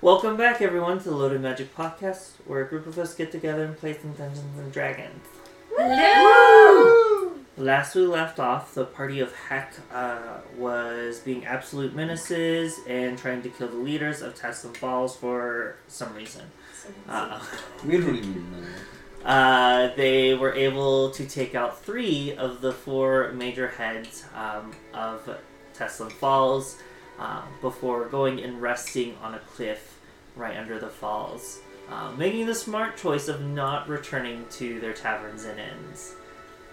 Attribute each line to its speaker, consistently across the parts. Speaker 1: Welcome back, everyone, to the Loaded Magic Podcast, where a group of us get together and play some Dungeons and Dragons. Last we left off, the party of Heck uh, was being absolute menaces and trying to kill the leaders of Taslim Falls for some reason. Uh,
Speaker 2: We don't even know.
Speaker 1: uh, they were able to take out three of the four major heads um, of Tesla Falls uh, before going and resting on a cliff right under the falls, uh, making the smart choice of not returning to their taverns and inns.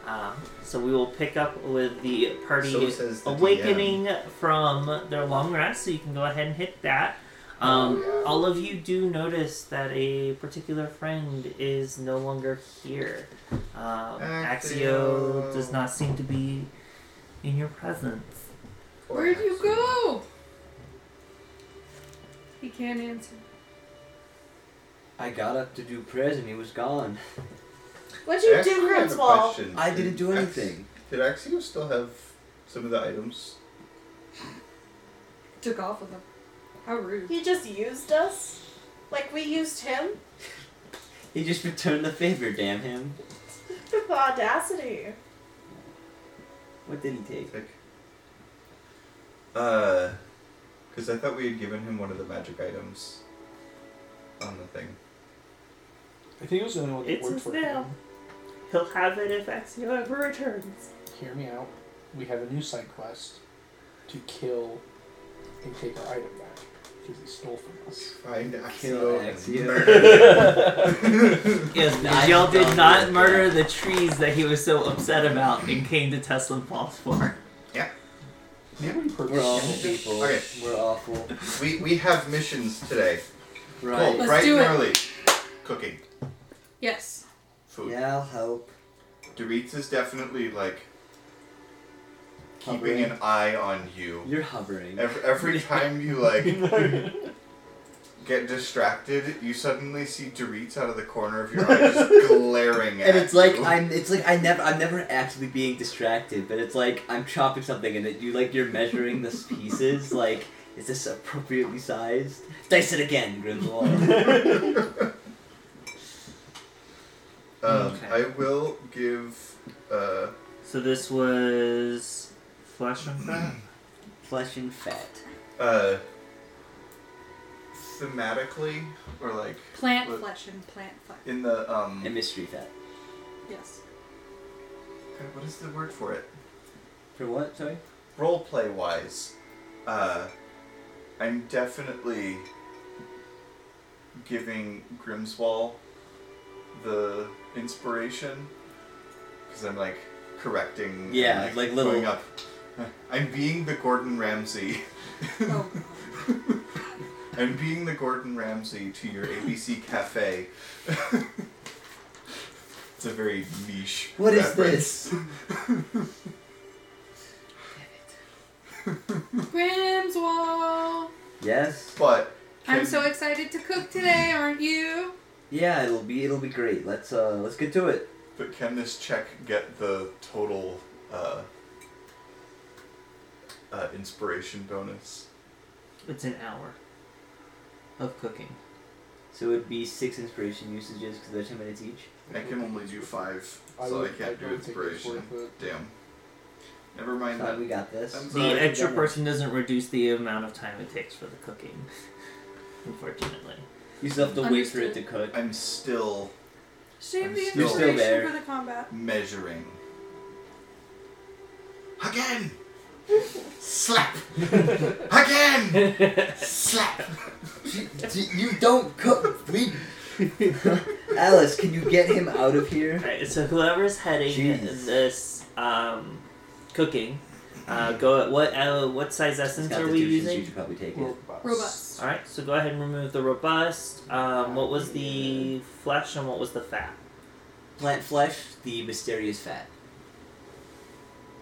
Speaker 1: Um, so we will pick up with the party
Speaker 2: So says the
Speaker 1: awakening from their long rest. So you can go ahead and hit that. Um, All of you do notice that a particular friend is no longer here. Um, Axio
Speaker 2: Axio.
Speaker 1: does not seem to be in your presence.
Speaker 3: Where'd you go? He can't answer.
Speaker 2: I got up to do prayers and he was gone.
Speaker 4: What'd
Speaker 5: I
Speaker 4: you
Speaker 5: actually
Speaker 4: do,
Speaker 5: have a
Speaker 4: Grimswall?
Speaker 5: question.
Speaker 2: I didn't do
Speaker 5: Ax-
Speaker 2: anything.
Speaker 5: Did Axio still have some of the items?
Speaker 3: Took off with him. How rude.
Speaker 4: He just used us? Like we used him?
Speaker 2: He just returned the favor, damn him.
Speaker 4: The audacity.
Speaker 2: What did he take?
Speaker 5: Like, uh, because I thought we had given him one of the magic items on the thing.
Speaker 6: I think it was the only one that
Speaker 1: It's
Speaker 6: worked
Speaker 1: his
Speaker 6: for
Speaker 1: now.
Speaker 6: him.
Speaker 1: He'll have it if Axio ever returns.
Speaker 6: Hear me out. We have a new side quest to kill and take our item back because he stole from us.
Speaker 5: Find Axio.
Speaker 2: Kill
Speaker 5: and
Speaker 2: Axio.
Speaker 5: murder him.
Speaker 1: Yes,
Speaker 2: Nice
Speaker 1: because y'all did
Speaker 2: done,
Speaker 1: not
Speaker 2: Luke.
Speaker 1: murder the trees that he was so upset about and came to Tesla Falls for.
Speaker 6: Maybe we
Speaker 2: We're awful
Speaker 6: purposed it.
Speaker 2: people.
Speaker 5: Okay.
Speaker 2: We're awful.
Speaker 5: we we have missions today.
Speaker 2: Right.
Speaker 5: Cool,
Speaker 3: Let's
Speaker 5: bright
Speaker 3: do
Speaker 5: and
Speaker 3: it.
Speaker 5: early. Cooking,
Speaker 3: Yes.
Speaker 5: food.
Speaker 2: Yeah, I'll help.
Speaker 5: Doritz is definitely like keeping
Speaker 2: Hovering.
Speaker 5: an eye on you.
Speaker 2: You're hovering.
Speaker 5: Every, every time you like get distracted, you suddenly see Dorit's out of the corner of your eye just glaring at
Speaker 2: And it's like
Speaker 5: you.
Speaker 2: I'm. It's like I never. I'm never actually being distracted, but it's like I'm chopping something, and it, you like you're measuring the pieces. Like, is this appropriately sized? Dice it again, Grimswald.
Speaker 5: Um,
Speaker 1: Okay.
Speaker 5: I will give. Uh,
Speaker 1: So this was Flash and Fat?
Speaker 2: Flesh and fat.
Speaker 5: uh, thematically, or like
Speaker 3: Plant
Speaker 5: What?
Speaker 3: flesh and plant flesh.
Speaker 5: in the um,
Speaker 2: And mystery fat.
Speaker 3: Yes.
Speaker 5: God, what is the word for it?
Speaker 2: For what? Sorry.
Speaker 5: Role play wise, uh, I'm definitely giving Grimswall the inspiration because I'm like correcting. and,
Speaker 2: Yeah, like little-
Speaker 5: going up. I'm being the Gordon Ramsay.
Speaker 3: Oh,
Speaker 5: I'm being the Gordon Ramsay to your ABC Cafe. it's a very niche.
Speaker 2: What is
Speaker 5: reference.
Speaker 3: Grimswall!
Speaker 2: Yes.
Speaker 5: But
Speaker 3: I'm
Speaker 5: can-
Speaker 3: so excited to cook today, aren't you?
Speaker 2: Yeah, it'll be. It'll be great. Let's uh. Let's get to it.
Speaker 5: but can this check get the total uh, uh, inspiration bonus?
Speaker 1: It's an hour of cooking.
Speaker 2: So it'd be six inspiration usages because they're ten minutes each.
Speaker 5: I can only do five,
Speaker 6: I
Speaker 5: so I
Speaker 6: would- I
Speaker 5: can't do
Speaker 6: don't think it's
Speaker 5: inspiration.
Speaker 6: worth it.
Speaker 5: Damn. Never mind
Speaker 2: Fine, we got
Speaker 5: that.
Speaker 2: this.
Speaker 5: I'm
Speaker 1: The
Speaker 5: Sorry,
Speaker 1: extra
Speaker 2: Never mind.
Speaker 1: person doesn't reduce the amount of time it takes for the cooking, unfortunately.
Speaker 2: You still have to wait for it to
Speaker 3: Understood.
Speaker 2: cook.
Speaker 5: I'm still
Speaker 3: Save
Speaker 5: I'm
Speaker 3: the
Speaker 5: still- You're still
Speaker 3: inspiration
Speaker 2: there.
Speaker 3: for the combat.
Speaker 5: measuring. Again! Slap! Again! Slap!
Speaker 2: you don't cook. We. Alice, can you get him out of here?
Speaker 1: Alright, so whoever's heading
Speaker 2: Jeez.
Speaker 1: this um, cooking, uh, go at what uh, what size essence are we
Speaker 2: Constitution, You
Speaker 1: using?
Speaker 2: should probably take it.
Speaker 6: Robots.
Speaker 3: Robust.
Speaker 1: All right, so go ahead and remove the robust. Um, what was the flesh and what was the fat?
Speaker 2: Plant flesh, the mysterious fat.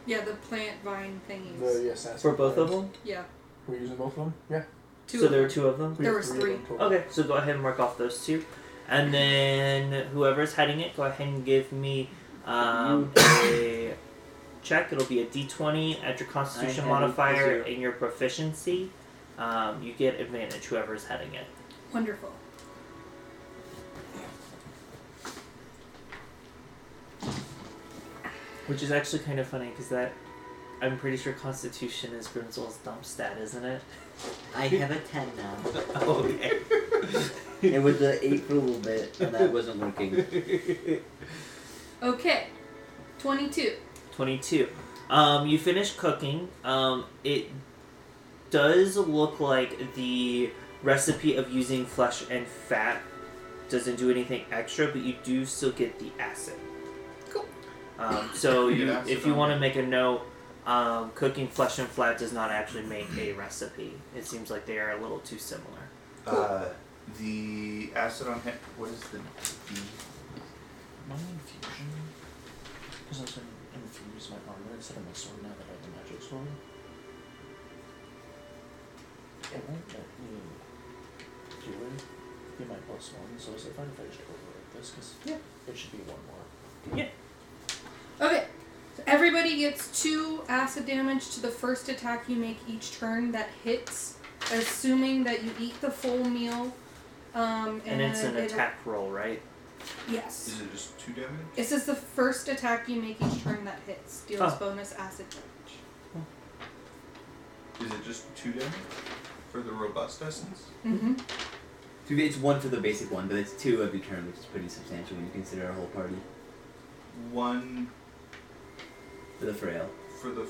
Speaker 3: Yeah, the plant vine thingies.
Speaker 6: The, yes, that's
Speaker 1: For both of them?
Speaker 3: Yeah.
Speaker 6: We're using both of them? Yeah.
Speaker 3: Two
Speaker 1: so
Speaker 3: of
Speaker 1: there
Speaker 3: them.
Speaker 1: were two of them?
Speaker 6: We
Speaker 3: There
Speaker 6: have
Speaker 3: was
Speaker 6: of
Speaker 3: three.
Speaker 6: them total.
Speaker 1: Okay, so go ahead and mark off those two. And then whoever's heading it, go ahead and give me um, a check. It'll be a d20 at your Um,
Speaker 2: I
Speaker 3: Wonderful.
Speaker 1: Which is actually kind of funny because that I'm pretty sure Constitution is Grimswell's dump stat, isn't it?
Speaker 2: I have a 10 now.
Speaker 1: okay.
Speaker 2: It was an 8 for a little bit, and that wasn't working.
Speaker 3: Okay. 22.
Speaker 1: 22. Um, you finish cooking. Um, it does look like the recipe of using flesh and fat doesn't do anything extra, but you do still get the acid.
Speaker 3: Cool.
Speaker 1: Um, so
Speaker 5: You get
Speaker 1: you,
Speaker 5: acid
Speaker 1: if you
Speaker 5: on
Speaker 1: want to
Speaker 5: there.
Speaker 1: make a note, um, cooking flesh and fat does not actually make a recipe. It seems like they are a little too similar.
Speaker 5: Uh, the acid on him. What is the D?
Speaker 6: My infusion. Because I was going to infuse my armor instead of my sword now that I have the magic sword. It won't let me do it in my plus one, so is it fine if I just overwrite this? Because
Speaker 1: Yeah.
Speaker 6: it should be one more.
Speaker 3: Okay. So everybody gets two acid damage to the first attack you make each turn that hits, assuming that you eat the full meal. Um,
Speaker 1: And,
Speaker 3: and,
Speaker 1: it's an
Speaker 3: it-
Speaker 1: attack roll, right?
Speaker 3: Yes.
Speaker 5: Is it just two damage?
Speaker 3: It says the first attack you make each turn that hits deals
Speaker 1: Oh.
Speaker 3: bonus acid damage.
Speaker 5: Is it just two damage for the robust essence?
Speaker 3: Mm-hmm.
Speaker 2: It's 1 for the basic one, but it's 2 every turn, which is pretty substantial when you consider our whole party.
Speaker 5: One
Speaker 2: For the frail,
Speaker 5: for the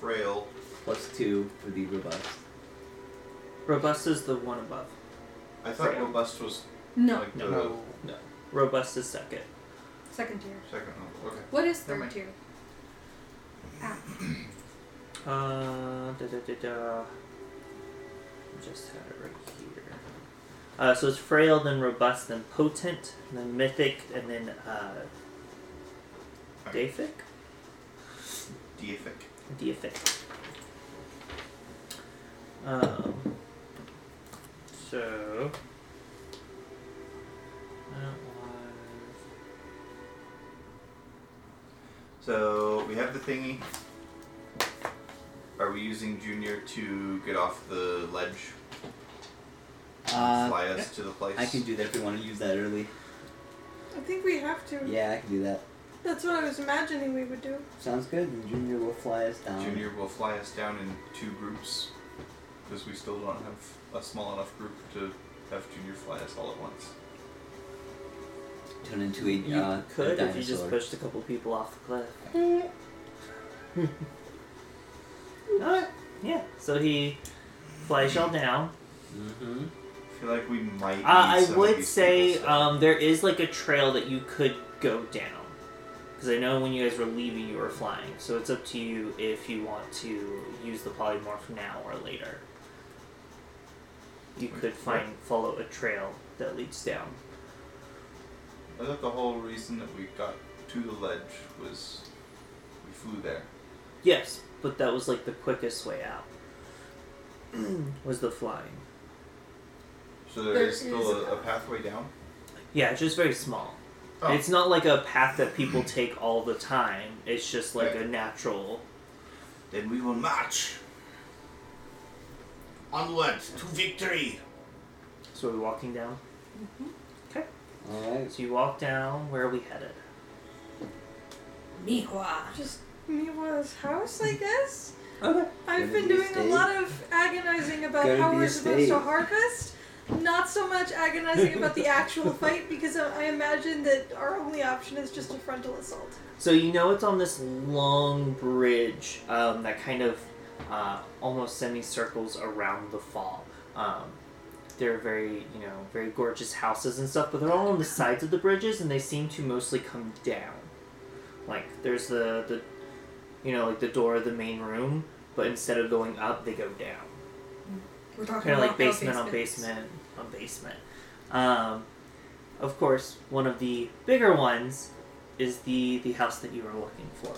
Speaker 5: frail.
Speaker 2: plus 2 for the robust.
Speaker 1: Robust is the one above.
Speaker 5: I thought
Speaker 1: Frail.
Speaker 5: robust was
Speaker 3: No.
Speaker 5: like the
Speaker 1: Robust is second.
Speaker 3: Second tier.
Speaker 5: second level. Okay.
Speaker 3: What is
Speaker 5: Never
Speaker 3: third
Speaker 5: mind.
Speaker 3: tier? Ah.
Speaker 1: Uh, da, da, da, da. Just had it right here. Uh, so it's frail, then robust, then potent, then mythic, and then uh, deific.
Speaker 5: Deific.
Speaker 1: Deific. Um. So. That was.
Speaker 5: So we have the thingy. Are we using Junior to get off the ledge?
Speaker 2: Uh,
Speaker 5: fly us to the place?
Speaker 2: I can do that if we want to use that early.
Speaker 4: I think we have to.
Speaker 2: Yeah, I can do that.
Speaker 4: That's what I was imagining we would do.
Speaker 2: Sounds good. And Junior will fly us down.
Speaker 5: Junior will fly us down in two groups because we still don't have a small enough group to have Junior fly us all at once.
Speaker 2: Turn into a,
Speaker 1: You
Speaker 2: uh, a
Speaker 1: could if you just
Speaker 2: dinosaur.
Speaker 1: pushed a couple people off the cliff.
Speaker 4: Mm,
Speaker 1: Alright. Yeah. So he flies y'all down.
Speaker 2: Mm-hmm.
Speaker 5: I feel like we might. need
Speaker 1: Uh, I
Speaker 5: some of
Speaker 1: would
Speaker 5: these
Speaker 1: say
Speaker 5: people still.
Speaker 1: um, there is like a trail that you could go down. Because I know when you guys were leaving, you were flying. So it's up to you if you want to use the polymorph now or later. You could find follow a trail that leads down.
Speaker 5: I thought the whole reason that we got to the ledge was we flew there.
Speaker 1: Yes, but that was like the quickest way out. was the flying?
Speaker 5: So there
Speaker 3: There
Speaker 5: is still
Speaker 3: is
Speaker 5: a, a pathway down.
Speaker 1: Yeah, it's just very small.
Speaker 5: Oh.
Speaker 1: It's not like a path that people take all the time. It's just like
Speaker 5: Right.
Speaker 1: a natural.
Speaker 5: Then we will march. Onward to victory.
Speaker 1: So we're walking down.
Speaker 2: All right.
Speaker 1: So you walk down. Where are we headed?
Speaker 3: Mihua.
Speaker 4: just Miwa's house, I guess.
Speaker 1: Okay.
Speaker 4: I've
Speaker 2: Mm-hmm. Gonna
Speaker 4: been
Speaker 2: be a
Speaker 4: doing a
Speaker 2: steak.
Speaker 4: lot of agonizing about
Speaker 2: Gonna
Speaker 4: how
Speaker 2: be a
Speaker 4: we're supposed to
Speaker 2: steak.
Speaker 4: harvest. Not so much agonizing about the actual fight because I I imagine that our only option is just a frontal assault.
Speaker 1: So you know it's on this long bridge um, that kind of uh, almost semicircles around the fall. Um, they're very, you know, very gorgeous houses and stuff, but they're all on the sides of the bridges, and they seem to mostly come down. Like there's the the, you know, like the door of the main room, but instead of going up, they go down.
Speaker 3: We're talking
Speaker 1: kind of like
Speaker 3: about how
Speaker 1: basement on
Speaker 3: basements-
Speaker 1: basement on basement. Um, of course, one of the bigger ones is the the house that you were looking for.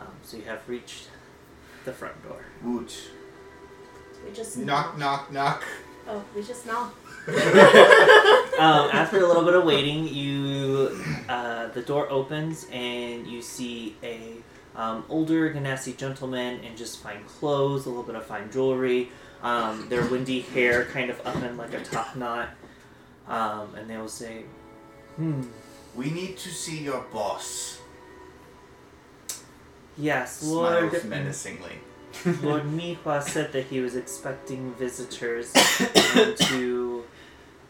Speaker 1: Um, so you have reached the front door.
Speaker 5: Woot.
Speaker 4: We just
Speaker 5: Knock, knock, knock.
Speaker 4: Oh, we just knock.
Speaker 1: Um, after a little bit of waiting, you uh, the door opens and you see a um, older Ganassi gentleman in just fine clothes, a little bit of fine jewelry, um, their windy hair kind of up in like a top knot, um, and they will say, "Hmm,
Speaker 5: We need to see your boss.
Speaker 1: yes, Lord."
Speaker 5: Smiles menacingly.
Speaker 1: Lord Mihua said that he was expecting visitors and to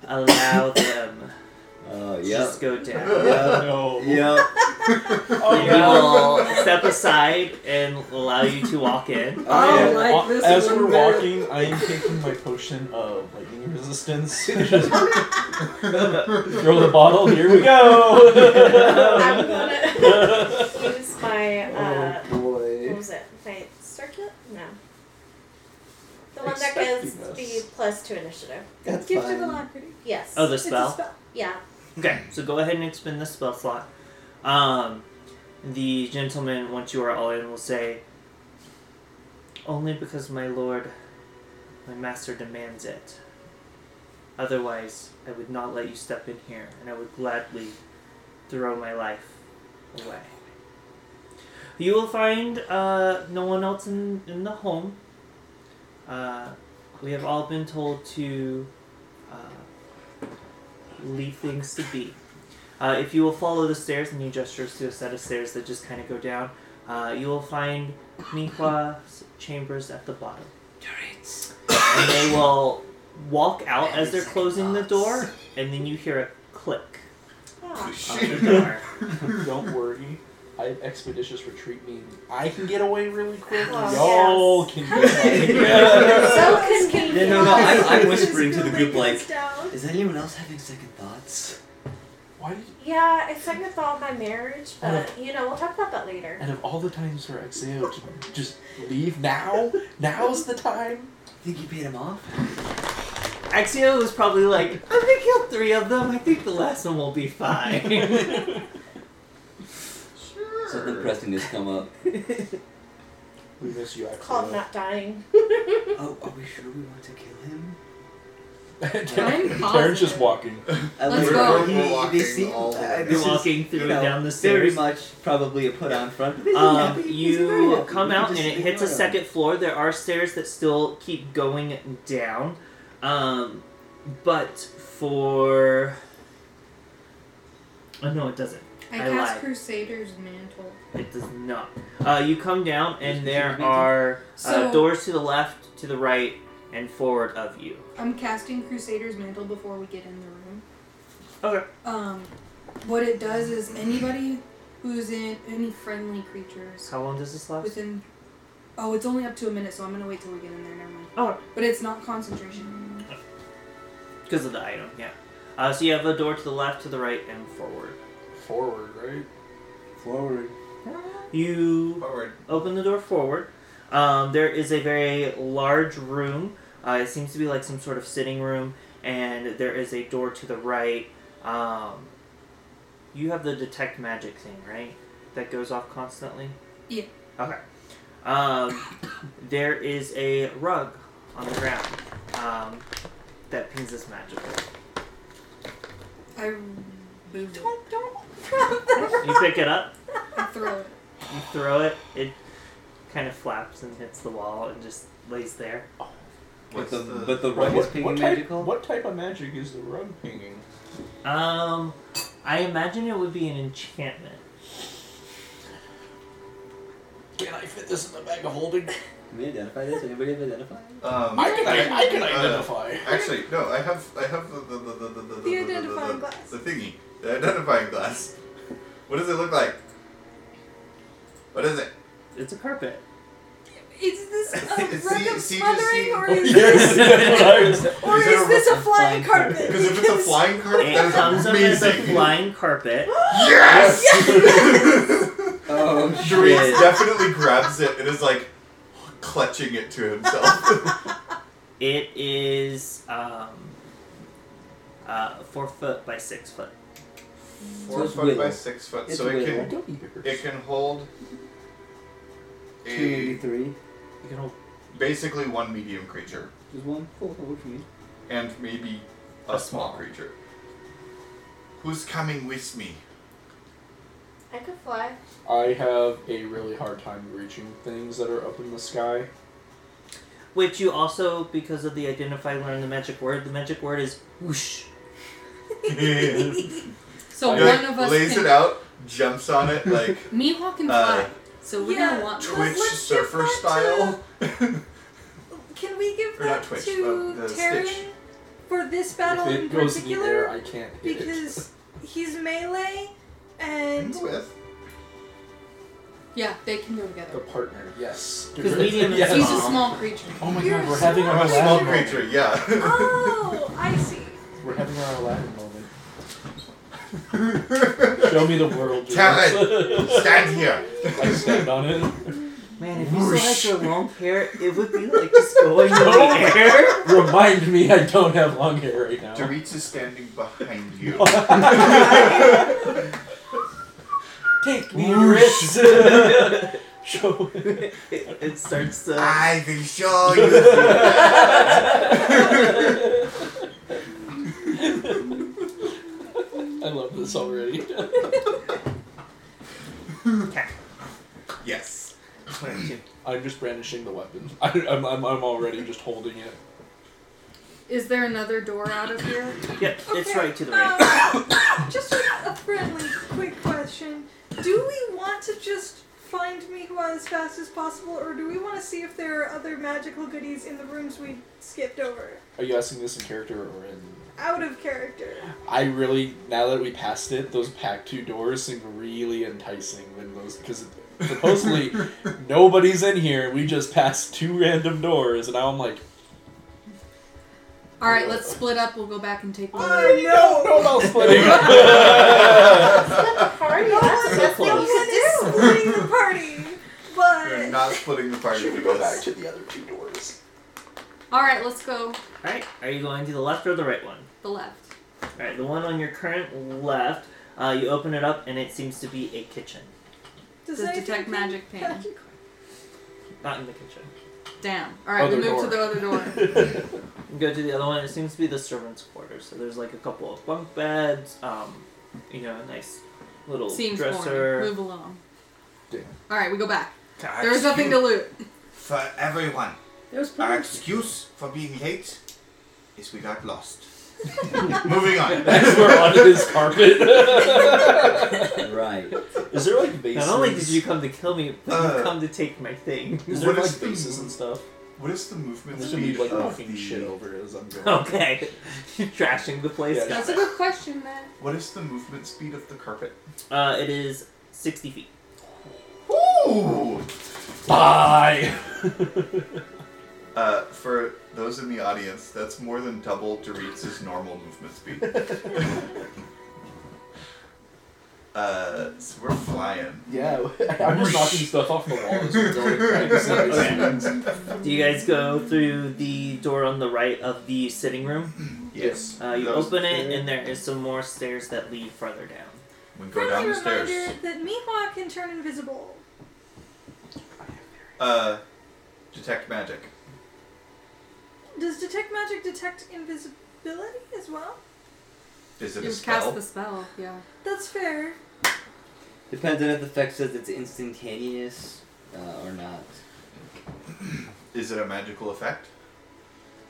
Speaker 1: allow them
Speaker 2: Oh,
Speaker 1: to
Speaker 2: yep.
Speaker 1: just go down.
Speaker 2: Yep.
Speaker 6: No.
Speaker 2: Yep.
Speaker 6: Oh,
Speaker 1: We
Speaker 6: yeah.
Speaker 1: will step aside and allow you to walk in.
Speaker 2: Oh, yeah.
Speaker 6: Wa-
Speaker 7: like this
Speaker 6: As
Speaker 7: one
Speaker 6: we're
Speaker 7: better.
Speaker 6: walking, I am taking my potion of lightning resistance. Just throw the bottle. Here we go.
Speaker 7: I'm gonna use my uh,
Speaker 6: oh boy.
Speaker 7: what was it? My circuit? No. The one that
Speaker 6: Expecting
Speaker 7: gives
Speaker 6: us.
Speaker 7: the plus two initiative.
Speaker 2: That's
Speaker 4: Gift of
Speaker 2: fine.
Speaker 4: alacrity.
Speaker 7: Yes.
Speaker 1: Oh, the
Speaker 4: It's a
Speaker 1: spell.
Speaker 4: spell.
Speaker 7: yeah.
Speaker 1: Okay, so go ahead and expend the spell slot. Um, the gentleman, once you are all in, will say, "Only because my lord, my master demands it. Otherwise, I would not let you step in here, and I would gladly throw my life away." You will find uh, no one else in, in the home. Uh, we have all been told to. Uh, leave things to be. Uh, if you will follow the stairs, and he gestures to a set of stairs that just kind of go down, uh, you will find Minkwa's chambers at the bottom. And they will walk out as they're closing the door, and then you hear a click
Speaker 5: Ah.
Speaker 4: Ah.
Speaker 7: Oh.
Speaker 1: of the door.
Speaker 6: Don't worry. I have expeditious retreat meaning I can get away really quick. Y'all
Speaker 7: Oh, yes.
Speaker 6: can get away.
Speaker 7: So
Speaker 4: Yes.
Speaker 7: convenient.
Speaker 2: Yeah, no, no, I'm, I'm whispering
Speaker 4: This
Speaker 2: to the
Speaker 4: building
Speaker 2: group, like,
Speaker 4: is down.
Speaker 2: is anyone else having second thoughts?
Speaker 6: Why did
Speaker 7: Yeah, I second thought my marriage, but you know, we'll talk about that later.
Speaker 6: out of all the times for Exeo to just leave now? Now's the time?
Speaker 2: Think you paid him off?
Speaker 1: Axio was probably like, I think he'll three of them. I think the last one will be fine.
Speaker 5: Sure.
Speaker 2: Something pressing has come up.
Speaker 6: We miss you,
Speaker 7: It's called
Speaker 6: Exeo.
Speaker 7: not dying.
Speaker 2: Oh, are we sure we want to kill him?
Speaker 6: Terran- Terran's
Speaker 3: positive.
Speaker 6: just walking.
Speaker 2: I
Speaker 3: Let's
Speaker 2: like-
Speaker 3: go.
Speaker 2: he-
Speaker 5: Walking
Speaker 2: they seem-
Speaker 5: all the
Speaker 2: uh,
Speaker 5: way
Speaker 2: this is,
Speaker 1: You're walking through
Speaker 2: you
Speaker 1: and
Speaker 2: know,
Speaker 1: down the
Speaker 2: Very
Speaker 1: stairs.
Speaker 2: much probably a put on front. But they seem
Speaker 1: Um,
Speaker 2: happy. They seem very
Speaker 1: you
Speaker 2: happy.
Speaker 1: come
Speaker 2: We can
Speaker 1: out and
Speaker 2: just
Speaker 1: it hits a
Speaker 2: ignore them.
Speaker 1: second floor. There are stairs that still keep going down. Um, but for. Oh, no, it doesn't.
Speaker 3: I
Speaker 1: I
Speaker 3: cast
Speaker 1: lied.
Speaker 3: Crusader's Mantle.
Speaker 1: It does not. Uh, you come down and
Speaker 2: Excuse
Speaker 1: there
Speaker 2: me?
Speaker 1: are uh,
Speaker 3: So-
Speaker 1: doors to the left, to the right, and forward of you.
Speaker 3: I'm casting Crusader's Mantle before we get in the room.
Speaker 1: Okay.
Speaker 3: Um, what it does is anybody who's in any friendly creatures
Speaker 1: How long does this last?
Speaker 3: within. Oh, it's only up to a minute, so I'm gonna wait till we get in there. Never mind.
Speaker 1: Oh,
Speaker 3: But it's not concentration.
Speaker 1: because of the item, yeah. Uh, so you have a door to the left, to the right, and forward.
Speaker 6: Forward, right?
Speaker 2: Forward.
Speaker 1: You
Speaker 5: Forward.
Speaker 1: open the door forward. Um, there is a very large room. Uh, it seems to be like some sort of sitting room, and there is a door to the right. Um, you have the detect magic thing, right? That goes off constantly?
Speaker 3: Yeah.
Speaker 1: Okay. Um, there is a rug on the ground um, that pings us magical.
Speaker 3: I move it.
Speaker 4: Don't don't grab the
Speaker 1: You pick it up,
Speaker 3: I throw it.
Speaker 1: you throw it, it kind of flaps and hits the wall and just lays there.
Speaker 2: But
Speaker 5: What's
Speaker 2: the,
Speaker 5: the-
Speaker 2: but the rug is
Speaker 6: what,
Speaker 2: pinging
Speaker 6: what type,
Speaker 2: magical?
Speaker 6: What type of magic is the rug pinging?
Speaker 1: Um, I imagine it would be an enchantment.
Speaker 6: Can I fit this in the bag of holding?
Speaker 2: Can we identify this? Anybody have identified?
Speaker 5: Um,
Speaker 6: I can, I, I can
Speaker 5: uh,
Speaker 6: identify.
Speaker 5: Actually, no. I have. I have the the the the the the,
Speaker 4: The identifying glass.
Speaker 5: The thingy. The identifying glass. What does it look like? What is it?
Speaker 1: It's a carpet.
Speaker 4: Is this
Speaker 5: It's
Speaker 4: a rug
Speaker 5: C-
Speaker 4: of
Speaker 5: C-
Speaker 4: smothering,
Speaker 5: C-
Speaker 4: or
Speaker 6: Oh,
Speaker 4: is
Speaker 6: yes,
Speaker 4: this
Speaker 6: that's what I was-
Speaker 4: or
Speaker 5: Is there
Speaker 4: is
Speaker 5: a
Speaker 4: this a
Speaker 2: rug-
Speaker 4: flying
Speaker 2: flying
Speaker 4: carpet?
Speaker 2: carpet?
Speaker 5: Because if it's a flying carpet, that
Speaker 1: It
Speaker 5: is
Speaker 1: comes up as a
Speaker 5: amazing.
Speaker 1: flying carpet.
Speaker 5: Yes.
Speaker 2: Oh,
Speaker 5: Dorit
Speaker 2: shit.
Speaker 5: definitely grabs it and is like clutching it to himself.
Speaker 1: It is um, uh, four foot by six foot.
Speaker 5: Four
Speaker 2: it's
Speaker 5: foot by
Speaker 2: little.
Speaker 5: six foot,
Speaker 2: It's
Speaker 5: so it
Speaker 6: I
Speaker 5: can
Speaker 2: little.
Speaker 6: don't need hers.
Speaker 5: it can hold a
Speaker 2: 283.
Speaker 6: You can hold-
Speaker 5: basically one medium creature
Speaker 2: Just one. Oh, what do you mean?
Speaker 5: and maybe a, small
Speaker 6: A small.
Speaker 5: creature. Who's coming with me?
Speaker 7: I could fly.
Speaker 6: I have a really hard time reaching things that are up in the sky.
Speaker 1: Which you also, because of the identify, learn the magic word. The magic word is whoosh.
Speaker 3: So
Speaker 5: He,
Speaker 3: one
Speaker 5: like,
Speaker 3: of us
Speaker 5: lays
Speaker 3: can.
Speaker 5: it out, jumps on it like
Speaker 3: Mihawk can
Speaker 5: Uh,
Speaker 3: fly, so we're
Speaker 4: yeah,
Speaker 3: gonna want
Speaker 4: Let's-
Speaker 5: Twitch
Speaker 4: let's give
Speaker 5: surfer
Speaker 4: that
Speaker 5: style.
Speaker 4: Can we give
Speaker 5: Or not
Speaker 4: that
Speaker 5: Twitch,
Speaker 4: to
Speaker 5: uh, the
Speaker 4: Taryn
Speaker 5: Stitch.
Speaker 4: for this battle
Speaker 6: If
Speaker 4: in
Speaker 6: it goes in the
Speaker 4: particular?
Speaker 6: air, I can't hit it.
Speaker 4: Because he's melee and
Speaker 5: with.
Speaker 3: Yeah, they can go
Speaker 6: The
Speaker 3: together.
Speaker 6: partner, yes.
Speaker 1: 'Cause medium is
Speaker 6: Yes.
Speaker 3: He's a
Speaker 5: uh-huh.
Speaker 1: Yes.
Speaker 3: small creature.
Speaker 6: Oh my
Speaker 4: You're
Speaker 6: god, we're having our
Speaker 5: I'm a small
Speaker 6: Aladdin
Speaker 5: creature,
Speaker 6: moment.
Speaker 5: yeah.
Speaker 4: Oh, I see.
Speaker 6: We're having our Aladdin moment.
Speaker 3: Oh.
Speaker 6: Show me the world.
Speaker 5: Talent.
Speaker 6: James.
Speaker 5: Stand here.
Speaker 6: I stand on it.
Speaker 1: Man, if you still had your long hair, it would be like just going in
Speaker 2: Oh
Speaker 6: No.
Speaker 1: the air.
Speaker 6: Remind me, I don't have long hair right now.
Speaker 5: Doritz is standing behind you.
Speaker 6: Take me, Ritz. Show.
Speaker 1: it, it starts to.
Speaker 5: I will show you. that.
Speaker 6: I love this already.
Speaker 5: yes.
Speaker 6: I'm just brandishing the weapon. I, I'm, I'm, I'm already just holding it.
Speaker 3: Is there another door out of here?
Speaker 1: Yep, it's
Speaker 4: Okay,
Speaker 1: right to the right.
Speaker 4: um, just a, a friendly, quick question: Do we want to just find Mihua as fast as possible, or do we want to see if there are other magical goodies in the rooms we skipped over?
Speaker 6: Are you asking this in character or in?
Speaker 4: Out of character.
Speaker 6: I really now that we passed it, those pack two doors seem really enticing than those because supposedly nobody's in here. We just passed two random doors, and now I'm like,
Speaker 3: All right, let's split up. We'll go back and take
Speaker 6: "Oh,
Speaker 3: one.
Speaker 4: I know.
Speaker 6: no, no splitting.
Speaker 7: That's the party. That's the best thing
Speaker 4: No one
Speaker 7: you could do.
Speaker 4: is splitting the party,
Speaker 5: You're
Speaker 4: but
Speaker 5: not splitting the party.
Speaker 6: Should we
Speaker 5: for
Speaker 6: go back
Speaker 5: this.
Speaker 6: to the other two doors?
Speaker 3: All right, let's go
Speaker 1: Alright, are you going to the left or the right one?
Speaker 3: the left.
Speaker 1: Alright, the one on your current left, uh, you open it up and it seems to be a kitchen.
Speaker 4: does
Speaker 3: Just
Speaker 4: anything
Speaker 3: detect
Speaker 4: think
Speaker 3: magic pain.
Speaker 4: magical-
Speaker 1: Not in the kitchen.
Speaker 3: Down. All right,
Speaker 6: Other
Speaker 3: we move to
Speaker 6: door.
Speaker 3: the other door.
Speaker 1: You go to the other one, it seems to be the servants' quarters. So there's like a couple of bunk beds, um, you know, a nice little
Speaker 3: Seems boring.
Speaker 1: dresser.
Speaker 3: Move along.
Speaker 6: Damn.
Speaker 3: All right, we go back.
Speaker 5: Can I
Speaker 3: There's
Speaker 5: ask
Speaker 3: nothing
Speaker 5: you
Speaker 3: to loot.
Speaker 5: For everyone,
Speaker 1: There's
Speaker 5: our excuse for being late is we got lost. Moving on.
Speaker 6: We're on his carpet.
Speaker 2: Right.
Speaker 6: Is there like bases?
Speaker 1: Not only did you come to kill me, but you
Speaker 5: Uh,
Speaker 1: come to take my thing.
Speaker 6: Is there
Speaker 5: What is
Speaker 6: like
Speaker 5: the-
Speaker 6: bases and stuff?
Speaker 5: What is the movement
Speaker 6: There's gonna be
Speaker 5: speed
Speaker 6: like
Speaker 5: of
Speaker 6: knocking
Speaker 5: the
Speaker 6: shit over as I'm going.
Speaker 1: Okay. You're trashing the place. Got
Speaker 6: Yeah.
Speaker 3: That's a good question, Matt.
Speaker 5: What is the movement speed of the carpet?
Speaker 1: it. Uh, it is 60 feet.
Speaker 5: Ooh!
Speaker 6: Bye.
Speaker 5: Uh, for those in the audience, that's more than double Doritz's normal movement speed. uh, so we're flying.
Speaker 6: yeah, I'm just knocking stuff off the wall as we're going. trying to see if this happens.
Speaker 1: Do you guys go through the door on the right of the sitting room?
Speaker 6: Yes.
Speaker 1: Uh, you
Speaker 5: That was-
Speaker 1: open it, and there is some more stairs that lead further down.
Speaker 5: We go down
Speaker 4: Friendly
Speaker 5: the stairs.
Speaker 4: reminder that Mihua can turn invisible.
Speaker 5: Uh, detect magic.
Speaker 4: Does detect magic detect invisibility as well?
Speaker 5: Is it a
Speaker 3: You
Speaker 5: spell?
Speaker 3: cast the spell. Yeah.
Speaker 4: That's fair.
Speaker 2: Depends on if the effect says it's instantaneous uh, or not.
Speaker 5: Is it a magical effect?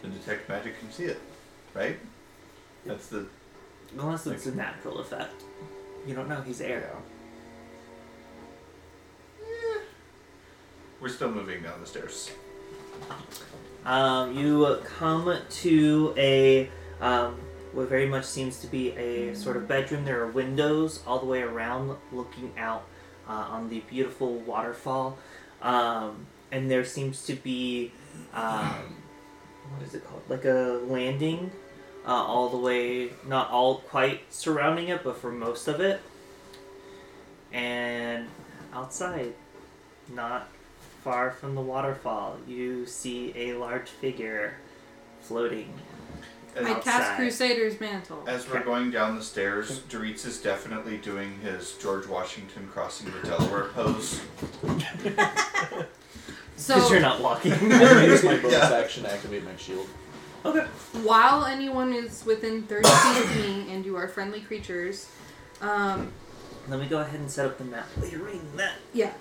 Speaker 5: Then detect magic can see it, right? That's the
Speaker 1: Unless it's a natural effect. You don't know he's air.
Speaker 5: We're still moving down the stairs.
Speaker 1: Um, you come to a um, what very much seems to be a sort of bedroom. There are windows all the way around, looking out uh, on the beautiful waterfall, um, and there seems to be um, what is it called? Like a landing, uh, all the way, not all quite surrounding it, but for most of it, and outside, not Far from the waterfall, you see a large figure floating.
Speaker 5: As,
Speaker 3: I
Speaker 1: Outside.
Speaker 3: cast Crusader's mantle.
Speaker 5: as we're going down the stairs, Doritz is definitely doing his George Washington crossing the Delaware pose.
Speaker 1: Because you're
Speaker 3: So
Speaker 1: not walking.
Speaker 6: I'm gonna use my bonus
Speaker 5: Yeah.
Speaker 6: action to activate my shield.
Speaker 1: okay.
Speaker 3: while anyone is within 30 feet of me, and you are friendly creatures, um,
Speaker 1: Let me go ahead and set up the map. Will you read that?
Speaker 3: Yeah.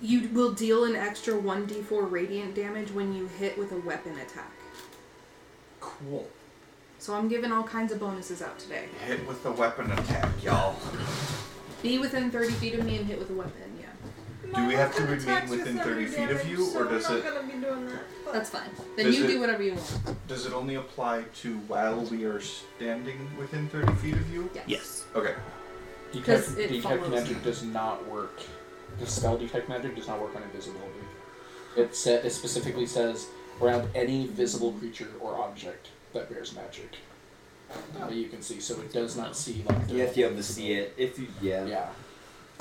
Speaker 3: You will deal an extra 1d4 radiant damage when you hit with a weapon attack.
Speaker 6: Cool.
Speaker 3: So I'm giving all kinds of bonuses out today.
Speaker 5: Hit with the weapon attack, y'all.
Speaker 3: Be within 30 feet of me and hit with a weapon, yeah.
Speaker 5: Do we have to remain
Speaker 4: attacks with
Speaker 5: within 30 feet of
Speaker 4: damage,
Speaker 5: you,
Speaker 4: so
Speaker 5: or
Speaker 4: we're
Speaker 5: does
Speaker 4: not
Speaker 5: it-
Speaker 4: Gonna be doing that, but
Speaker 3: That's fine. Then
Speaker 5: Does
Speaker 3: you
Speaker 5: it-
Speaker 3: do whatever you want.
Speaker 5: Does it only apply to while we are standing within 30 feet of you?
Speaker 3: Yes.
Speaker 2: Yes.
Speaker 5: Okay.
Speaker 3: Because
Speaker 6: Detect,
Speaker 3: it
Speaker 6: detect
Speaker 3: follows.
Speaker 6: magic does not work. The spell detect magic does not work on invisibility. It sa it specifically says around any visible creature or object that bears magic that you can see. So it does not see like the
Speaker 2: You have to be able to see it. If you, yeah.
Speaker 6: yeah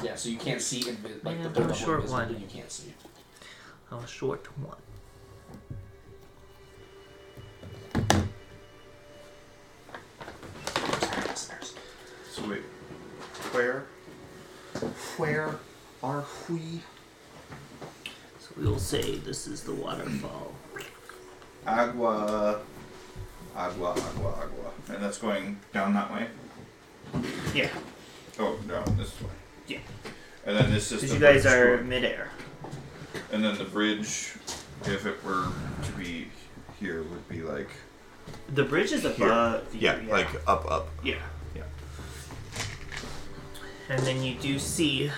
Speaker 6: yeah. So you can't see invi- like
Speaker 1: Yeah,
Speaker 6: the
Speaker 1: I'm
Speaker 6: third level
Speaker 1: short
Speaker 6: invisibility
Speaker 1: one.
Speaker 6: You can't see.
Speaker 1: I'm a short one.
Speaker 5: So wait. Where? Where are we?
Speaker 1: So we will say this is the waterfall.
Speaker 5: Agua. Agua, agua, agua. And that's going down that way?
Speaker 1: Yeah.
Speaker 5: Oh, down this way.
Speaker 1: Yeah.
Speaker 5: And then this is
Speaker 1: Because
Speaker 5: the
Speaker 1: you guys
Speaker 5: bridge
Speaker 1: are
Speaker 5: going-
Speaker 1: midair.
Speaker 5: And then the bridge, if it were to be here, would be like.
Speaker 1: The bridge is
Speaker 5: Here.
Speaker 1: above. you,
Speaker 5: Yeah, like up, up.
Speaker 1: Yeah.
Speaker 5: Yeah.
Speaker 1: And then you do see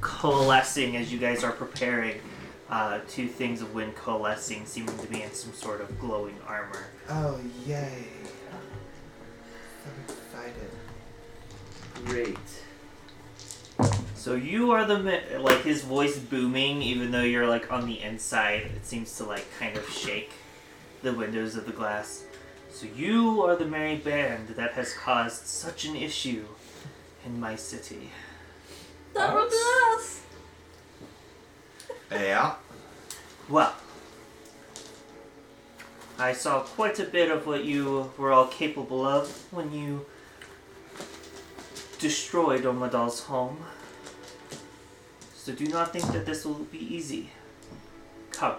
Speaker 1: coalescing as you guys are preparing. Uh, two things of wind coalescing, seeming to be in some sort of glowing armor.
Speaker 5: Oh, yay. I'm excited.
Speaker 2: Great.
Speaker 1: So you are the mi- like his voice booming, even though you're like on the inside. It seems to like kind of shake the windows of the glass. So you are the merry band that has caused such an issue in my city.
Speaker 7: That would be us.
Speaker 5: Yeah.
Speaker 1: Well, I saw quite a bit of what you were all capable of when you destroyed Omadal's home. So do not think that this will be easy. Come.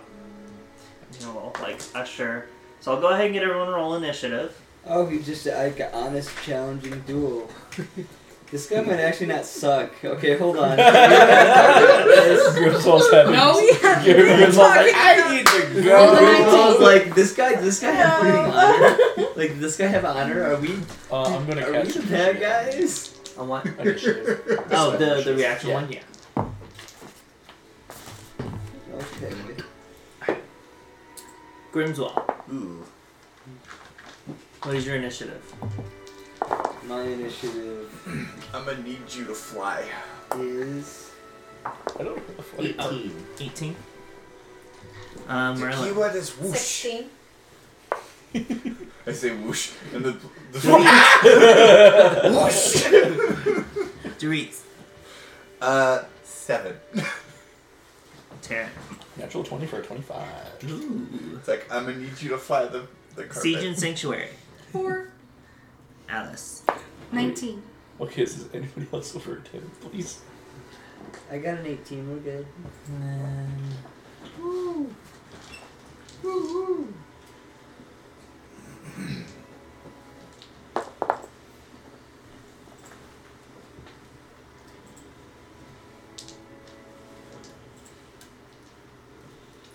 Speaker 1: You know, like usher. So I'll go ahead and get everyone to roll initiative.
Speaker 2: Oh, you just like an honest, challenging duel. this guy might actually not suck. Okay, hold on. This-
Speaker 6: Grimswall's heavy.
Speaker 3: No,
Speaker 4: yeah.
Speaker 6: Grimswall's like
Speaker 4: I
Speaker 6: I need to
Speaker 3: Roll the
Speaker 6: go.
Speaker 3: nineteen.
Speaker 2: I was like, this guy, this guy have freaking honor. Like, this guy have honor. Are we?
Speaker 6: Uh, I'm gonna
Speaker 2: Are we
Speaker 6: catch
Speaker 2: the bad
Speaker 6: him.
Speaker 2: guys?
Speaker 1: On what?
Speaker 6: Initiative.
Speaker 1: Oh, the, the
Speaker 6: Initiative.
Speaker 1: reaction
Speaker 6: Yeah.
Speaker 1: one? Yeah.
Speaker 2: Okay.
Speaker 1: Grimswall,
Speaker 5: Ooh.
Speaker 1: what is your initiative?
Speaker 2: My initiative
Speaker 5: I'm gonna need you to fly.
Speaker 2: is.
Speaker 6: I don't know what the fuck.
Speaker 1: 18. Um, Merlin.
Speaker 5: Keyword is whoosh.
Speaker 7: Sixteen.
Speaker 5: I say whoosh, and the the
Speaker 1: Dorit.
Speaker 5: uh seven.
Speaker 1: Taryn.
Speaker 6: Natural twenty for a twenty-five.
Speaker 1: Ooh.
Speaker 5: It's like I'm gonna need you to fly the the carpet.
Speaker 1: Siege and Sanctuary.
Speaker 3: Four.
Speaker 1: Alice.
Speaker 3: 19.
Speaker 6: Okay, is there anybody else over a ten, please?
Speaker 2: I got an 18. We're good.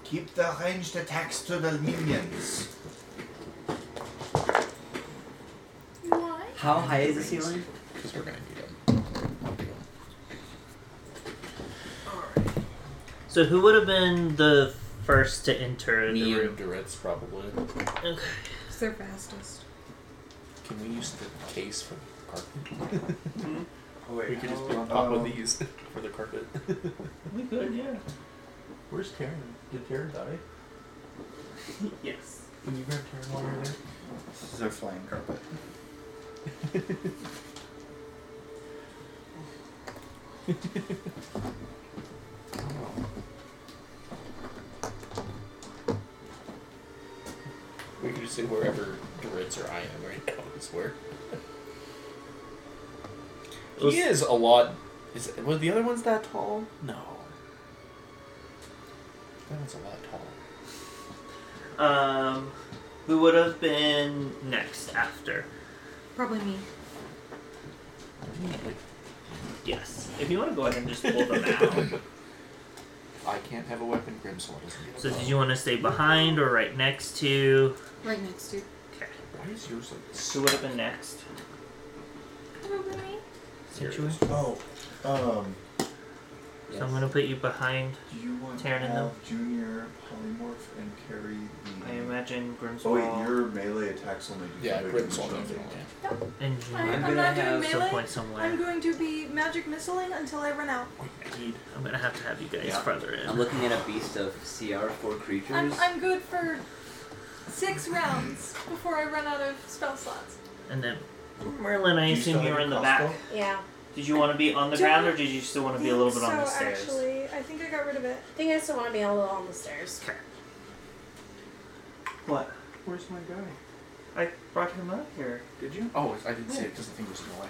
Speaker 5: Keep the ranged attacks to the minions.
Speaker 4: Why?
Speaker 2: How high is the ceiling?
Speaker 6: Because we're gonna need them.
Speaker 1: So who would have been the first to enter
Speaker 6: Me
Speaker 1: the
Speaker 6: and
Speaker 1: room?
Speaker 6: Duritz probably.
Speaker 1: Okay.
Speaker 3: It's their fastest.
Speaker 6: Can we use the case for the carpet?
Speaker 5: Oh, wait,
Speaker 6: we could just
Speaker 5: how-
Speaker 6: put on top
Speaker 5: um,
Speaker 6: of these for the carpet.
Speaker 1: We could, yeah.
Speaker 6: Where's Taryn? Did Taryn die?
Speaker 1: Yes.
Speaker 6: Can you grab Taryn while you're there?
Speaker 5: This is our flying carpet.
Speaker 6: We could just say wherever Duritz or I am right now is where.
Speaker 1: Let's-
Speaker 6: He is a lot. Is were the other ones that tall? No. That one's a lot taller.
Speaker 1: Um, who would have been next after?
Speaker 3: Probably me.
Speaker 1: Yes. If you want to go ahead and just pull them out.
Speaker 7: I can't have a weapon. Grimsword doesn't get
Speaker 1: So
Speaker 7: a
Speaker 1: did you want to stay behind or right next to?
Speaker 3: Right next to.
Speaker 1: Okay.
Speaker 7: Why is yours like this?
Speaker 1: Who would have been next? Situate.
Speaker 5: Oh, um,
Speaker 1: So I'm gonna put you behind.
Speaker 5: do you want to
Speaker 1: Taryn and
Speaker 5: have Junior polymorph and carry the?
Speaker 1: I imagine Grimswall.
Speaker 5: Oh wait, your melee attacks only do
Speaker 7: Yeah,
Speaker 5: damage,
Speaker 7: Grimsword
Speaker 5: don't
Speaker 7: doesn't.
Speaker 5: they?
Speaker 1: and you
Speaker 4: I'm,
Speaker 2: I'm
Speaker 4: I'm
Speaker 2: gonna
Speaker 4: not doing
Speaker 2: have
Speaker 1: at some
Speaker 4: melee.
Speaker 1: point somewhere.
Speaker 4: I'm going to be magic missiling until I run out.
Speaker 7: Indeed.
Speaker 1: I'm gonna have to have you guys
Speaker 5: Yeah.
Speaker 1: further in.
Speaker 2: I'm looking at a beast of CR four creatures.
Speaker 4: I'm, I'm good for six rounds before I run out of spell slots.
Speaker 1: and then Merlin, I
Speaker 5: Do you still
Speaker 1: assume
Speaker 5: have
Speaker 1: you were
Speaker 5: your
Speaker 1: in the
Speaker 5: crossbow?
Speaker 1: back.
Speaker 8: Yeah.
Speaker 1: Did you want to be on the
Speaker 4: Do
Speaker 1: ground
Speaker 4: I
Speaker 1: or did you still want to be a
Speaker 4: Think
Speaker 1: little bit on the
Speaker 4: so,
Speaker 1: stairs?
Speaker 4: Actually, I think I got rid of it.
Speaker 8: I think I still want to be a little on the stairs.
Speaker 1: Okay. What?
Speaker 7: Where's my guy?
Speaker 1: I brought him up here.
Speaker 7: Did you? Oh, I didn't see it because the thing was in the way.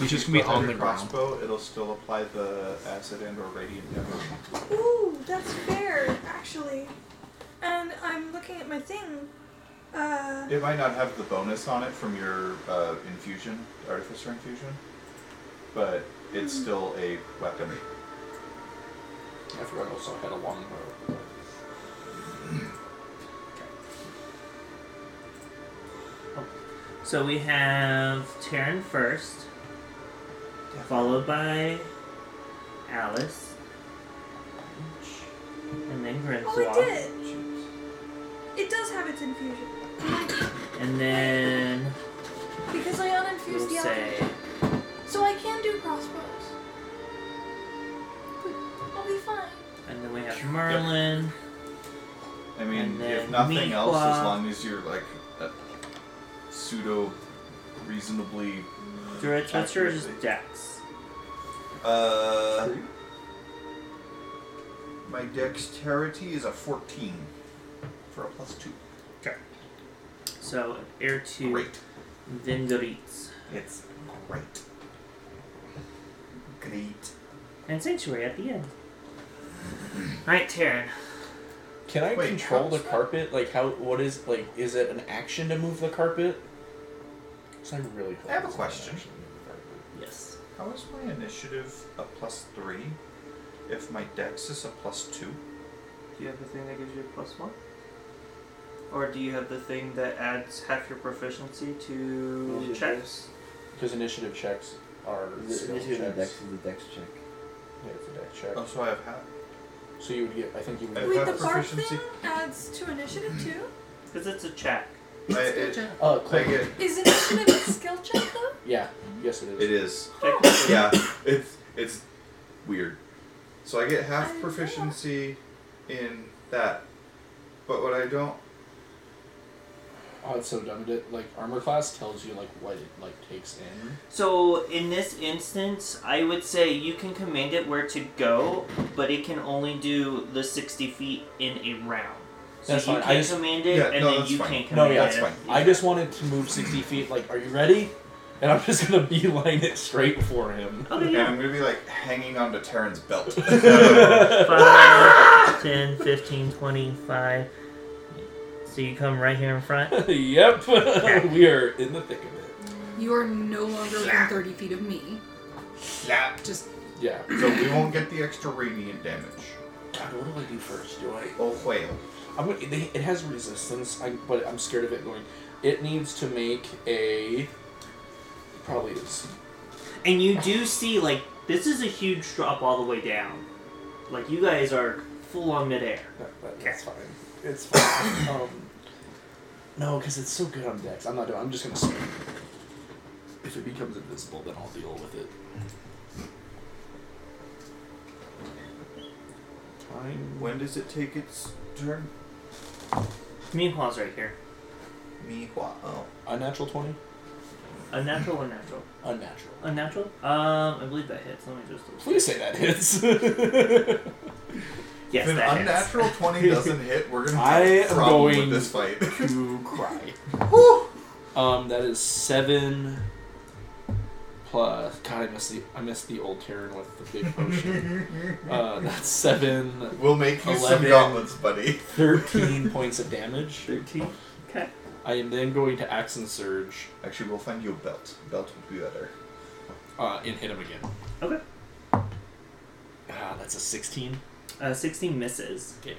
Speaker 6: He's just
Speaker 5: But
Speaker 6: gonna be on
Speaker 5: under
Speaker 6: the ground.
Speaker 5: crossbow, it'll still apply the acid and or radiant damage.
Speaker 4: Ooh, that's fair, actually. And I'm looking at my thing. Uh,
Speaker 5: It might not have the bonus on it from your uh, infusion, artificer infusion, but it's
Speaker 7: Hmm.
Speaker 5: still a weapon.
Speaker 7: I forgot I also had a long bow.
Speaker 1: So we have Taryn first, followed by Alice, and then Grimswall.
Speaker 4: oh, it did. It does have its infusion
Speaker 1: And then
Speaker 4: because I uninfused
Speaker 1: we'll
Speaker 4: the
Speaker 1: say
Speaker 4: alchemy, so I can do crossbows. Good. I'll be fine.
Speaker 1: and then we have Merlin.
Speaker 5: I mean,
Speaker 1: And
Speaker 5: if
Speaker 1: then
Speaker 5: nothing else, as
Speaker 1: Miqua.
Speaker 5: long as you're like uh, a pseudo reasonably.
Speaker 1: Druids, what's your
Speaker 5: Accuracy.
Speaker 1: dex?
Speaker 5: Uh, my dexterity is a 14 for a plus 2.
Speaker 1: So heir to
Speaker 5: Great.
Speaker 1: Vindoritz.
Speaker 5: It's great. Great.
Speaker 1: And Sanctuary at the end. Alright, Taryn.
Speaker 6: Can I
Speaker 5: Wait,
Speaker 6: control
Speaker 5: how-
Speaker 6: the carpet? Like how? What is like? Is it an action to move the carpet? 'Cause I really. Hope
Speaker 5: I have a
Speaker 6: it's not
Speaker 5: question.
Speaker 6: an action to move the carpet.
Speaker 1: Yes.
Speaker 5: How is my initiative a plus 3 if my dex is a plus 2?
Speaker 1: Do you have the thing that gives you a plus one? Or do you have the thing that adds half your proficiency to
Speaker 2: Initiative.
Speaker 1: checks?
Speaker 6: Because initiative checks are
Speaker 2: The
Speaker 6: skill
Speaker 2: initiative and
Speaker 6: checks.
Speaker 2: dex is the dex check.
Speaker 6: Yeah, it's a deck check.
Speaker 5: Oh, so I have half.
Speaker 6: So you would get. I think you would.
Speaker 5: I
Speaker 4: Wait,
Speaker 5: have
Speaker 4: the bark
Speaker 5: proficiency.
Speaker 4: thing adds to initiative too.
Speaker 1: Because it's a check.
Speaker 5: I,
Speaker 3: Skill
Speaker 5: it,
Speaker 3: check.
Speaker 6: Uh,
Speaker 5: I
Speaker 6: click.
Speaker 5: get,
Speaker 4: Is initiative a skill check though?
Speaker 6: Yeah. Yes, it is.
Speaker 5: it is.
Speaker 1: Technically,
Speaker 5: Yeah, it's, it's weird. So I get half proficiency in that. But what I don't.
Speaker 6: Oh, it's so dumb. That like armor class tells you like what it like takes in.
Speaker 1: So in this instance, I would say you can command it where to go, but it can only do the sixty feet in a round. So
Speaker 6: That's
Speaker 1: you
Speaker 6: fine, I
Speaker 1: can
Speaker 6: just-
Speaker 1: command it,
Speaker 5: Yeah,
Speaker 1: and
Speaker 5: no,
Speaker 1: then
Speaker 5: that's
Speaker 1: you
Speaker 5: fine.
Speaker 1: can
Speaker 6: No,
Speaker 1: command
Speaker 6: yeah,
Speaker 1: it.
Speaker 5: that's fine.
Speaker 6: I just wanted to move sixty feet. Like, are you ready? And I'm just gonna beeline it straight for him.
Speaker 1: Okay,
Speaker 5: And
Speaker 1: yeah.
Speaker 5: I'm gonna be like hanging onto Terran's belt.
Speaker 1: 5, 10, 15, 25. So you come right here in front.
Speaker 6: yep, we are in the thick of it.
Speaker 3: You are no longer within 30 feet of me.
Speaker 5: Slap.
Speaker 3: Just
Speaker 6: Yeah.
Speaker 5: So we won't get the extra radiant damage.
Speaker 6: God, what do I do first? Do I?
Speaker 5: Oh, whale.
Speaker 6: I'm, gonna- they- it has resistance, I, but I'm scared of it going. It needs to make a. Probably is.
Speaker 1: And you do see, like, this is a huge drop all the way down. Like, you guys are full on midair.
Speaker 6: That, that, that's fine. It's fine. um, no, because it's so good on decks. I'm not doing. I'm just gonna. Swing. If it becomes invisible, then I'll deal with it. Time.
Speaker 5: When does it take its turn?
Speaker 1: Meanwhile's right here.
Speaker 5: Me, hua. Oh.
Speaker 6: Unnatural twenty.
Speaker 1: Unnatural or natural?
Speaker 6: Unnatural.
Speaker 1: Unnatural? Um, I believe that hits. Let me just.
Speaker 6: Please say that hits.
Speaker 1: Yes,
Speaker 5: if an
Speaker 1: that hits.
Speaker 5: unnatural 20 doesn't hit, we're gonna
Speaker 6: I
Speaker 5: have a
Speaker 6: am
Speaker 5: problem
Speaker 6: going-
Speaker 5: with this fight.
Speaker 6: to cry. um, that is seven plus. God, I missed the I missed the old Terran with the big potion. uh, that's seven.
Speaker 5: We'll make you some
Speaker 6: 11.
Speaker 5: gauntlets, buddy.
Speaker 6: 13 points of damage.
Speaker 1: 13. Okay.
Speaker 6: I am then going to axe and surge
Speaker 5: Actually, we'll find you a belt. Belt would be better.
Speaker 6: uh, and hit him again.
Speaker 1: Okay.
Speaker 6: Ah, that's a 16.
Speaker 1: Uh, 16 misses.
Speaker 6: Okay.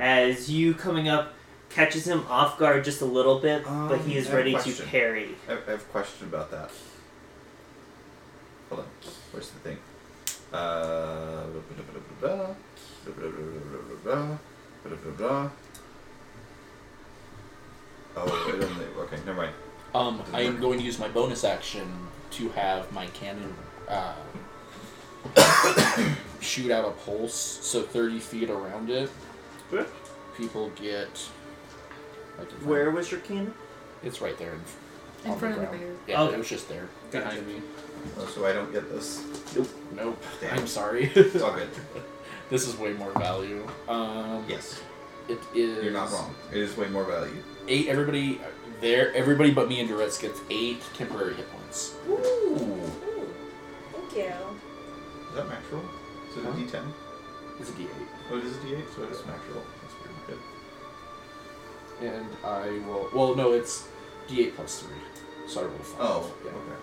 Speaker 1: As you coming up catches him off guard just a little bit, but he
Speaker 5: Um,
Speaker 1: is
Speaker 5: I have a
Speaker 1: ready to
Speaker 5: question.
Speaker 1: parry.
Speaker 5: I I have a question about that. Hold on. Where's the thing? Uh, blah, blah, blah, blah, blah, blah, blah. Oh, it only. Okay, never mind.
Speaker 6: Um, I am going to use my bonus action to have my cannon uh, shoot out a pulse, so 30 feet around it.
Speaker 1: Okay.
Speaker 6: People get. like, in front-
Speaker 1: Where was your cannon?
Speaker 6: It's right there. In,
Speaker 3: In
Speaker 6: on
Speaker 3: front
Speaker 6: the
Speaker 3: of the
Speaker 6: ground.
Speaker 3: bear.
Speaker 6: Yeah,
Speaker 1: Okay.
Speaker 6: it was just there.
Speaker 1: Gotcha.
Speaker 6: Behind me.
Speaker 5: Oh, so I don't get this.
Speaker 6: Nope.
Speaker 5: Damn.
Speaker 6: I'm sorry.
Speaker 5: It's all good.
Speaker 6: this is way more value. Um,
Speaker 5: Yes,
Speaker 6: It is.
Speaker 5: you're not wrong. It is way more value.
Speaker 6: Eight. Everybody there. Everybody but me and Duretz gets eight temporary hit points.
Speaker 5: Ooh.
Speaker 9: Ooh, thank you.
Speaker 5: Is that natural? Is it a
Speaker 6: Huh?
Speaker 5: D10?
Speaker 6: It's a D8.
Speaker 5: Oh, it is a D8, so it is natural. That's pretty good.
Speaker 6: And I will. Well, no, it's D8 plus three. So I roll five.
Speaker 5: Oh,
Speaker 6: Yeah.
Speaker 5: okay.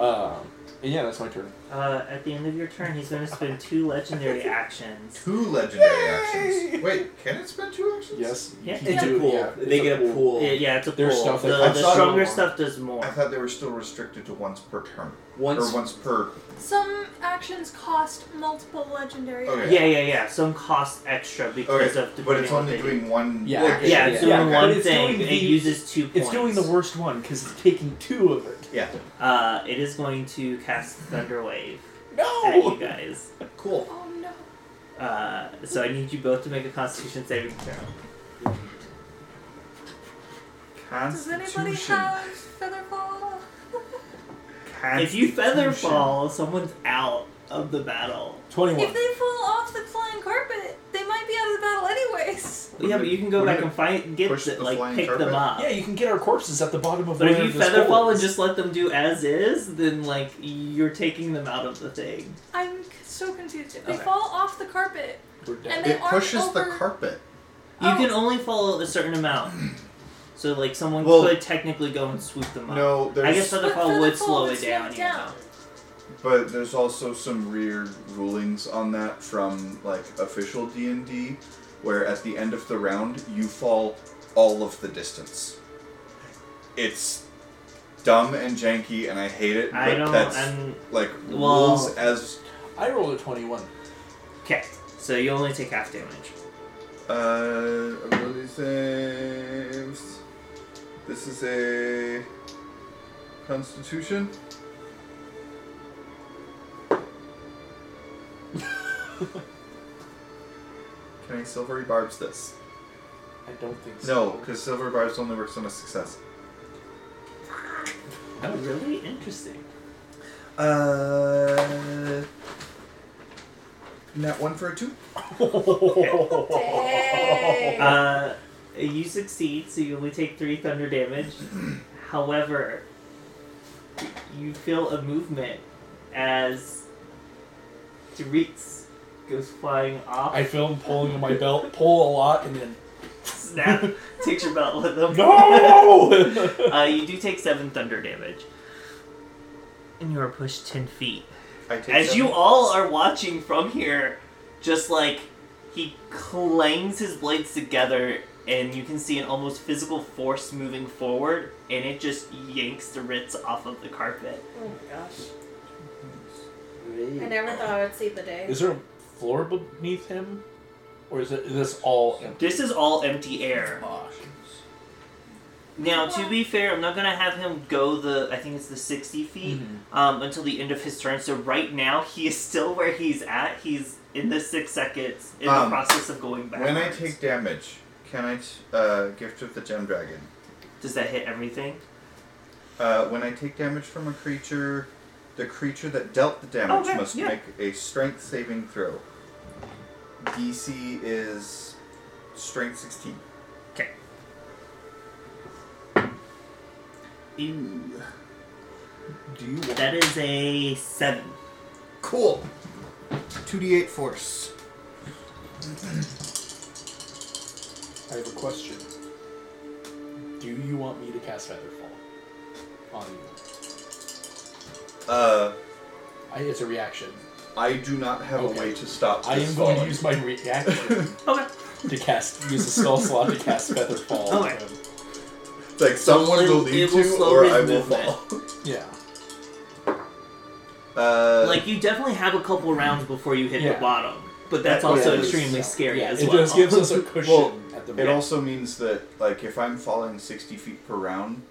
Speaker 6: Um, and yeah, that's my turn.
Speaker 1: Uh, at the end of your turn, he's going to spend two legendary actions.
Speaker 5: Two legendary actions. Wait, can it spend two actions?
Speaker 6: Yes.
Speaker 1: Yeah.
Speaker 6: you
Speaker 2: It's
Speaker 6: do
Speaker 2: a
Speaker 6: it,
Speaker 2: pool.
Speaker 6: yeah, it's
Speaker 2: they get a pool.
Speaker 1: Yeah, yeah, it's a
Speaker 6: There's
Speaker 1: pull.
Speaker 6: stuff that-
Speaker 1: the
Speaker 5: I
Speaker 1: the
Speaker 5: thought-
Speaker 1: stronger stuff does more.
Speaker 5: I thought they were still restricted to once per turn.
Speaker 2: Once
Speaker 5: Or once per.
Speaker 4: Some actions cost multiple legendary.
Speaker 5: Okay.
Speaker 1: Yeah, yeah, yeah. Some cost extra because
Speaker 5: Okay,
Speaker 1: of
Speaker 5: but
Speaker 1: depending
Speaker 5: it's
Speaker 1: on what
Speaker 5: only
Speaker 1: they
Speaker 5: doing one.
Speaker 6: Yeah.
Speaker 5: action.
Speaker 1: do. Yeah, it's
Speaker 6: Yeah,
Speaker 1: doing
Speaker 5: okay.
Speaker 1: one
Speaker 10: But it's
Speaker 1: thing.
Speaker 10: doing
Speaker 1: it
Speaker 10: the-
Speaker 1: uses two points.
Speaker 10: It's doing the worst one because it's taking two of it.
Speaker 5: Yeah.
Speaker 1: Uh, it is going to cast Thunder Wave at you
Speaker 6: No.
Speaker 1: guys.
Speaker 2: Cool.
Speaker 4: Oh no.
Speaker 1: Uh, so I need you both to make a Constitution saving throw.
Speaker 4: Does anybody have Featherfall?
Speaker 1: If you feather fall, someone's out of the battle.
Speaker 4: If
Speaker 10: Twenty-one.
Speaker 4: they fall off the flying carpet, they might be out of the battle anyways.
Speaker 1: Yeah, but you can go
Speaker 5: We're
Speaker 1: back
Speaker 5: gonna
Speaker 1: and find get
Speaker 5: push
Speaker 1: the-
Speaker 5: the
Speaker 1: like
Speaker 5: flying
Speaker 1: pick them
Speaker 5: carpet.
Speaker 1: up.
Speaker 10: Yeah, you can get our corpses at the bottom of
Speaker 1: But if
Speaker 10: one
Speaker 1: you
Speaker 10: of this
Speaker 1: feather fall and
Speaker 10: pool.
Speaker 1: just let them do as is, then like you're taking them out of the thing.
Speaker 4: I'm c- so confused. If they
Speaker 1: Okay.
Speaker 4: fall off the carpet,
Speaker 6: We're
Speaker 4: and
Speaker 6: dead.
Speaker 4: they
Speaker 5: It
Speaker 4: aren't
Speaker 5: pushes the
Speaker 4: over,
Speaker 5: carpet.
Speaker 1: You
Speaker 4: Oh.
Speaker 1: can only follow a certain amount. So like someone
Speaker 5: Well-
Speaker 1: could technically go and swoop them up.
Speaker 5: No, there's.
Speaker 1: I guess
Speaker 4: but
Speaker 1: Featherfall would
Speaker 4: Featherfall
Speaker 1: slow
Speaker 4: would
Speaker 1: it down. you
Speaker 4: slow
Speaker 1: know.
Speaker 4: down.
Speaker 5: But there's also some weird rulings on that from like official D and D, where at the end of the round you fall all of the distance. It's dumb and janky, and I hate it. But
Speaker 1: I don't.
Speaker 5: that's
Speaker 1: I'm
Speaker 5: like
Speaker 1: Well-
Speaker 5: rules as
Speaker 6: I rolled a twenty-one.
Speaker 1: okay. So you only take half damage.
Speaker 5: uh, ability saves. This is a Constitution. Can I silvery barbs this?
Speaker 6: I don't think
Speaker 5: No,
Speaker 6: so.
Speaker 5: because silver barbs only works on a success.
Speaker 1: Oh, really interesting.
Speaker 5: Uh, not one for a two.
Speaker 9: Dang.
Speaker 1: Uh, you succeed, so you only take three thunder damage. However, you feel a movement as Doritz goes flying off.
Speaker 10: I feel him pulling in my belt, pull a lot, and then
Speaker 1: snap, takes your belt with them.
Speaker 10: no.
Speaker 1: uh, you do take seven thunder damage. And you are pushed ten feet.
Speaker 5: I take
Speaker 1: As
Speaker 5: seven.
Speaker 1: you all are watching from here, just like he clangs his blades together, and you can see an almost physical force moving forward, and it just yanks the Ritz off of the carpet.
Speaker 9: Oh my gosh. I never thought I would see the day.
Speaker 10: Is there a floor beneath him, or is it is this all empty?
Speaker 1: This is all empty air.
Speaker 10: Fuck.
Speaker 1: Now, to be fair, I'm not gonna have him go the I think it's the 60 feet
Speaker 5: Mm-hmm.
Speaker 1: um, until the end of his turn. So right now he is still where he's at. He's in the six seconds in the
Speaker 5: Um,
Speaker 1: process of going back.
Speaker 5: When I take damage, can I t- uh, gift of the gem dragon?
Speaker 1: does that hit everything?
Speaker 5: Uh, when I take damage from a creature, the creature that dealt the damage
Speaker 1: Okay,
Speaker 5: must
Speaker 1: yeah.
Speaker 5: make a strength saving throw. DC is strength 16.
Speaker 1: Ew.
Speaker 5: Do you want
Speaker 1: That is a seven.
Speaker 5: Cool. 2d8 force.
Speaker 6: I have a question. Do you want me to cast Featherfall on you?
Speaker 5: Uh,
Speaker 6: I, it's a reaction.
Speaker 5: I do not have
Speaker 6: Okay.
Speaker 5: a way to stop
Speaker 6: I
Speaker 5: this
Speaker 6: am going to
Speaker 5: falling.
Speaker 6: use my reaction
Speaker 1: Okay.
Speaker 6: to cast use a spell slot to cast Feather Fall.
Speaker 1: Okay.
Speaker 6: Um,
Speaker 5: like someone
Speaker 1: It will-
Speaker 5: will
Speaker 1: it
Speaker 5: lead
Speaker 1: will
Speaker 5: to,
Speaker 1: slow
Speaker 5: or
Speaker 1: his
Speaker 5: I will
Speaker 1: movement.
Speaker 5: fall.
Speaker 6: Yeah.
Speaker 5: Uh,
Speaker 1: Like you definitely have a couple rounds before you hit
Speaker 6: Yeah.
Speaker 1: the bottom, but that's
Speaker 5: Yeah,
Speaker 1: also
Speaker 5: it is.
Speaker 1: extremely scary
Speaker 6: yeah,
Speaker 1: as
Speaker 6: it
Speaker 1: well.
Speaker 6: just gives us a cushion
Speaker 5: Well,
Speaker 6: at the
Speaker 5: It
Speaker 6: middle.
Speaker 5: also means that, like, if I'm falling 60 feet per round,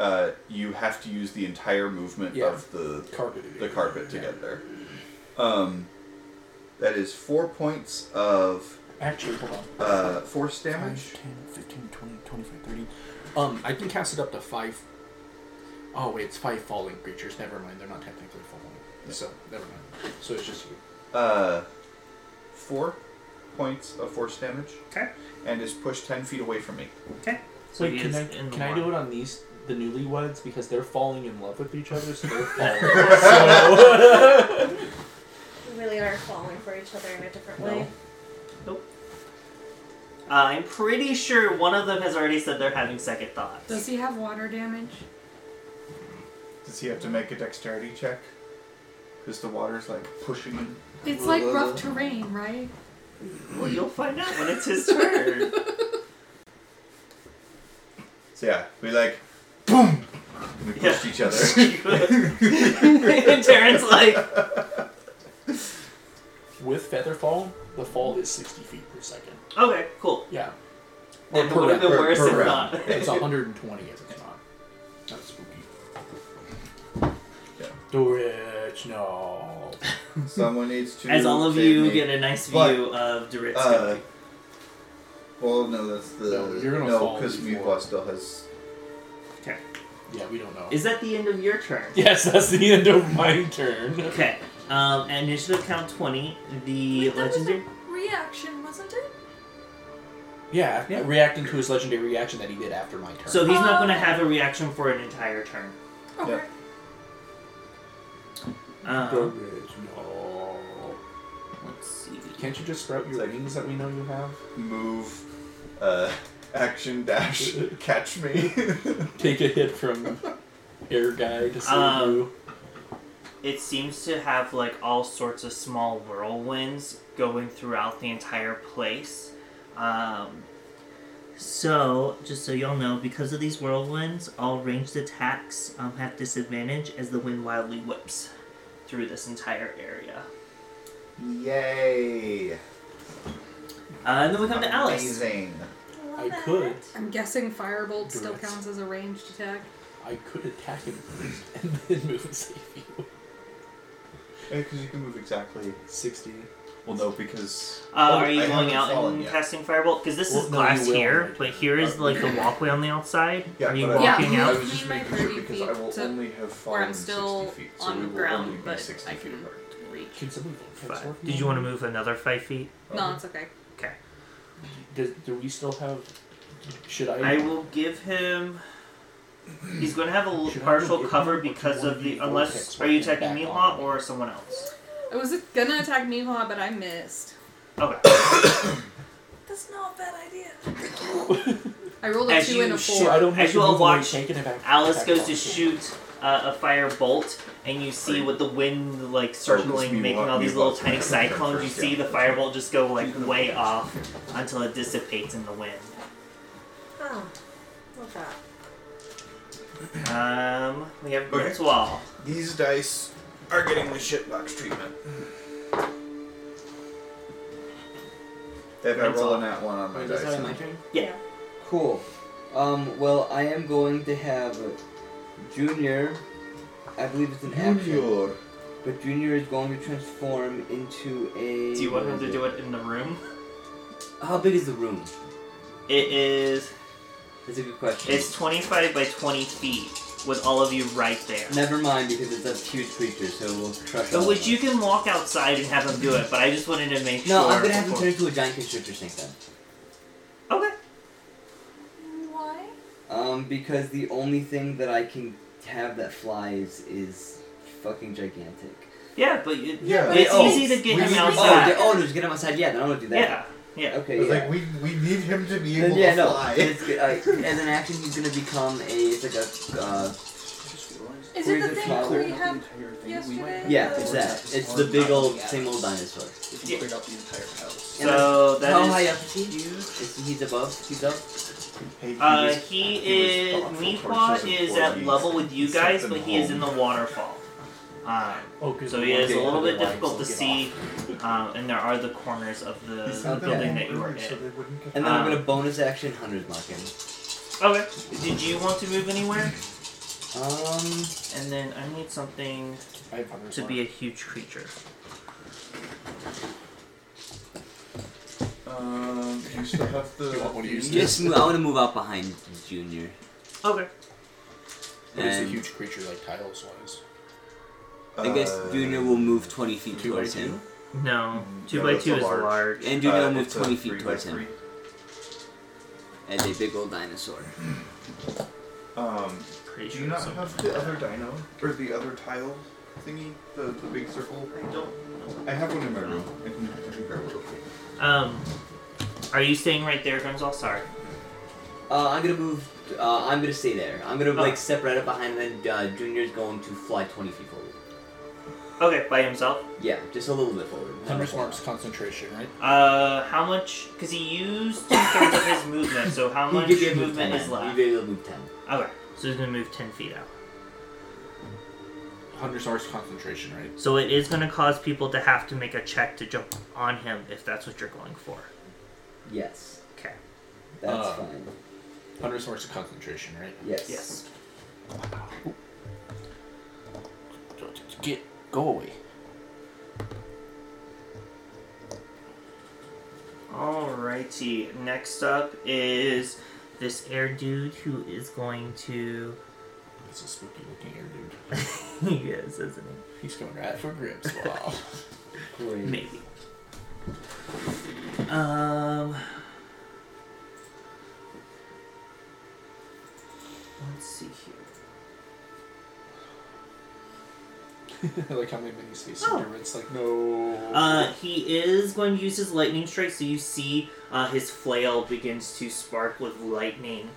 Speaker 5: uh, you have to use the entire movement
Speaker 6: Yeah.
Speaker 5: of the,
Speaker 6: carpet.
Speaker 5: the carpet to get there. Um, that is four points of
Speaker 6: Actually, hold on.
Speaker 5: uh, force damage.
Speaker 6: 5, 10, 15, 20, 25, 30. Um, I can cast it up to five. Oh wait, it's five falling creatures. Never mind, they're not technically falling. So never mind. So it's just you.
Speaker 5: Uh, four points of force damage.
Speaker 1: Okay.
Speaker 5: And is pushed 10 feet away from me.
Speaker 1: So
Speaker 11: Wait,
Speaker 1: he
Speaker 11: can
Speaker 1: is
Speaker 11: I,
Speaker 1: in the
Speaker 11: can I
Speaker 1: water.
Speaker 11: do it on these the newlyweds because they're falling in love with each other, so they're falling. so
Speaker 7: We really are falling for each other in a different way.
Speaker 1: Uh, I'm pretty sure one of them has already said they're having second thoughts.
Speaker 3: Does he have water damage?
Speaker 5: Does he have to make a dexterity check? Because the water's, like, pushing him.
Speaker 3: It's like
Speaker 1: Uh,
Speaker 3: rough terrain, right?
Speaker 1: Well, you'll find out when it's his turn.
Speaker 5: So, yeah, we, like, boom! And we
Speaker 1: Yeah.
Speaker 5: pushed each other.
Speaker 1: and Terrence like,
Speaker 6: With feather fall, the fall is sixty feet per second.
Speaker 1: okay, cool.
Speaker 6: Yeah.
Speaker 1: Then it would have been
Speaker 5: per-
Speaker 1: worse
Speaker 5: per
Speaker 1: if
Speaker 5: round.
Speaker 1: not.
Speaker 6: It's 120 if it's not. That's spooky.
Speaker 5: Yeah.
Speaker 6: Do rich, no.
Speaker 5: Someone needs to.
Speaker 1: As all of
Speaker 5: save
Speaker 1: you
Speaker 5: me.
Speaker 1: get a nice view
Speaker 5: But,
Speaker 1: of Dorit's
Speaker 5: Uh, well, no, that's the
Speaker 6: No, you're gonna
Speaker 5: no,
Speaker 6: fall
Speaker 5: because
Speaker 6: before.
Speaker 5: Mufla still has.
Speaker 6: Yeah, we don't know.
Speaker 1: Is that the end of your turn?
Speaker 11: yes, that's the end of my turn.
Speaker 1: Okay. Um, at initiative count 20, the
Speaker 4: Wait, that was a
Speaker 1: legendary.
Speaker 4: reaction, wasn't it?
Speaker 6: yeah, yeah, reacting to his legendary reaction that he did after my turn.
Speaker 1: So he's not going to have a reaction for an entire turn.
Speaker 4: Okay.
Speaker 5: Yeah.
Speaker 6: Go
Speaker 1: Um,
Speaker 6: rich, no.
Speaker 1: let's see.
Speaker 6: Can't you just sprout your
Speaker 5: It's like-
Speaker 6: wings that we know you have?
Speaker 5: Move, uh, action dash, catch me.
Speaker 11: Take a hit from air guy to save
Speaker 1: Um,
Speaker 11: you.
Speaker 1: It seems to have like all sorts of small whirlwinds going throughout the entire place. Um, so, just so y'all know, because of these whirlwinds, all ranged attacks um, have disadvantage as the wind wildly whips through this entire area.
Speaker 5: Yay!
Speaker 1: Uh, and then we come to Alice.
Speaker 5: Amazing.
Speaker 7: love
Speaker 6: I
Speaker 7: it.
Speaker 6: could,
Speaker 3: I'm guessing firebolt still
Speaker 6: Direct.
Speaker 3: counts as a ranged attack.
Speaker 6: I could attack him first and then move and save you.
Speaker 5: Because you can move exactly.
Speaker 6: 60.
Speaker 5: Well, no, because
Speaker 1: Uh, are
Speaker 5: Oh, I
Speaker 1: you going
Speaker 5: haven't
Speaker 1: out
Speaker 5: fallen
Speaker 1: and
Speaker 5: yet.
Speaker 1: casting firebolt? Because this
Speaker 6: Well,
Speaker 1: is
Speaker 6: no,
Speaker 1: glass
Speaker 6: you will.
Speaker 1: here, but here is like the walkway on the outside.
Speaker 5: yeah,
Speaker 1: are you
Speaker 5: but I-
Speaker 1: walking
Speaker 3: Yeah.
Speaker 5: I
Speaker 1: out?
Speaker 5: was just
Speaker 3: My
Speaker 5: making sure
Speaker 3: 30
Speaker 5: because I
Speaker 3: feet
Speaker 5: will
Speaker 3: to
Speaker 5: only have
Speaker 3: Where
Speaker 5: fallen
Speaker 3: I'm still
Speaker 5: 60 feet, so
Speaker 3: on
Speaker 5: we
Speaker 3: the
Speaker 5: will only
Speaker 3: ground,
Speaker 5: be
Speaker 3: but
Speaker 5: 60
Speaker 3: I
Speaker 5: feet
Speaker 3: can
Speaker 5: apart.
Speaker 3: reach.
Speaker 6: Can someone
Speaker 1: Five. Did you want to move another five feet?
Speaker 3: No, it's okay.
Speaker 1: Okay.
Speaker 6: Does, do we still have. Should I.
Speaker 1: I will give him. He's going to have a l-
Speaker 6: Should I
Speaker 1: partial
Speaker 6: give him
Speaker 1: cover
Speaker 6: what you
Speaker 1: because
Speaker 6: want
Speaker 1: of the.
Speaker 6: before
Speaker 1: Unless
Speaker 6: text
Speaker 1: are you
Speaker 6: back
Speaker 1: attacking
Speaker 6: on?
Speaker 1: Mihawk or someone else?
Speaker 3: I was gonna attack Niha, but I missed.
Speaker 1: Okay.
Speaker 4: That's not a bad idea.
Speaker 3: I rolled a
Speaker 1: As
Speaker 3: two
Speaker 1: you
Speaker 3: and a
Speaker 1: shoot-
Speaker 3: four.
Speaker 6: So I don't have
Speaker 1: As you all
Speaker 6: move away,
Speaker 1: watch,
Speaker 6: taking it back.
Speaker 1: Alice
Speaker 6: back
Speaker 1: goes
Speaker 6: off
Speaker 1: to
Speaker 6: him.
Speaker 1: shoot uh, a fire bolt, and you see with the wind like
Speaker 5: Or
Speaker 1: circling,
Speaker 5: it's
Speaker 1: making
Speaker 5: Mihawk-
Speaker 1: all these
Speaker 5: Mihawk's
Speaker 1: little
Speaker 5: gonna
Speaker 1: tiny
Speaker 5: come first,
Speaker 1: cyclones. You
Speaker 5: yeah.
Speaker 1: see the firebolt just go like way off until it dissipates in the wind.
Speaker 7: Oh, love that.
Speaker 1: Um, we have
Speaker 5: Okay.
Speaker 1: Grim's Wall.
Speaker 5: These dice are getting the shitbox treatment. If I
Speaker 1: That's
Speaker 5: roll
Speaker 1: all.
Speaker 5: a nat one on my
Speaker 2: Wait,
Speaker 5: dice,
Speaker 2: is that
Speaker 5: I'm-
Speaker 2: my turn?
Speaker 1: Yeah.
Speaker 2: Cool. Um, well, I am going to have Junior. I believe it's an action,
Speaker 5: Junior.
Speaker 2: but Junior is going to transform into a.
Speaker 1: Do you want him to do it in the room?
Speaker 2: How big is the room?
Speaker 1: It is.
Speaker 2: That's a good question.
Speaker 1: It's 25 by 20 feet with all of you right there.
Speaker 2: Never mind because it's a huge creature, so it will crush. all
Speaker 1: But
Speaker 2: of
Speaker 1: which
Speaker 2: us.
Speaker 1: you can walk outside and have him do it, but I just wanted to make
Speaker 2: No,
Speaker 1: sure.
Speaker 2: I'm gonna have him
Speaker 1: before-
Speaker 2: turn into a giant constrictor snake then.
Speaker 1: Okay.
Speaker 4: Why?
Speaker 2: Um, because the only thing that I can have that flies is fucking gigantic.
Speaker 1: Yeah, but it,
Speaker 5: Yeah,
Speaker 1: it's
Speaker 2: but-
Speaker 1: easy to get
Speaker 2: We-
Speaker 1: him
Speaker 2: we-
Speaker 1: outside.
Speaker 2: Oh, oh, just get him outside. Yeah, then I'm gonna do that.
Speaker 1: yeah, yeah.
Speaker 2: Okay.
Speaker 5: But,
Speaker 2: yeah.
Speaker 5: Like we we need him to be
Speaker 2: Then,
Speaker 5: able
Speaker 2: yeah,
Speaker 5: to
Speaker 2: no.
Speaker 5: fly.
Speaker 2: It's, uh, as an action, he's gonna become a it's like a uh,
Speaker 12: dinosaurs?
Speaker 4: Is
Speaker 6: Or
Speaker 4: it the thing
Speaker 6: flower?
Speaker 4: we had?
Speaker 12: entire thing?
Speaker 4: yesterday?
Speaker 2: Yeah,
Speaker 4: Or
Speaker 2: it's that.
Speaker 12: just-
Speaker 2: It's
Speaker 12: or
Speaker 2: the big
Speaker 12: not
Speaker 2: old,
Speaker 12: the
Speaker 2: same old
Speaker 12: atlas.
Speaker 2: dinosaur.
Speaker 12: If you cleared out the entire house.
Speaker 1: So that
Speaker 2: How
Speaker 1: is-
Speaker 2: high up is he? Is he's above? He's up.
Speaker 5: Hey,
Speaker 1: Uh,
Speaker 5: was-
Speaker 1: he
Speaker 5: he
Speaker 1: is
Speaker 5: was thoughtful
Speaker 1: Meatwa
Speaker 5: towards his
Speaker 1: is at
Speaker 5: employees.
Speaker 1: level with you guys,
Speaker 5: Sent
Speaker 1: but
Speaker 5: them
Speaker 1: he is in the
Speaker 5: home.
Speaker 1: waterfall. Um,
Speaker 13: Oh, good.
Speaker 1: so he is a little bit difficult to see, um, and there are the corners of the
Speaker 12: He sent them
Speaker 1: building
Speaker 12: home
Speaker 1: that you are
Speaker 12: early so
Speaker 1: in.
Speaker 12: they wouldn't get
Speaker 2: And then I'm
Speaker 1: Um,
Speaker 2: gonna bonus action hundred mark him.
Speaker 1: Okay. Did you want to move anywhere?
Speaker 2: Um,
Speaker 1: And then I need something
Speaker 6: I have hundreds
Speaker 1: to
Speaker 6: more.
Speaker 1: be a huge creature.
Speaker 5: Um, you still have the.
Speaker 6: You want one of yours?
Speaker 5: bees?
Speaker 2: just move, I want to move out behind Junior.
Speaker 1: Okay.
Speaker 6: What is a
Speaker 2: And-
Speaker 6: huge creature like Kyle's wise?
Speaker 2: I guess
Speaker 5: Uh,
Speaker 2: Junior will move twenty feet towards
Speaker 6: two?
Speaker 2: him,
Speaker 1: No,
Speaker 5: Mm,
Speaker 1: two
Speaker 5: no,
Speaker 1: by
Speaker 5: that's
Speaker 1: two
Speaker 5: a
Speaker 1: is large.
Speaker 5: large.
Speaker 2: and Junior
Speaker 5: uh,
Speaker 2: will move
Speaker 5: it's a
Speaker 2: twenty
Speaker 5: three
Speaker 2: feet
Speaker 5: by
Speaker 2: towards him
Speaker 5: three.
Speaker 2: as a big old dinosaur.
Speaker 5: Um,
Speaker 1: Pretty
Speaker 5: do
Speaker 1: sure.
Speaker 5: you not
Speaker 1: it's something
Speaker 5: have
Speaker 1: like
Speaker 5: the
Speaker 1: that.
Speaker 5: other dino or the other tile thingy? The, the big circle.
Speaker 1: I don't.
Speaker 5: I have one in my room. I can, I can grab it real quick.
Speaker 1: Um, are you staying right there, Grimsall? Sorry.
Speaker 2: Uh, I'm gonna move. Uh, I'm gonna stay there. I'm gonna
Speaker 1: Oh.
Speaker 2: like step right up behind him, and uh, Junior's going to fly twenty feet forward.
Speaker 1: Okay, by himself.
Speaker 2: Yeah, just a little bit forward. Not a whole lot.
Speaker 6: Thunderstorm's concentration, right?
Speaker 1: Uh, how much? Because he used two thirds of his movement, so how
Speaker 2: He'd
Speaker 1: much
Speaker 2: be able to move
Speaker 1: movement
Speaker 2: 10.
Speaker 1: is left?
Speaker 2: He'd be able to move ten.
Speaker 1: Okay, so he's gonna move ten feet out.
Speaker 6: Thunderstorm's concentration, right?
Speaker 1: So it is gonna cause people to have to make a check to jump on him if that's what you're going for.
Speaker 2: Yes,
Speaker 1: Okay.
Speaker 2: that's
Speaker 1: Ah.
Speaker 6: Uh,
Speaker 2: fine.
Speaker 6: Thunderstorm's concentration, right?
Speaker 2: Yes.
Speaker 1: Yes.
Speaker 6: Get go away.
Speaker 1: Alrighty. Next up is this air dude who is going to.
Speaker 6: It's a spooky looking air dude.
Speaker 1: he is, isn't he?
Speaker 6: He's going right for grips. Wow.
Speaker 2: Great.
Speaker 1: Maybe. Um. Let's see here.
Speaker 6: like how many minis face
Speaker 1: Oh.
Speaker 6: oh. It's like no.
Speaker 1: Uh, he is going to use his lightning strike, so you see uh, his flail begins to spark with lightning.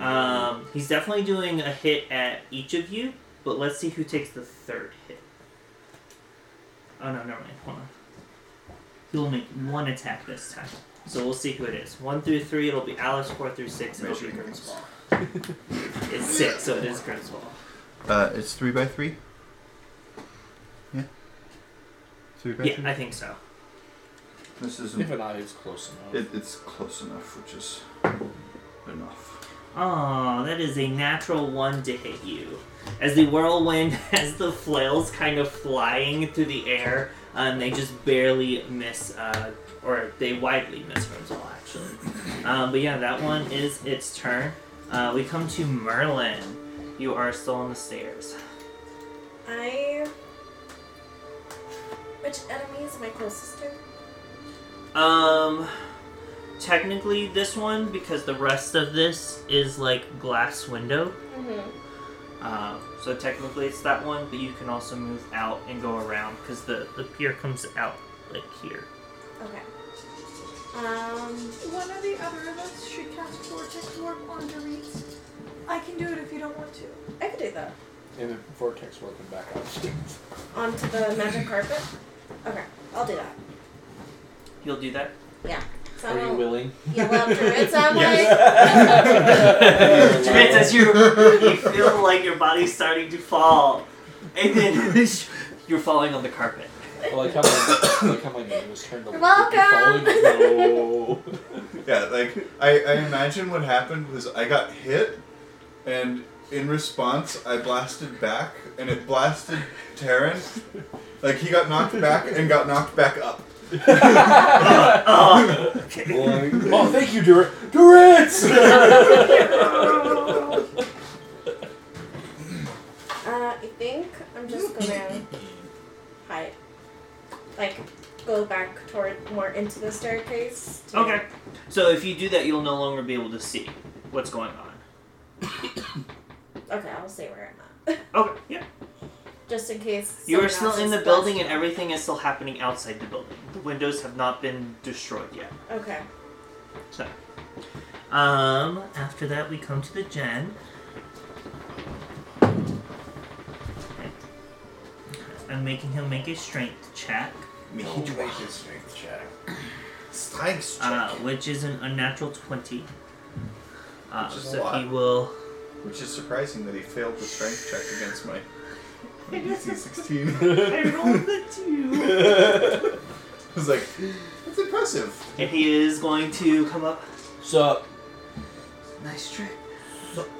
Speaker 1: Um, he's definitely doing a hit at each of you, but let's see who takes the third hit. Oh no, never mind. Hold on. He'll make one attack this time, so we'll see who it is. One through three, it'll be Alice. Four through six, it'll be
Speaker 5: Measuring
Speaker 1: Grimswall. it's six, so it is Grimswall.
Speaker 5: Uh, it's three by three. Yeah. Three by
Speaker 1: Yeah,
Speaker 5: three.
Speaker 1: I think so.
Speaker 5: This
Speaker 6: if
Speaker 5: isn't.
Speaker 6: an eye is close enough.
Speaker 5: It, it's close enough, which is enough.
Speaker 1: Oh, that is a natural one to hit you. As the whirlwind, as the flails kind of flying through the air, and they just barely miss, uh, or they widely miss Grimswall, actually. Um, but yeah, that one is its turn. Uh, we come to Merlin. You are still on the stairs.
Speaker 7: I. Which enemy is my closest to?
Speaker 1: Um, technically this one, because the rest of this is like glass window.
Speaker 7: Mm-hmm.
Speaker 1: Um, so technically it's that one, but you can also move out and go around because the, the pier comes out like here.
Speaker 7: Okay. Um.
Speaker 4: One or the other of us should cast Vortex Warp on Dorit. I can do it if you don't want to.
Speaker 7: I could do that.
Speaker 6: And the vortex working back out.
Speaker 7: Onto the magic carpet? Okay, I'll do that.
Speaker 1: You'll do that?
Speaker 7: So
Speaker 6: Are
Speaker 7: I'm
Speaker 6: you
Speaker 7: gonna
Speaker 6: willing?
Speaker 7: yell out druids that
Speaker 1: Trent, as you, you feel like your body's starting to fall, and then you're falling on the carpet.
Speaker 6: Well, like how my like how my name was turned.
Speaker 7: You're
Speaker 6: over. Falling- No.
Speaker 5: Yeah, like I, I imagine what happened was I got hit, and in response I blasted back, and it blasted Terran. Like he got knocked back and got knocked back up.
Speaker 6: Oh, thank you, Dur- Duritz!
Speaker 7: Uh, I think I'm just gonna hide. Like, go back toward more into the staircase. to-
Speaker 1: Okay. So if you do that, you'll no longer be able to see what's going on.
Speaker 7: Okay, I'll say where I'm at.
Speaker 1: Okay, yeah.
Speaker 7: just in case.
Speaker 1: You are still
Speaker 7: someone else
Speaker 1: in
Speaker 7: is
Speaker 1: the building, and
Speaker 7: blasting.
Speaker 1: everything is still happening outside the building. The windows have not been destroyed yet.
Speaker 7: Okay.
Speaker 1: So, um, after that, we come to the gen. I'm making him make a strength check,
Speaker 14: Make you make a strength check. Strength check.
Speaker 1: uh, which is an unnatural 20. Uh,
Speaker 5: Which is a
Speaker 1: so
Speaker 5: lot.
Speaker 1: he will.
Speaker 5: Which is surprising that he failed the strength check against my my DC 16.
Speaker 1: I rolled the two!
Speaker 5: I was like, that's impressive.
Speaker 1: And he is going to come up.
Speaker 6: So
Speaker 2: Nice trick.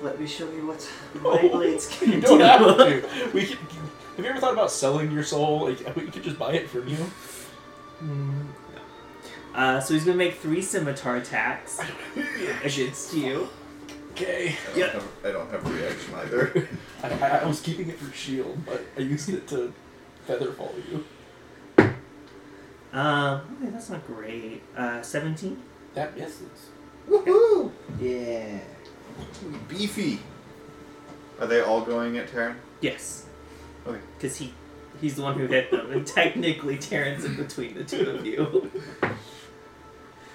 Speaker 2: Let me show you what
Speaker 6: Oh,
Speaker 1: blades
Speaker 6: you
Speaker 1: can
Speaker 6: don't
Speaker 1: do.
Speaker 6: have to. We can, have you ever thought about selling your soul? Like we could just buy it from you.
Speaker 1: Mm, no. Uh, so he's gonna make three scimitar attacks against you.
Speaker 6: Okay.
Speaker 5: I don't,
Speaker 1: Yeah.
Speaker 5: have, I don't have a reaction either.
Speaker 6: I, I, I was keeping it for shield, but I used it to feather fall you.
Speaker 1: Um, okay, that's not great. Uh, 17.
Speaker 6: That misses.
Speaker 5: Woohoo!
Speaker 2: Yeah.
Speaker 5: Beefy. Are they all going at Terran?
Speaker 1: Yes.
Speaker 5: Okay.
Speaker 1: Because he, he's the one who hit them, and technically Terran's in between the two of you.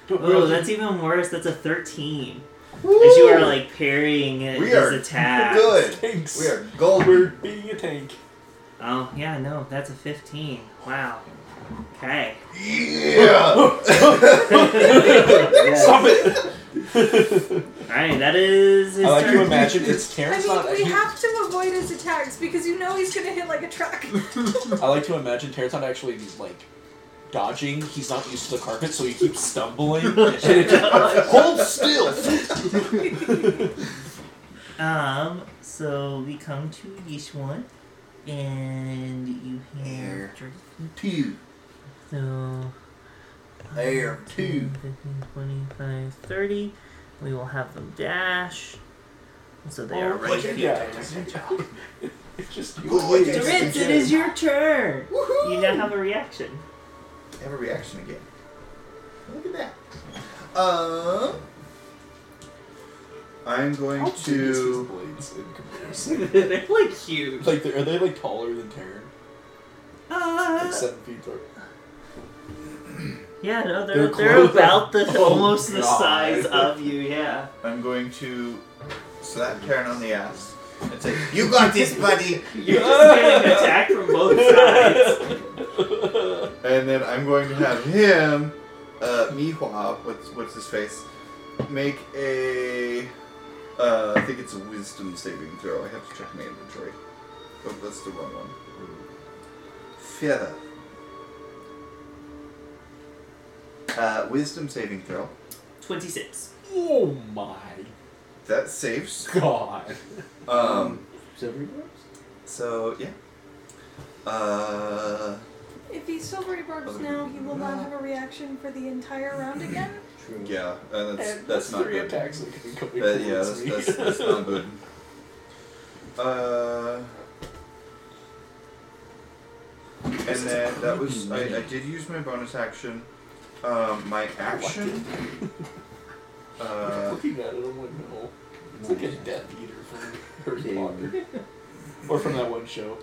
Speaker 1: Oh, that's even worse. That's a 13. As you are like parrying
Speaker 5: We
Speaker 1: his
Speaker 5: are
Speaker 1: attack.
Speaker 5: Good.
Speaker 6: Thanks.
Speaker 5: We are gold.
Speaker 6: We're being a tank.
Speaker 1: Oh, yeah, no, that's a 15. Wow. Okay.
Speaker 5: Yeah.
Speaker 6: Stop it.
Speaker 1: Alright, that is his
Speaker 6: I like to
Speaker 1: turn.
Speaker 6: imagine it's
Speaker 4: I
Speaker 6: Terran's not.
Speaker 4: mean, we have to avoid his attacks because you know he's gonna hit like a truck.
Speaker 6: I like to imagine Terran's not actually like dodging. He's not used to the carpet, so he keeps stumbling. and it just, hold still.
Speaker 1: Um, so we come to this one, and you have three.
Speaker 5: Two.
Speaker 1: So.
Speaker 14: There,
Speaker 1: 10, 15, 25, 30. We will have them dash. So they are right
Speaker 14: yeah,
Speaker 1: here.
Speaker 6: It's just you.
Speaker 14: Good
Speaker 5: yeah.
Speaker 1: Ritz, it is your turn! You now have a reaction.
Speaker 5: have a reaction again. Look at that. Um. I'm going
Speaker 6: How big is his
Speaker 5: to.
Speaker 6: blades in comparison?
Speaker 1: They're like huge.
Speaker 6: Like, they're- are they like taller than Terran? Like
Speaker 1: Ah.
Speaker 6: seven feet tall.
Speaker 1: Yeah, no, they're,
Speaker 6: They're
Speaker 1: they're,
Speaker 6: close.
Speaker 1: about the
Speaker 6: Oh,
Speaker 1: almost the
Speaker 6: God.
Speaker 1: size of you. Yeah.
Speaker 5: I'm going to slap Karen on the ass and say, "You got this, buddy."
Speaker 1: You're just getting attacked from both sides.
Speaker 5: And then I'm going to have him, uh, Mihua, what's what's his face, make a. Uh, I think it's a wisdom saving throw. I have to check my inventory. Oh, that's the wrong one. Feather. Uh, wisdom saving throw.
Speaker 1: Twenty-six.
Speaker 6: Oh my
Speaker 5: That saves.
Speaker 6: god.
Speaker 5: Um,
Speaker 2: Silver dwarfs?
Speaker 5: so yeah. Uh,
Speaker 4: If he still reverbs now, he will not have a reaction for the entire round again.
Speaker 2: True.
Speaker 5: yeah, uh, that's
Speaker 6: And
Speaker 5: that's not
Speaker 6: three
Speaker 5: good.
Speaker 6: attacks that can come
Speaker 5: That, yeah,
Speaker 6: towards
Speaker 5: that's,
Speaker 6: me.
Speaker 5: that's, that's not good. Uh, and then that was I, I did use my bonus action. Um, my action.
Speaker 6: I'm
Speaker 5: Uh,
Speaker 6: looking at it, I'm like, no. It's like a Death Eater from Harry Potter. or from that one show.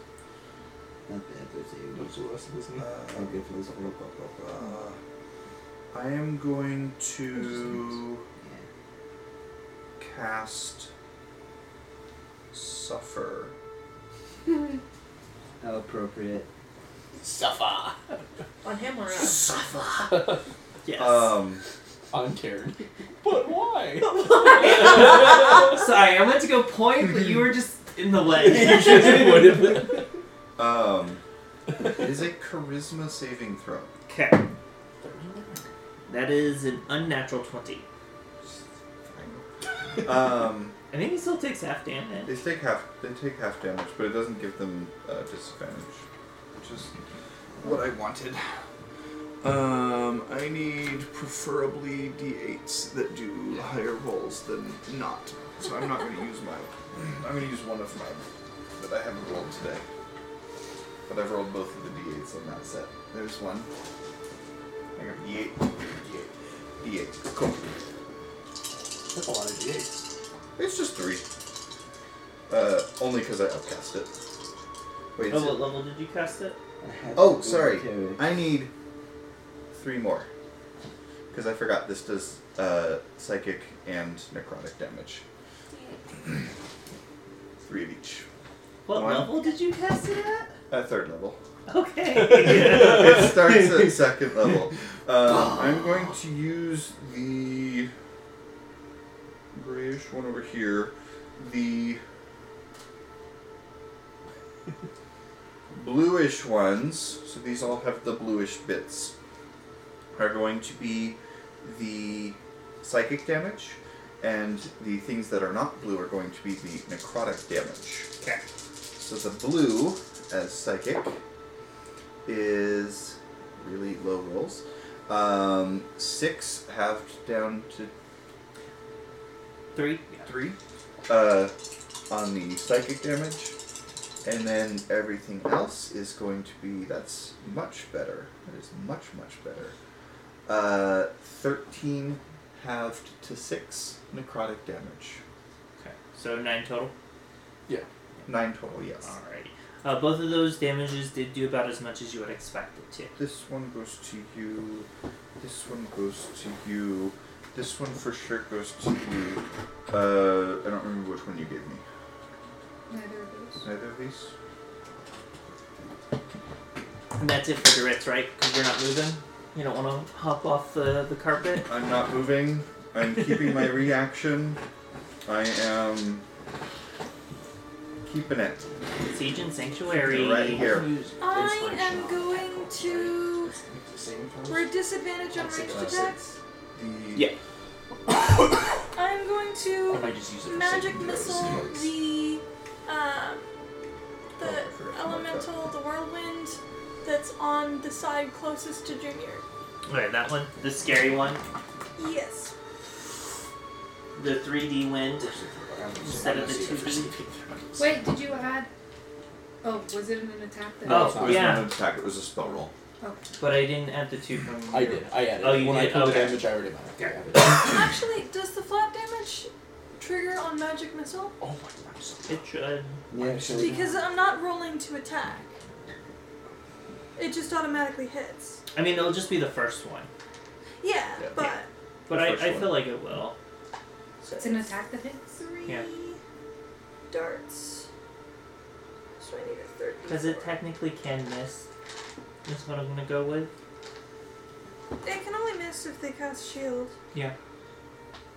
Speaker 2: Not bad, but
Speaker 6: That
Speaker 2: it's
Speaker 6: was the rest of this
Speaker 5: uh,
Speaker 6: one.
Speaker 2: a- I'm good for this one.
Speaker 5: I am going to cast suffer.
Speaker 2: How appropriate.
Speaker 6: Suffer!
Speaker 15: On him or us?
Speaker 1: Yes.
Speaker 5: Um,
Speaker 6: On Terran. But why?
Speaker 1: Sorry, I went to go point, but you were just in the
Speaker 6: You
Speaker 1: way.
Speaker 6: should have would've been.
Speaker 5: um, it is a charisma saving throw.
Speaker 1: Okay. That is an unnatural twenty.
Speaker 5: Um.
Speaker 1: I think he still takes half damage.
Speaker 5: They take half. They take half damage, but it doesn't give them uh, disadvantage, which is what I wanted.
Speaker 14: Um, I need preferably d8s that do higher rolls than not. So I'm not going to use mine.
Speaker 5: I'm gonna use one of mine that I haven't rolled today, but I've rolled both of the d8s on that set. There's one. I got d8, d8, d8. Cool.
Speaker 6: That's a lot of D8s.
Speaker 5: It's just three. Uh, only because I upcast it. Wait.
Speaker 1: Oh,
Speaker 5: is it-
Speaker 1: what level did you cast it?
Speaker 2: I have to
Speaker 5: Oh,
Speaker 2: go
Speaker 5: sorry.
Speaker 2: to-
Speaker 5: I need three more. Because I forgot this does uh, psychic and necrotic damage. three of each.
Speaker 1: What
Speaker 5: One.
Speaker 1: level did you cast it at?
Speaker 5: At third level.
Speaker 1: Okay.
Speaker 5: it starts at second level. Um, I'm going to use the grayish one over here. The bluish ones, so these all have the bluish bits, are going to be the psychic damage, and the things that are not blue are going to be the necrotic damage.
Speaker 12: Okay.
Speaker 5: So the blue, as psychic, is really low rolls. Um, six halved down to
Speaker 1: Three.
Speaker 5: three uh, on the psychic damage, and then everything else is going to be that's much better. That is much much better. Uh, Thirteen halved to six necrotic damage.
Speaker 1: Okay. So nine total.
Speaker 5: Nine total, yes.
Speaker 1: Alrighty. Uh, both of those damages did do about as much as you would expect it to.
Speaker 5: This one goes to you. This one goes to you. This one for sure goes to you. Uh, I don't remember which one you gave me.
Speaker 3: Neither of those.
Speaker 5: Neither of these.
Speaker 1: And that's it for the Ritz, right? Because we're not moving. You don't want to hop off the, the carpet.
Speaker 5: I'm not moving. I'm keeping my reaction. I am keeping it
Speaker 1: Siege and Sanctuary.
Speaker 5: right here.
Speaker 4: I am going to.
Speaker 6: Saving throws?
Speaker 4: We're at disadvantage on
Speaker 6: I'd say
Speaker 4: ranged
Speaker 6: about
Speaker 4: attacks.
Speaker 5: The
Speaker 11: Yeah.
Speaker 4: I'm going
Speaker 6: Or
Speaker 4: to
Speaker 6: might just use it for
Speaker 4: magic
Speaker 6: saving throws.
Speaker 4: missile the um,
Speaker 5: Oh, I
Speaker 4: the
Speaker 5: forgot to mark
Speaker 4: elemental, the whirlwind that's on the side closest to Junior.
Speaker 1: Okay, that one. The scary one.
Speaker 4: Yes.
Speaker 1: The 3D wind.
Speaker 6: Or saving throw. I'm gonna say-
Speaker 1: Instead
Speaker 6: I'm
Speaker 1: of
Speaker 6: gonna
Speaker 1: the
Speaker 6: say it for
Speaker 1: 2D.
Speaker 6: saving throws.
Speaker 3: Wait, did you add? Oh, was it an attack? That
Speaker 1: Oh,
Speaker 6: it's not.
Speaker 5: It was
Speaker 1: yeah.
Speaker 5: not an attack. It was a spell roll.
Speaker 1: But I didn't add the two from.
Speaker 6: I
Speaker 1: your-
Speaker 6: did. I added.
Speaker 1: Oh,
Speaker 6: it.
Speaker 1: you
Speaker 6: when
Speaker 1: did?
Speaker 6: I pulled
Speaker 1: Okay.
Speaker 6: the damage, I already added. it. I added it.
Speaker 4: Actually, does the flat damage trigger on magic missile?
Speaker 6: Oh my god. I'm so-
Speaker 1: It should.
Speaker 6: I'm so-
Speaker 4: Because I'm not rolling to attack. It just automatically hits.
Speaker 1: I mean, it'll just be the first one.
Speaker 4: Yeah,
Speaker 5: Yeah.
Speaker 4: but
Speaker 1: But
Speaker 5: The
Speaker 1: I,
Speaker 5: first
Speaker 1: I
Speaker 5: one.
Speaker 1: feel like it will.
Speaker 3: It's an attack that hits.
Speaker 4: three
Speaker 1: Yeah.
Speaker 4: darts. So I need a third.
Speaker 1: Because it
Speaker 4: D4.
Speaker 1: technically can miss. That's what I'm going to go with.
Speaker 4: They can only miss if they cast shield.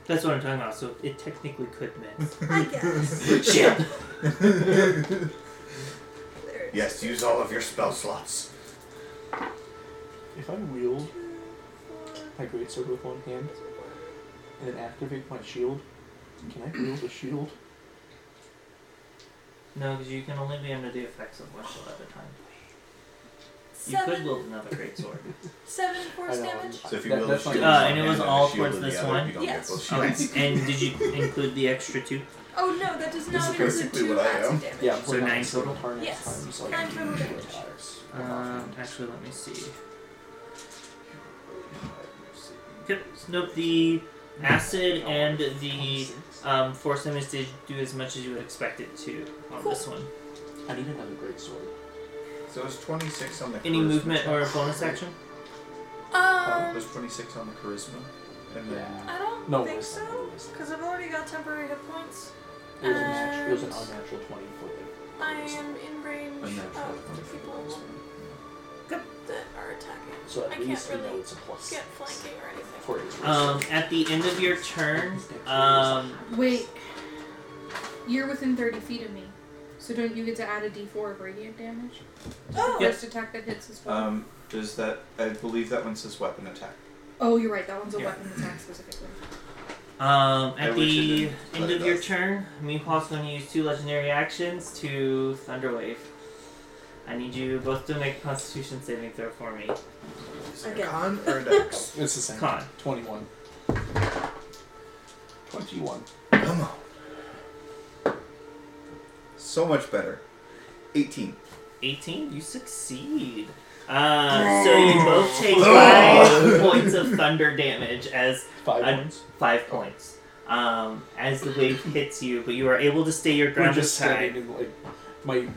Speaker 1: That's what I'm talking about. So it technically could miss.
Speaker 4: I guess.
Speaker 1: Shield!
Speaker 4: There it is.
Speaker 5: Yes, use all of your spell slots.
Speaker 11: If I wield
Speaker 4: Two,
Speaker 11: my greatsword with one hand
Speaker 4: four.
Speaker 11: and then activate my shield, can I wield a shield?
Speaker 1: No, because you can only be under the effects of one shield at a time. You could
Speaker 4: Seven,
Speaker 1: wield another great sword.
Speaker 4: seven force
Speaker 11: I know,
Speaker 4: damage.
Speaker 5: So if you
Speaker 11: That-
Speaker 5: will,
Speaker 11: that's
Speaker 5: the shield
Speaker 11: fine.
Speaker 5: on
Speaker 1: Uh, and it
Speaker 5: one
Speaker 1: was
Speaker 5: hand
Speaker 1: all
Speaker 5: the shield
Speaker 1: towards
Speaker 5: in
Speaker 1: this
Speaker 5: the other,
Speaker 1: one?
Speaker 5: You don't get
Speaker 4: Yes.
Speaker 5: both
Speaker 1: Okay.
Speaker 5: shields.
Speaker 1: And did you include the extra two?
Speaker 4: Oh no, that does
Speaker 5: This
Speaker 4: not
Speaker 5: is
Speaker 4: include
Speaker 5: basically
Speaker 4: two
Speaker 5: what I am.
Speaker 4: acid damage.
Speaker 11: Yeah, I'm putting
Speaker 1: nine
Speaker 11: on
Speaker 1: total?
Speaker 11: Sylvan Tar next
Speaker 4: Yes,
Speaker 11: time, so I
Speaker 4: nine
Speaker 11: can
Speaker 4: total
Speaker 11: do
Speaker 4: damage.
Speaker 11: attacks.
Speaker 1: Uh, actually, let me see. Yep, Nope, the acid and the um, force damage did do as much as you would expect it to on this one.
Speaker 11: I need another great sword.
Speaker 5: So it was 26 on the
Speaker 1: Any
Speaker 5: charisma
Speaker 1: movement or
Speaker 5: check.
Speaker 1: bonus action?
Speaker 5: Um, it
Speaker 4: Um,
Speaker 5: was 26 on the charisma. And then
Speaker 11: Yeah.
Speaker 4: I don't
Speaker 11: No,
Speaker 4: think
Speaker 11: it's not.
Speaker 4: so, Uh,
Speaker 11: It's not.
Speaker 4: because I've already got temporary hit points.
Speaker 11: It was, a natu- it was an
Speaker 4: And-
Speaker 11: unnatural 20 for the.
Speaker 4: I am in range
Speaker 5: a natural
Speaker 4: of
Speaker 5: one
Speaker 4: the
Speaker 5: for
Speaker 4: people
Speaker 5: the
Speaker 4: that are attacking.
Speaker 11: So at
Speaker 4: I
Speaker 11: least
Speaker 4: can't
Speaker 11: we know
Speaker 4: really
Speaker 11: it's a plus.
Speaker 4: get
Speaker 11: six
Speaker 4: flanking or anything.
Speaker 11: for its
Speaker 1: Um, at the end of your turn, um,
Speaker 3: Wait, you're within 30 feet of me, so don't you get to add a D4 of radiant damage?
Speaker 4: Oh,
Speaker 1: Yep.
Speaker 3: First attack that hits is well.
Speaker 5: Um, does that? I believe that one says weapon attack.
Speaker 3: oh, you're right. That one's a
Speaker 1: yeah.
Speaker 3: weapon attack specifically.
Speaker 1: um,
Speaker 5: I
Speaker 1: at
Speaker 5: wish it
Speaker 1: the
Speaker 5: didn't, but
Speaker 1: end
Speaker 5: it
Speaker 1: of your
Speaker 5: does.
Speaker 1: turn, Meepaw's going to use two legendary actions to Thunderwave. I need you both to make a Constitution saving throw for me.
Speaker 5: Is it a
Speaker 7: Again.
Speaker 5: con or a dex?
Speaker 11: It's the same.
Speaker 1: Con.
Speaker 11: 21. 21.
Speaker 5: Come on. So much better. 18.
Speaker 1: 18, you succeed. Uh, so you both take five points of thunder damage as
Speaker 11: 5
Speaker 1: I-
Speaker 11: points.
Speaker 1: five points um, as the wave hits you, but you are able to stay your
Speaker 11: We're
Speaker 1: ground
Speaker 11: just
Speaker 1: this
Speaker 11: standing
Speaker 1: time.
Speaker 11: in like my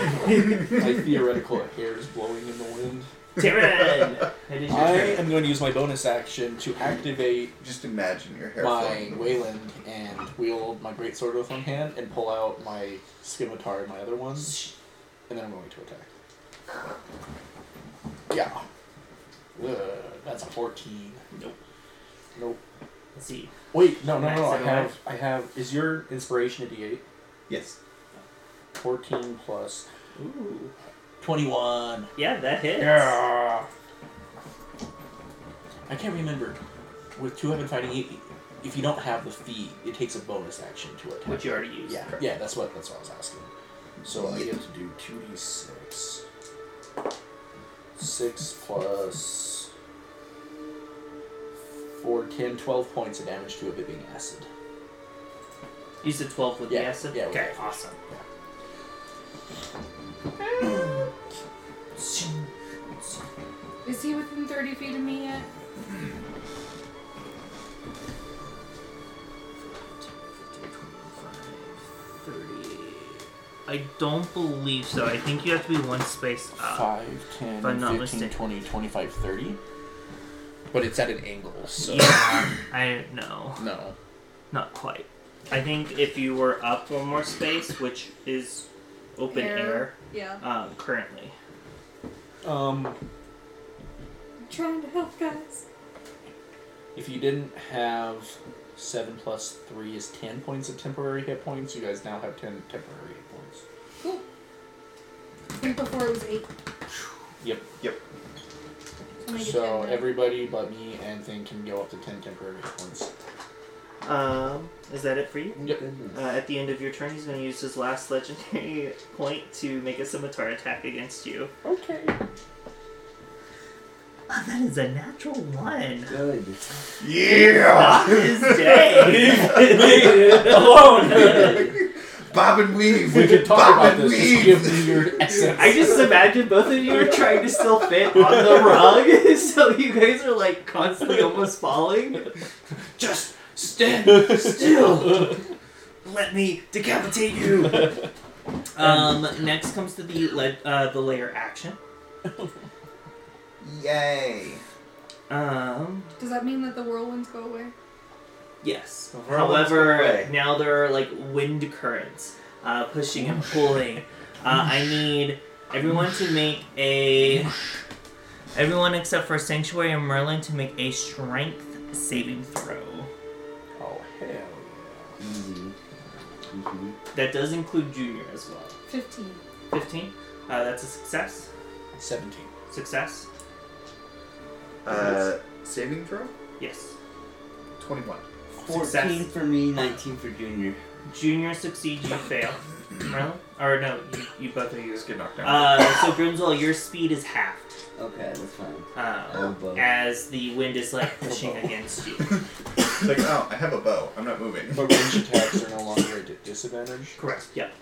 Speaker 11: my theoretical hair is blowing in the wind.
Speaker 1: Tyrion, it is your
Speaker 11: I
Speaker 1: turn.
Speaker 11: am going to use my bonus action to activate
Speaker 5: Just imagine your hair.
Speaker 11: my
Speaker 5: flowing.
Speaker 11: Wayland and wield my greatsword with one hand and pull out my scimitar in my other one
Speaker 6: and then I'm going to attack. Yeah. Ugh, that's a 14. Nope. Nope.
Speaker 1: Let's see.
Speaker 6: Wait, no, no, no, no. I
Speaker 1: Maximum.
Speaker 6: have, I have. Is your inspiration a D8?
Speaker 2: Yes.
Speaker 6: 14 plus
Speaker 1: Ooh.
Speaker 6: 21.
Speaker 1: Yeah, that hits.
Speaker 6: Yeah. I can't remember. With two weapon fighting, i- if you don't have the feat, it takes a bonus action to attack.
Speaker 1: Which you already used.
Speaker 6: Yeah, yeah, that's what that's what I was asking. So I get to do two d six. Six plus four, 10, 12 points of damage to a bibbing acid.
Speaker 1: You said 12 with
Speaker 6: Yeah,
Speaker 1: the acid?
Speaker 6: yeah, with
Speaker 1: okay,
Speaker 6: the acid.
Speaker 1: awesome.
Speaker 3: Is he within 30 feet of me yet?
Speaker 1: I don't believe so. I think you have to be one space up.
Speaker 6: Five, ten,
Speaker 1: I'm not
Speaker 6: 15,
Speaker 1: mistaken.
Speaker 6: 20, 25, 30. But it's at an angle, so
Speaker 1: Yeah, I know.
Speaker 6: no.
Speaker 1: Not quite. I think if you were up one more space, which is open air,
Speaker 3: Air. Yeah.
Speaker 1: um, currently.
Speaker 11: Um,
Speaker 3: I'm trying to help, guys.
Speaker 6: If you didn't have seven plus three is ten points of temporary hit points, you guys now have ten temporary hit points.
Speaker 3: Cool. I think before it was 8.
Speaker 6: Yep.
Speaker 3: So, make it 10
Speaker 6: So
Speaker 3: now.
Speaker 6: everybody but me and thing can go up to ten temporary hit points.
Speaker 1: Um, is that it for you?
Speaker 6: Yep.
Speaker 1: Uh, at the end of your turn, he's going to use his last legendary point to make a scimitar attack against you.
Speaker 6: Okay.
Speaker 1: Oh, that is a natural one.
Speaker 2: Good.
Speaker 5: Yeah!
Speaker 1: Not his day. Alone.
Speaker 5: Bob and weave.
Speaker 6: We could talk
Speaker 5: Bob
Speaker 6: about
Speaker 5: and
Speaker 6: this. Just
Speaker 5: weave.
Speaker 6: give me your essence.
Speaker 1: I just imagine both of you are trying to still fit on the rug, so you guys are like constantly almost falling.
Speaker 6: just stand Oh,
Speaker 1: still. Let me decapitate you. Um, next comes to the le- uh, the layer action.
Speaker 5: Yay.
Speaker 1: Um,
Speaker 3: Does that mean that the whirlwinds go away?
Speaker 1: yes.
Speaker 2: Whirlwinds go
Speaker 1: However,
Speaker 2: away.
Speaker 1: now there are like wind currents uh, pushing and pulling. Uh, I need everyone to make a everyone except for Sanctuary and Merlin to make a strength saving throw.
Speaker 6: Oh hell yeah.
Speaker 2: Easy. Mhm.
Speaker 1: That does include Junior as well.
Speaker 3: 15.
Speaker 1: Fifteen. Uh, that's a success.
Speaker 6: Seventeen.
Speaker 1: Success.
Speaker 5: Uh, saving throw?
Speaker 1: Yes.
Speaker 5: 21.
Speaker 2: 14 for me, 19 for Junior.
Speaker 1: Junior succeeds, you fail. Merlin? Or no, you, you both are yours.
Speaker 5: Just get knocked down.
Speaker 1: Uh, so Grimswell, your speed is halved
Speaker 2: Okay, that's fine.
Speaker 1: um,
Speaker 2: Elbow.
Speaker 1: as the wind is like pushing against you.
Speaker 5: It's like, oh, I have a bow. I'm not moving.
Speaker 6: But range attacks are no longer at disadvantage.
Speaker 1: Correct. Yep.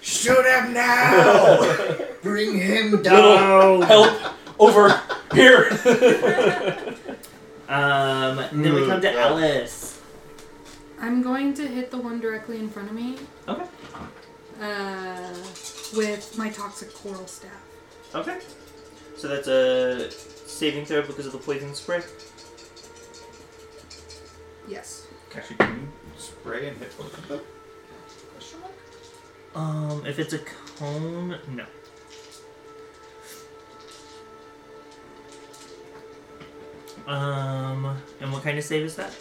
Speaker 5: Shoot him now! Bring him down!
Speaker 11: help over here.
Speaker 1: Um, then we come to Alice.
Speaker 3: I'm going to hit the one directly in front of me.
Speaker 1: Okay.
Speaker 3: Uh, with my toxic coral staff.
Speaker 1: Okay. So that's a saving throw because of the poison spray.
Speaker 3: Yes.
Speaker 5: Actually, can you spray and hit both of them? Question mark?
Speaker 1: Um, if it's a cone, no. Um, and what kind of save is that?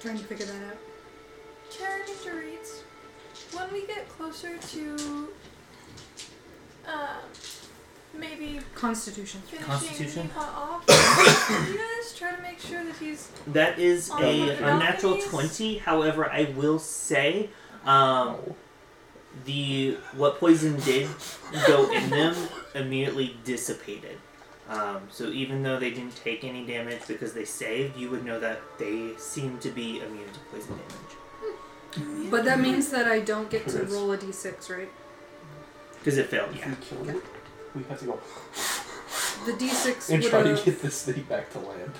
Speaker 3: Trying to figure that out.
Speaker 4: Character reads. When we get closer to, uh, maybe
Speaker 3: Constitution.
Speaker 4: finishing
Speaker 1: Constitution?
Speaker 4: Yeehaw off, you guys try to make sure that he's
Speaker 1: That is
Speaker 4: Oh,
Speaker 1: a
Speaker 4: look at all
Speaker 1: unnatural
Speaker 4: these.
Speaker 1: twenty. However, I will say, um, the what poison did go in them immediately dissipated. Um, so even though they didn't take any damage because they saved, you would know that they seem to be immune to poison damage
Speaker 3: But that means that I don't get to
Speaker 11: Yes.
Speaker 3: roll a d6, right?
Speaker 1: because it failed.
Speaker 6: If
Speaker 1: Yeah.
Speaker 6: we kill it, we have to go
Speaker 3: The d6
Speaker 6: and
Speaker 3: would
Speaker 6: try to
Speaker 3: have-
Speaker 6: get this thing back to land.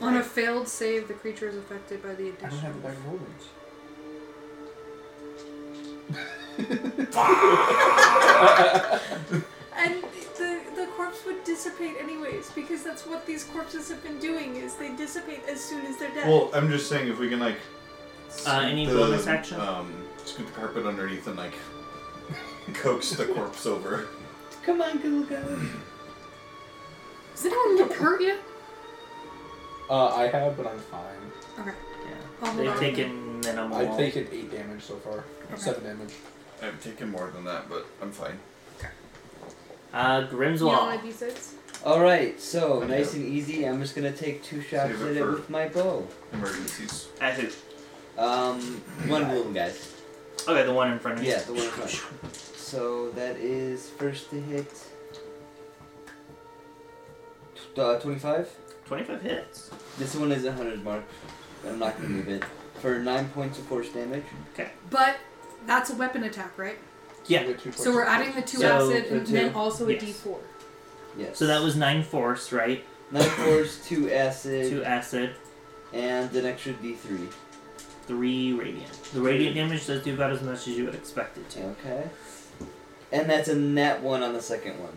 Speaker 3: on a failed save, the creature is affected by the
Speaker 6: I don't have
Speaker 3: addition.
Speaker 6: the back rollings.
Speaker 4: and the the corpse would dissipate anyways because that's what these corpses have been doing is they dissipate as soon as they're dead.
Speaker 5: Well, I'm just saying if we can like.
Speaker 1: Uh, any
Speaker 5: the,
Speaker 1: bonus action?
Speaker 5: Um, scoot the carpet underneath and like coax the corpse over.
Speaker 2: Come on, Google Go.
Speaker 3: Does anyone look hurt yet?
Speaker 6: Uh, I have, but I'm fine.
Speaker 3: Okay.
Speaker 1: Yeah.
Speaker 3: I'll
Speaker 1: They've
Speaker 3: Oh, hold on.
Speaker 1: taken minimal.
Speaker 6: I've taken eight damage so far. Seven damage.
Speaker 5: I've taken more than that, but I'm fine.
Speaker 1: Uh,
Speaker 3: You don't
Speaker 1: Grimswall.
Speaker 3: want a d6?
Speaker 2: Alright, so
Speaker 5: I
Speaker 2: nice
Speaker 5: know.
Speaker 2: and easy. I'm just gonna take two shots
Speaker 5: Save it
Speaker 2: at it
Speaker 5: for-
Speaker 2: with my bow.
Speaker 5: Emergencies.
Speaker 1: I think.
Speaker 2: Um, one of them, guys.
Speaker 1: Okay, the one in front of you.
Speaker 2: Yeah, the one in front. So that is first to hit. Tw- Uh, 25?
Speaker 1: 25 hits.
Speaker 2: This one is 100 mark. I'm not gonna move it. For 9 points of force damage.
Speaker 3: But that's a weapon attack, right?
Speaker 1: Yeah.
Speaker 6: You get two
Speaker 3: So we're adding the two
Speaker 1: So,
Speaker 3: acid
Speaker 2: the
Speaker 3: and then
Speaker 2: two.
Speaker 3: also a
Speaker 1: Yes.
Speaker 3: d4.
Speaker 2: Yes.
Speaker 1: So that was 9 force, right?
Speaker 2: 9 force, 2 acid,
Speaker 1: 2 acid,
Speaker 2: and an extra d3.
Speaker 1: 3 radiant. The radiant damage does do about as much as you would expect it to.
Speaker 2: Okay. And that's a net 1 on the second one.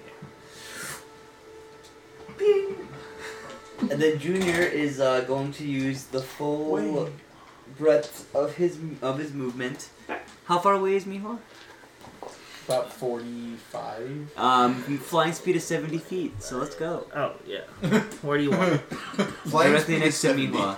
Speaker 2: And then Junior is uh, going to use the full breadth of his of his movement. How far away is Mihor?
Speaker 6: About 45.
Speaker 2: Um, flying speed is seventy feet, so let's go.
Speaker 1: Oh, yeah. Where do you want? it?
Speaker 2: Directly next to Mihor.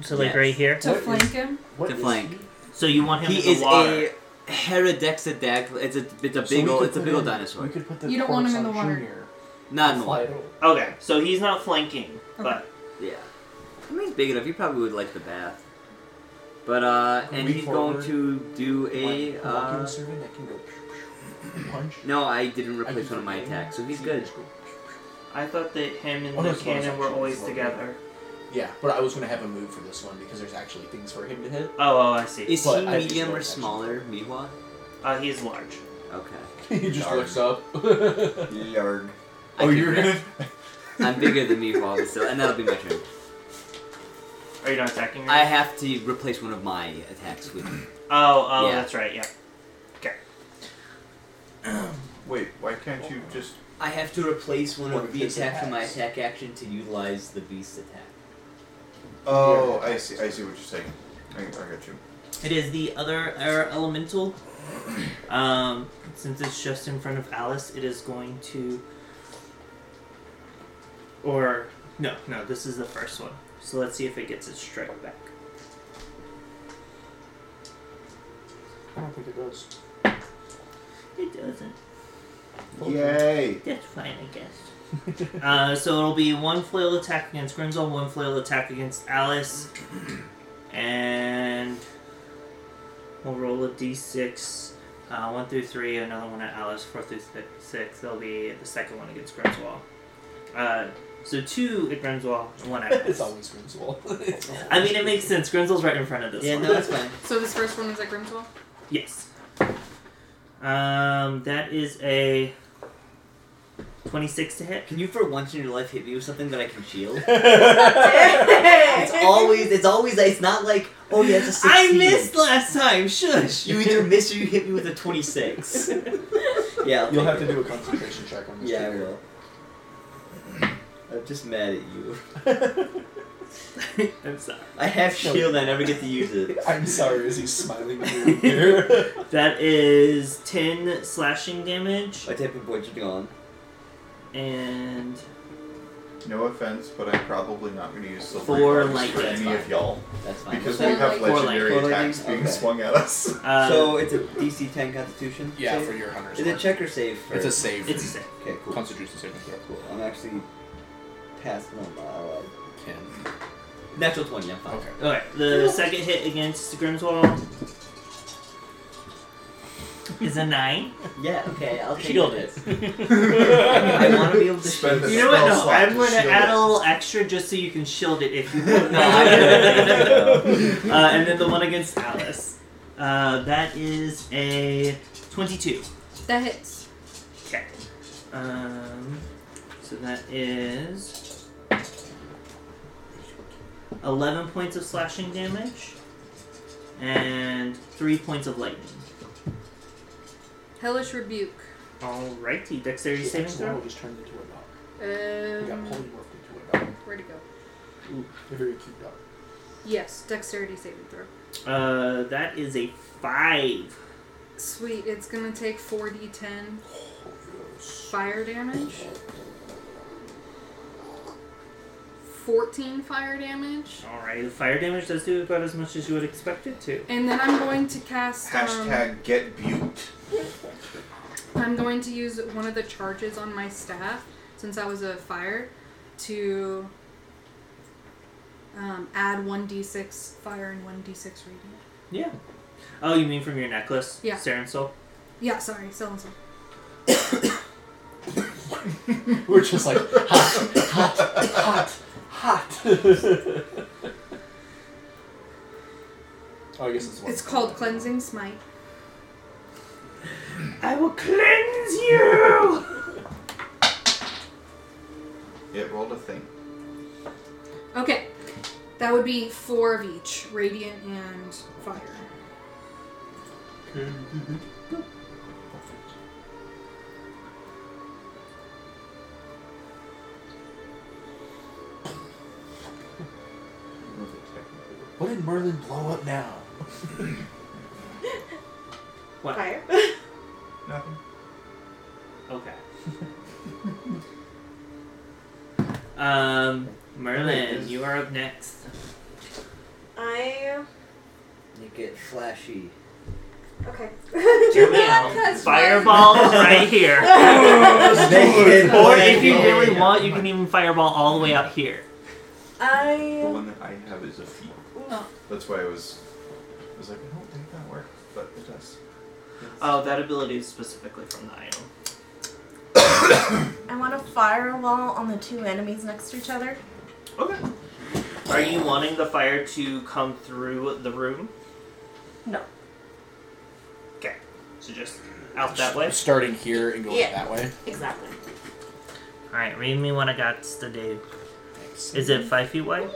Speaker 1: So, like,
Speaker 2: Yes.
Speaker 1: right here?
Speaker 3: To
Speaker 6: What is-
Speaker 3: flank him?
Speaker 6: What
Speaker 2: To
Speaker 6: is
Speaker 2: flank.
Speaker 6: he?
Speaker 1: So you want him in
Speaker 2: He
Speaker 1: the
Speaker 2: is
Speaker 1: water.
Speaker 2: a herodexadac. It's a it's a
Speaker 6: So
Speaker 2: big
Speaker 6: we
Speaker 2: old
Speaker 6: could
Speaker 2: it's a
Speaker 6: put
Speaker 2: big old
Speaker 6: in-
Speaker 2: dinosaur.
Speaker 6: We could put the
Speaker 3: You don't want
Speaker 6: corpse
Speaker 3: him in
Speaker 6: on
Speaker 3: the water.
Speaker 6: Junior.
Speaker 2: Not in the
Speaker 6: Fly
Speaker 2: water.
Speaker 6: it over.
Speaker 1: Okay, so he's not flanking, but
Speaker 2: Yeah. I mean, it's big enough. He probably would like the bath. But uh, and
Speaker 6: Leap
Speaker 2: he's
Speaker 6: forward.
Speaker 2: going to do a
Speaker 6: Like, walking
Speaker 2: uh.
Speaker 6: servant that can go pew, pew, punch.
Speaker 2: No, I didn't
Speaker 6: I
Speaker 2: replace
Speaker 6: can
Speaker 2: one of my
Speaker 6: do-
Speaker 2: attacks, so he's good.
Speaker 1: I thought that him and
Speaker 6: Oh, no,
Speaker 1: the
Speaker 6: it's bonus
Speaker 1: cannon were
Speaker 6: action,
Speaker 1: always
Speaker 6: it's bonus.
Speaker 1: together.
Speaker 6: Yeah, but I was gonna have a move for this one because there's actually things for him to hit.
Speaker 1: Oh, oh, I see.
Speaker 2: Is
Speaker 6: But
Speaker 2: he
Speaker 6: I just
Speaker 2: medium
Speaker 6: rolled
Speaker 2: or
Speaker 6: action.
Speaker 2: smaller, Mihwa?
Speaker 1: Uh, he is large.
Speaker 2: Okay.
Speaker 6: he just
Speaker 5: Darn.
Speaker 6: looks up.
Speaker 5: Yarg.
Speaker 6: Oh,
Speaker 5: Oh,
Speaker 2: I can re- I'm bigger than Mihwa, but still, and that'll be my turn.
Speaker 1: Are you not attacking? her?
Speaker 2: I have to replace one of my attacks with.
Speaker 1: Oh, oh,
Speaker 2: Yeah.
Speaker 1: that's right. Yeah.
Speaker 5: Wait, why can't you just?
Speaker 2: I have to replace one
Speaker 6: One
Speaker 2: of
Speaker 6: of
Speaker 2: the
Speaker 6: his
Speaker 2: attack from my
Speaker 6: attacks.
Speaker 2: attack action to utilize the beast attack.
Speaker 5: Oh, I see. I see what you're saying. I, I got you.
Speaker 1: It is the other air elemental. Um, since it's just in front of Alice, it is going to. Or no, no, this is the first one. So let's see if it gets its strike back.
Speaker 6: I don't think it does.
Speaker 1: It doesn't.
Speaker 5: Yay!
Speaker 1: That's fine, I guess. uh, so it'll be one flail attack against Grimzall, one flail attack against Alice, and we'll roll a d6. Uh, one through three, another one at Alice, four through si- six. There'll be the second one against Grimswall. Uh, so two at Grimswall, and one at Alice.
Speaker 6: it's always Grimswall.
Speaker 1: I mean, it makes sense. Grimswall's right in front of this
Speaker 2: Yeah,
Speaker 1: one.
Speaker 2: no, that's fine.
Speaker 3: So this first one is at Grimswell?
Speaker 1: Yes. Um, that is a 26 to hit.
Speaker 2: Can you, for once in your life, hit me with something that I can shield? It's
Speaker 7: it's
Speaker 2: always, it's always, it's not like, oh yeah, it's a 16.
Speaker 1: I missed last time. Shush.
Speaker 2: You either miss or you hit me with a 26. yeah. I'll
Speaker 6: You'll
Speaker 2: take
Speaker 6: have to
Speaker 2: it.
Speaker 6: do a concentration check on this.
Speaker 2: Yeah, I will. I'm just mad at you.
Speaker 1: I'm sorry.
Speaker 2: I have shield, I never get to use it.
Speaker 6: I'm sorry, is he smiling at you here?
Speaker 1: That is 10 slashing damage
Speaker 2: What type of board you on?
Speaker 1: and
Speaker 5: No offense, but I'm probably not going to use silver
Speaker 1: Four
Speaker 5: arrows for
Speaker 1: lightning.
Speaker 5: any of y'all
Speaker 2: That's fine.
Speaker 5: because we
Speaker 3: Four
Speaker 5: have
Speaker 3: lightning.
Speaker 1: Four
Speaker 5: legendary
Speaker 2: lightning.
Speaker 5: attacks
Speaker 2: Four
Speaker 5: being
Speaker 2: lightning?
Speaker 5: swung at us.
Speaker 1: uh,
Speaker 2: so it's a DC 10 Constitution.
Speaker 6: yeah,
Speaker 2: save?
Speaker 6: for your hunter's
Speaker 2: Is it
Speaker 6: mark.
Speaker 2: check or save? For...
Speaker 6: It's a save.
Speaker 1: it's a save.
Speaker 2: Okay, cool.
Speaker 6: Constitution saving throw.
Speaker 2: Cool. I'm actually past no, my allied.
Speaker 6: Ten.
Speaker 2: Natural 20, I'm fine.
Speaker 6: Okay.
Speaker 1: Okay, the second hit against Grimswall is a 9.
Speaker 2: Yeah, okay, I'll take
Speaker 1: Shield
Speaker 2: it.
Speaker 1: you
Speaker 2: I want to be able to
Speaker 5: Spend
Speaker 2: shield
Speaker 5: the
Speaker 2: it.
Speaker 1: know what?
Speaker 5: spell
Speaker 1: No,
Speaker 5: slot
Speaker 1: I'm
Speaker 5: to
Speaker 1: going to
Speaker 5: shield
Speaker 1: add
Speaker 5: it.
Speaker 1: a little extra just so you can shield it if you want.
Speaker 2: No, I don't think so.
Speaker 1: uh, and then the one against Alice. Uh, that is a 22.
Speaker 3: That hits.
Speaker 1: Okay. Um, so that is 11 points of slashing damage and 3 points of lightning.
Speaker 3: Hellish Rebuke.
Speaker 1: Alrighty, dexterity saving
Speaker 6: Axolotl
Speaker 1: throw.
Speaker 6: was turned into a dog.
Speaker 3: Um,
Speaker 6: He got polymorphed into a dog.
Speaker 3: where'd it go?
Speaker 6: A very cute dog.
Speaker 3: Yes, dexterity saving throw.
Speaker 1: Uh, that is a five.
Speaker 3: Sweet, it's gonna take 4d10 fire damage. 14 fire damage.
Speaker 1: All right, the fire damage does do about as much as you would expect it to.
Speaker 3: And then I'm going to cast. um,
Speaker 5: Hashtag get buked.
Speaker 3: I'm going to use one of the charges on my staff, since I was a fire, to um, add 1d6 fire and 1d6 radiant.
Speaker 1: Yeah. Oh, you mean from your necklace?
Speaker 3: Yeah.
Speaker 1: Saren Soul?
Speaker 3: Yeah, sorry, so and so.
Speaker 6: We're just like hot, hot, hot, hot. oh, I guess it's one.
Speaker 3: It's called Cleansing Smite.
Speaker 1: I will cleanse you!
Speaker 5: It rolled a thing.
Speaker 3: Okay, that would be four of each radiant and fire.
Speaker 6: What did Merlin blow up now?
Speaker 1: What?
Speaker 4: Fire.
Speaker 5: Nothing.
Speaker 1: Okay. um, Merlin, you are up next.
Speaker 4: I.
Speaker 2: You get flashy.
Speaker 4: Okay.
Speaker 1: Hear me out. Fireball right here. Or if you really want, you can even fireball all the way up here.
Speaker 5: The
Speaker 4: I.
Speaker 5: one that I have is a feet.
Speaker 4: Oh.
Speaker 5: That's why I was. I was like, I don't think that works, but it does.
Speaker 1: Oh, that ability is specifically from the item.
Speaker 4: I want to firewall on the two enemies next to each other.
Speaker 1: Okay. Are you wanting the fire to come through the room?
Speaker 4: No.
Speaker 1: Okay. So just out that way.
Speaker 6: Starting here and going
Speaker 4: Yeah.
Speaker 6: that way.
Speaker 4: Exactly.
Speaker 1: All right, read me when I got the dude. Is it five feet wide?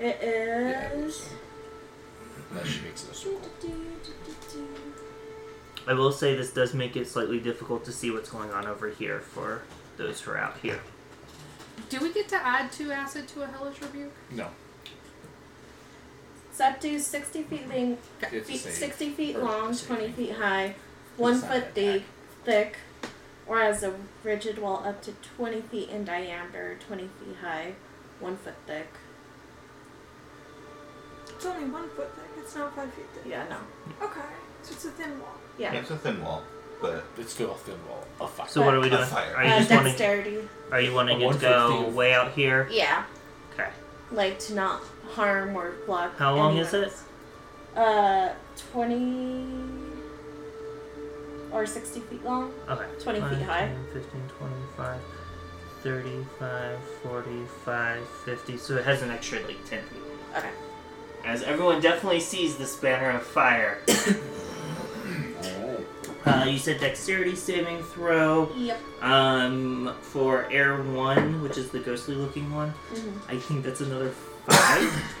Speaker 4: It is.
Speaker 6: Unless she makes it a circle.
Speaker 1: I will say this does make it slightly difficult to see what's going on over here for those who are out here.
Speaker 3: Do we get to add two acid to a hellish rebuke?
Speaker 6: No,
Speaker 4: It's up to 60 feet, being,
Speaker 6: it's a
Speaker 4: feet
Speaker 6: save.
Speaker 4: 60 feet
Speaker 6: Or
Speaker 4: long,
Speaker 6: save.
Speaker 4: 20 feet high, 1
Speaker 6: It's not
Speaker 4: foot
Speaker 6: that
Speaker 4: deep, thick, or as a rigid wall up to 20 feet in diameter, 20 feet high, 1 foot thick.
Speaker 16: It's only one foot thick. It's not five feet thick.
Speaker 4: Yeah, no.
Speaker 16: Okay, so it's a thin wall.
Speaker 4: Yeah.
Speaker 5: It's a thin wall, but
Speaker 6: It's still a thin wall. A fire.
Speaker 1: So what are we
Speaker 5: A
Speaker 1: doing?
Speaker 5: fire.
Speaker 1: Are you
Speaker 4: Uh,
Speaker 1: just wanting?
Speaker 4: dexterity.
Speaker 1: Are you wanting
Speaker 6: A
Speaker 1: it to go
Speaker 6: 150.
Speaker 1: way out here?
Speaker 4: Yeah.
Speaker 1: Okay.
Speaker 4: Like to not harm or block.
Speaker 1: How long
Speaker 4: anyone
Speaker 1: is it?
Speaker 4: else. Uh, 20 or 60 feet long.
Speaker 1: Okay.
Speaker 4: 20 feet high.
Speaker 1: 15, 25, 35, 45, 50. So it has an extra like 10 feet.
Speaker 4: Okay.
Speaker 1: As everyone definitely sees this banner of fire.
Speaker 2: Alright.
Speaker 1: Uh, you said dexterity saving throw
Speaker 4: Yep.
Speaker 1: um, for air one, which is the ghostly looking one.
Speaker 4: Mhm.
Speaker 1: I think that's another five.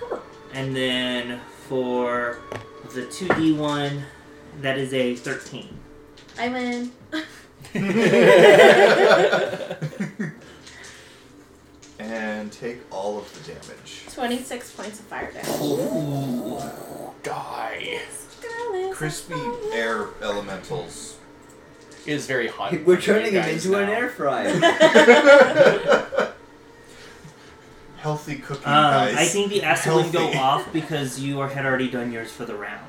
Speaker 4: Cool.
Speaker 1: And then for the 2D one, that is a 13.
Speaker 4: I win.
Speaker 5: and take all of the damage.
Speaker 4: 26 points of fire damage.
Speaker 6: Die
Speaker 5: Crispy air elementals.
Speaker 6: It is very hot.
Speaker 2: We're turning him
Speaker 6: Guys
Speaker 2: into an
Speaker 6: now.
Speaker 2: air fryer.
Speaker 5: Healthy cooking
Speaker 1: Um,
Speaker 5: guys.
Speaker 1: I think the acid will go
Speaker 5: Healthy.
Speaker 1: off because you are, had already done yours for the round.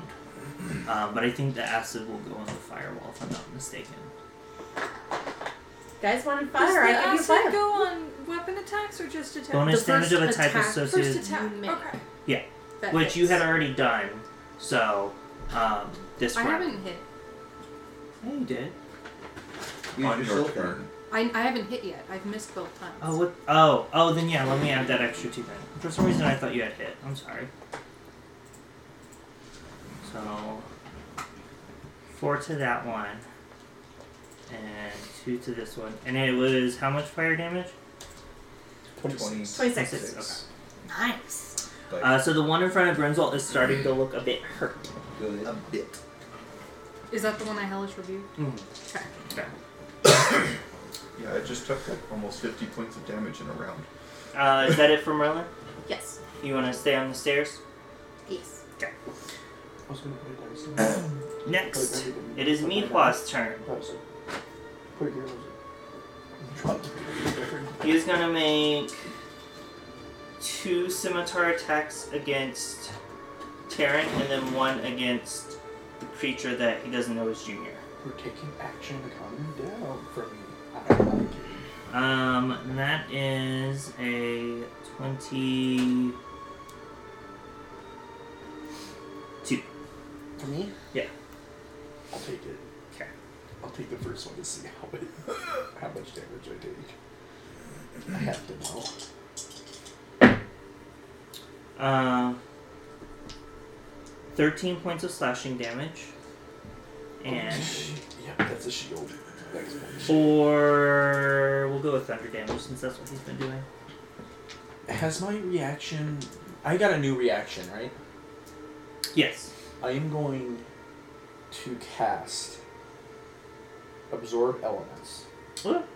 Speaker 1: Um, but I think the acid will go on the firewall, if I'm not mistaken.
Speaker 4: Guys wanted
Speaker 16: Does
Speaker 4: fire.
Speaker 16: the
Speaker 4: I give you
Speaker 16: acid
Speaker 4: fire.
Speaker 16: go on weapon attacks or just attacks?
Speaker 1: Bonus
Speaker 3: The
Speaker 1: damage of a
Speaker 3: first
Speaker 1: type
Speaker 3: attack. First
Speaker 16: First
Speaker 1: associated,
Speaker 16: attack.
Speaker 3: Make.
Speaker 16: Okay.
Speaker 3: That
Speaker 1: which you
Speaker 3: hits.
Speaker 1: had already done. So um, this
Speaker 3: I
Speaker 1: round.
Speaker 3: haven't hit.
Speaker 1: Yeah, you did.
Speaker 2: Use
Speaker 5: on your
Speaker 2: soul thing.
Speaker 5: turn.
Speaker 3: I, I haven't hit yet. I've missed both times.
Speaker 1: Oh, what? Oh, oh, then yeah. Let me add that extra two then. For some reason, I thought you had hit. I'm sorry. So four to that one, and two to this one, and it was how much fire damage?
Speaker 6: 26.
Speaker 4: 26.
Speaker 5: Six.
Speaker 4: Nice.
Speaker 5: Like,
Speaker 1: Uh, so the one in front of Grenzel is starting to look a bit hurt.
Speaker 2: Good.
Speaker 5: a bit.
Speaker 3: Is that the one I hellish rebuke?
Speaker 1: Mm.
Speaker 3: Okay.
Speaker 5: Yeah, I just took like almost 50 points of damage in a round.
Speaker 1: Uh, is that it for Merlin?
Speaker 4: Yes.
Speaker 1: You want to stay on the stairs?
Speaker 4: Yes.
Speaker 6: I was gonna put it downstairs.
Speaker 1: Next, it is Meatwa's turn.
Speaker 6: That was it. Put it here. Was it? Dropped it.
Speaker 1: He's gonna make two scimitar attacks against Tarrant and then one against the creature that he doesn't know is Junior.
Speaker 6: We're taking action to calm him down from me. I don't like it.
Speaker 1: Um, and that is a 22.
Speaker 6: For me?
Speaker 1: Yeah.
Speaker 6: I'll take it.
Speaker 1: 'Kay.
Speaker 6: I'll take the first one to see how it, how much damage I take. I have to know.
Speaker 1: Um, 13 points of slashing damage. And
Speaker 6: Yep, that's a shield. Next one.
Speaker 1: four. We'll go with thunder damage since that's what he's been doing.
Speaker 17: Has my reaction? I got a new reaction, right?
Speaker 1: Yes.
Speaker 17: I am going to cast absorb elements.
Speaker 1: What?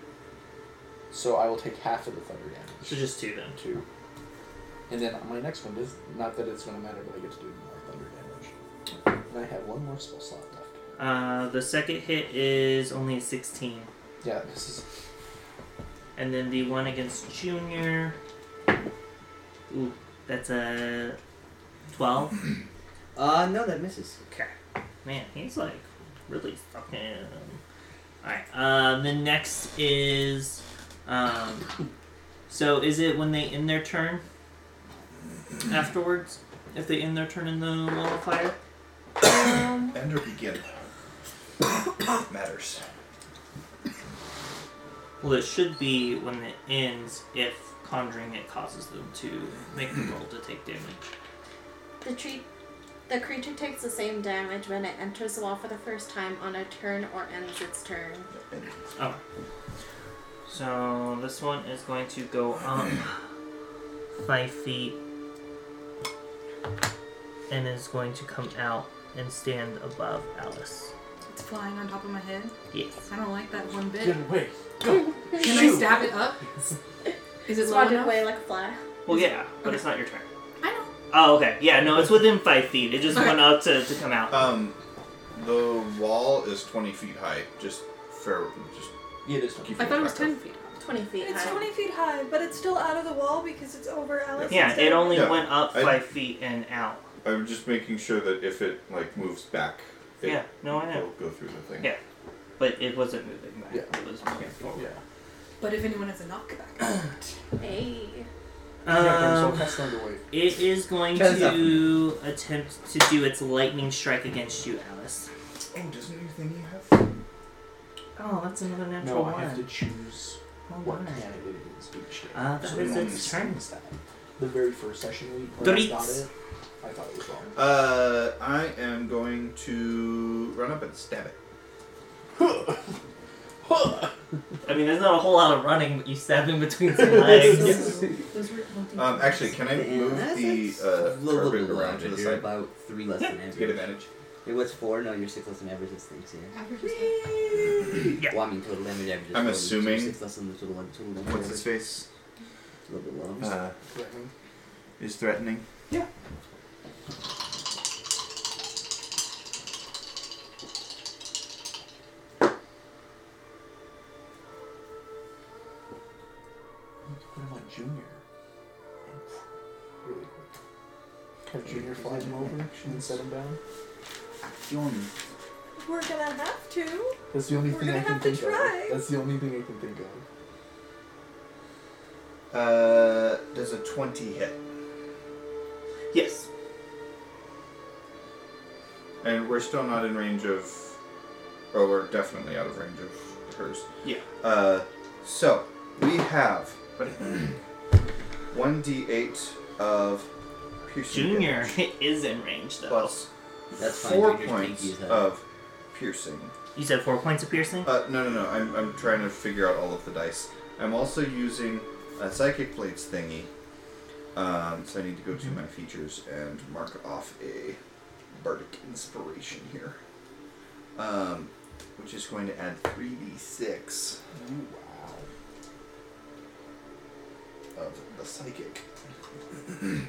Speaker 17: So I will take half of the thunder damage.
Speaker 1: So just two then.
Speaker 17: Two. And then my next one is not that it's going to matter, but I get to do more thunder damage. And I have one more spell slot left.
Speaker 1: Uh, the second hit is only a 16.
Speaker 17: Yeah, this is
Speaker 1: And then the one against Junior. Ooh, that's a 12.
Speaker 2: Uh, no, that misses.
Speaker 1: Okay. Man, he's like really fucking. Alright. Uh, the next is. Um, so is it when they end their turn? Afterwards? If they end their turn in the wall of fire?
Speaker 3: Um,
Speaker 5: End or begin. Matters.
Speaker 1: Well, it should be when it ends if conjuring it causes them to make the roll to take damage.
Speaker 4: The tree, the creature takes the same damage when it enters the wall for the first time on a turn or ends its turn.
Speaker 1: So this one is going to go up five feet and is going to come out and stand above Alice.
Speaker 3: it's flying on top of my head.
Speaker 1: Yes.
Speaker 3: I don't like that one bit.
Speaker 6: Get away.
Speaker 3: Can I stab it up? Is it
Speaker 4: It's
Speaker 3: low
Speaker 4: swatted
Speaker 3: enough?
Speaker 4: away like a fly.
Speaker 1: Well, yeah, but it's not your turn.
Speaker 3: I know.
Speaker 1: Oh, okay. Yeah, no, it's within five feet. It just went up to, to come out.
Speaker 5: Um, the wall is 20 feet high. Just fair. Just
Speaker 17: yeah, this one.
Speaker 5: keep
Speaker 3: I thought it was
Speaker 5: track
Speaker 3: ten
Speaker 5: of-
Speaker 3: feet.
Speaker 4: Twenty feet
Speaker 18: It's
Speaker 4: high.
Speaker 18: 20 feet high, but it's still out of the wall because it's over Alice.
Speaker 1: Yeah, it only
Speaker 5: Yeah,
Speaker 1: went up
Speaker 5: I-
Speaker 1: five feet and out.
Speaker 5: I'm just making sure that if it like moves back, it
Speaker 1: Yeah, no, I know.
Speaker 5: will go through the thing.
Speaker 1: Yeah. But it wasn't moving back.
Speaker 6: Yeah.
Speaker 1: It was moving forward.
Speaker 3: But if anyone has a knockback,
Speaker 4: Hey.
Speaker 6: Yeah,
Speaker 1: Um,
Speaker 6: so cast thunder wave.
Speaker 1: It is going
Speaker 2: Turns up.
Speaker 1: to attempt to do its lightning strike against you, Alice.
Speaker 5: Oh, doesn't your thing you have?
Speaker 1: Oh, that's another natural
Speaker 6: No,
Speaker 1: one.
Speaker 6: I have to choose
Speaker 1: Oh,
Speaker 6: what
Speaker 1: my.
Speaker 6: candidate it is each day.
Speaker 1: Ah, that
Speaker 6: so
Speaker 1: is
Speaker 6: it only
Speaker 1: its turn.
Speaker 6: seems that. The very first session we when I got
Speaker 1: Dritz.
Speaker 6: it, I thought it was wrong.
Speaker 5: Uh, I am going to run up and stab it.
Speaker 1: I mean, there's not a whole lot of running, but you stab in between some legs.
Speaker 3: those were hunting
Speaker 5: Um, actually, can I
Speaker 2: The
Speaker 5: move the
Speaker 2: analytics?
Speaker 5: uh,
Speaker 2: A little bit
Speaker 5: carpet around to
Speaker 2: larger
Speaker 5: the
Speaker 2: here,
Speaker 5: side?
Speaker 2: About three less than average.
Speaker 5: To get advantage.
Speaker 2: It was four. No, you're six less than average. This thing's yeah.
Speaker 3: averages.
Speaker 1: Yeah.
Speaker 2: Well, I mean total damage average. is
Speaker 5: I'm
Speaker 2: four, you're
Speaker 5: assuming-
Speaker 2: six less than the total one. Total damage
Speaker 5: What's
Speaker 2: average.
Speaker 5: his face?
Speaker 2: A little bit low.
Speaker 5: Uh,
Speaker 6: Threatening.
Speaker 5: is threatening.
Speaker 6: What am I, junior? Really quick. Have junior fly him over and set him down.
Speaker 18: We're gonna have to.
Speaker 6: That's the only
Speaker 18: We're
Speaker 6: thing I
Speaker 18: gonna
Speaker 6: can
Speaker 18: have to
Speaker 6: think
Speaker 18: try.
Speaker 6: of. That's the only thing I can think of.
Speaker 5: Uh, does a 20 hit.
Speaker 1: yes.
Speaker 5: And we're still not in range of. Oh, we're definitely out of range of hers.
Speaker 1: Yeah.
Speaker 5: Uh, so, we have 1d8 of piercing
Speaker 1: Junior
Speaker 5: damage
Speaker 1: is in range, though.
Speaker 5: plus
Speaker 2: That's fine,
Speaker 5: 4
Speaker 2: Junior's pinky
Speaker 5: points
Speaker 2: is out.
Speaker 5: of piercing.
Speaker 1: You said four points of piercing?
Speaker 5: Uh, no, no, no. I'm, I'm trying to figure out all of the dice. I'm also using a psychic blades thingy. Um, so I need to go to my features and mark off a bardic inspiration here, um, which is going to add three d six of the psychic.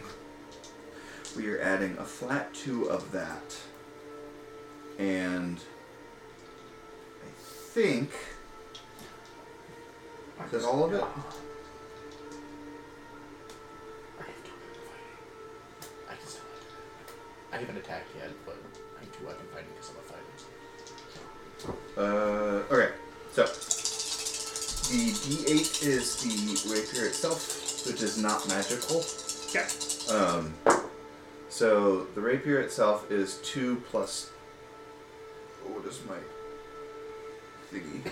Speaker 5: we are adding a flat two of that. And I think. Is that all of it?
Speaker 6: I can still attack. I haven't attacked yet, but I have two weapon fighting because I'm a fighter.
Speaker 5: Uh, okay, so the D8 is the rapier itself, which is not magical.
Speaker 1: Okay.
Speaker 5: Um, so the rapier itself is two plus. oh, What is my thingy?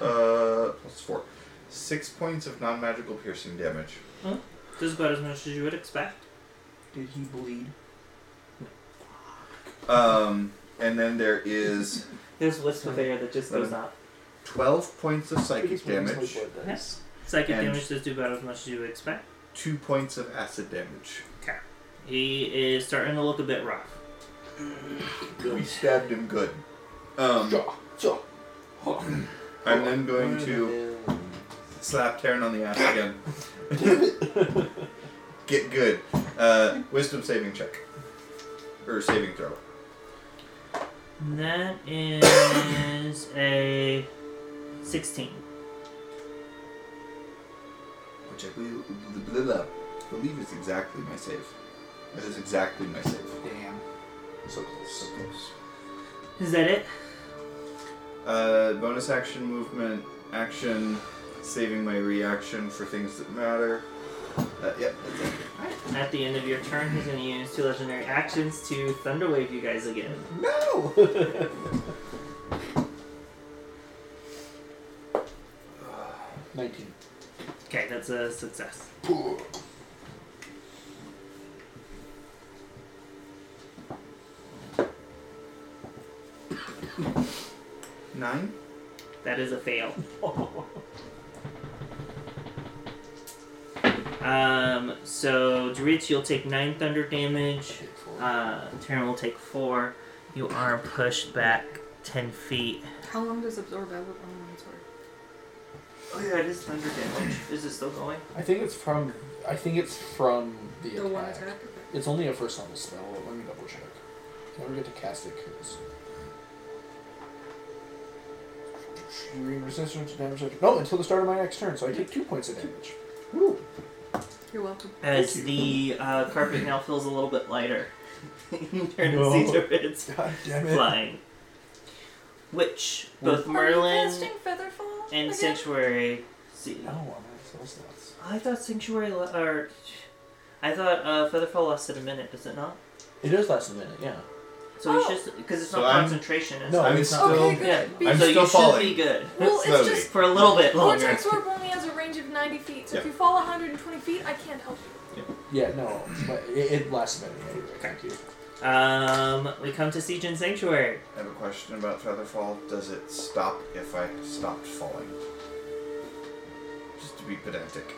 Speaker 5: Uh, plus four. Six points of non-magical piercing damage.
Speaker 1: Just about as much as you would expect.
Speaker 6: Did he bleed?
Speaker 5: Um, and then there is
Speaker 19: There's wisp of air that just goes
Speaker 5: Um,
Speaker 19: up.
Speaker 5: twelve points of psychic
Speaker 6: Because my
Speaker 5: damage,
Speaker 6: blood dies.
Speaker 1: Psychic
Speaker 5: And-
Speaker 1: damage does do about as much as you would expect.
Speaker 5: two points of acid damage.
Speaker 1: He is starting to look a bit rough.
Speaker 5: We stabbed him good. Um,
Speaker 6: Jaw, jaw. Huh.
Speaker 5: I'm then going to slap Taryn on the ass again. Get good. Uh, wisdom saving check. Or saving throw.
Speaker 1: And That is a 16.
Speaker 5: Which I believe, blah, blah, blah, believe is exactly my save. That is exactly my save.
Speaker 6: Damn. So close.
Speaker 1: Is that it?
Speaker 5: Uh, bonus action, movement, action, saving my reaction for things that matter. Uh, yep, that's it.
Speaker 1: At the end of your turn, he's going to use two legendary actions to Thunderwave you guys again.
Speaker 5: No!
Speaker 6: Nineteen.
Speaker 1: Okay, that's a success.
Speaker 5: Nine?
Speaker 1: That is a fail. um, so, Doritz, you'll take 9 thunder damage. Uh, Terran will take 4. You are pushed back 10 feet.
Speaker 3: How long does absorb out on one sword?
Speaker 1: Oh, yeah, it is thunder damage. Is it still going?
Speaker 6: I think it's from. I think it's from the,
Speaker 3: The one attack? Okay.
Speaker 6: It's only a first level spell. Let me double check. Can I ever get to cast it? 'Cause- You Regain resistance to damage. No, until the start of my next turn, so I take two points of damage. Woo!
Speaker 3: You're welcome.
Speaker 1: As
Speaker 6: Thank
Speaker 1: the uh, carpet now feels a little bit lighter. you turn
Speaker 6: No.
Speaker 1: and see Doritz
Speaker 6: God damn it!
Speaker 1: flying. Which, both
Speaker 4: Are you
Speaker 1: Merlin
Speaker 4: casting Featherfall?
Speaker 1: and
Speaker 4: again?
Speaker 1: Sanctuary see.
Speaker 6: No, I'm out of soul slots.
Speaker 1: I thought Sanctuary, la- or I thought uh, Featherfall lasted a minute. Does it not?
Speaker 6: It does last a minute, yeah.
Speaker 1: So it's
Speaker 4: Oh.
Speaker 1: just because it's
Speaker 5: So
Speaker 1: not
Speaker 5: I'm-
Speaker 1: concentration. It's
Speaker 6: No,
Speaker 5: I'm
Speaker 6: it's not.
Speaker 5: still.
Speaker 4: Okay, good.
Speaker 1: Yeah,
Speaker 5: I'm
Speaker 1: so
Speaker 4: Because
Speaker 5: still
Speaker 1: you should
Speaker 5: falling.
Speaker 1: be good
Speaker 4: Well,
Speaker 5: slowly.
Speaker 4: it's just
Speaker 1: for a little bit longer.
Speaker 4: Vortex Orb only has a range of 90 feet, so
Speaker 5: Yep.
Speaker 4: if you fall 120 feet, I can't help you.
Speaker 6: Yeah, no, but it, it lasts a minute anyway. Thank you.
Speaker 1: Um, we come to Siege and Sanctuary.
Speaker 5: I have a question about Featherfall. Does it stop if I stopped falling? Just to be pedantic.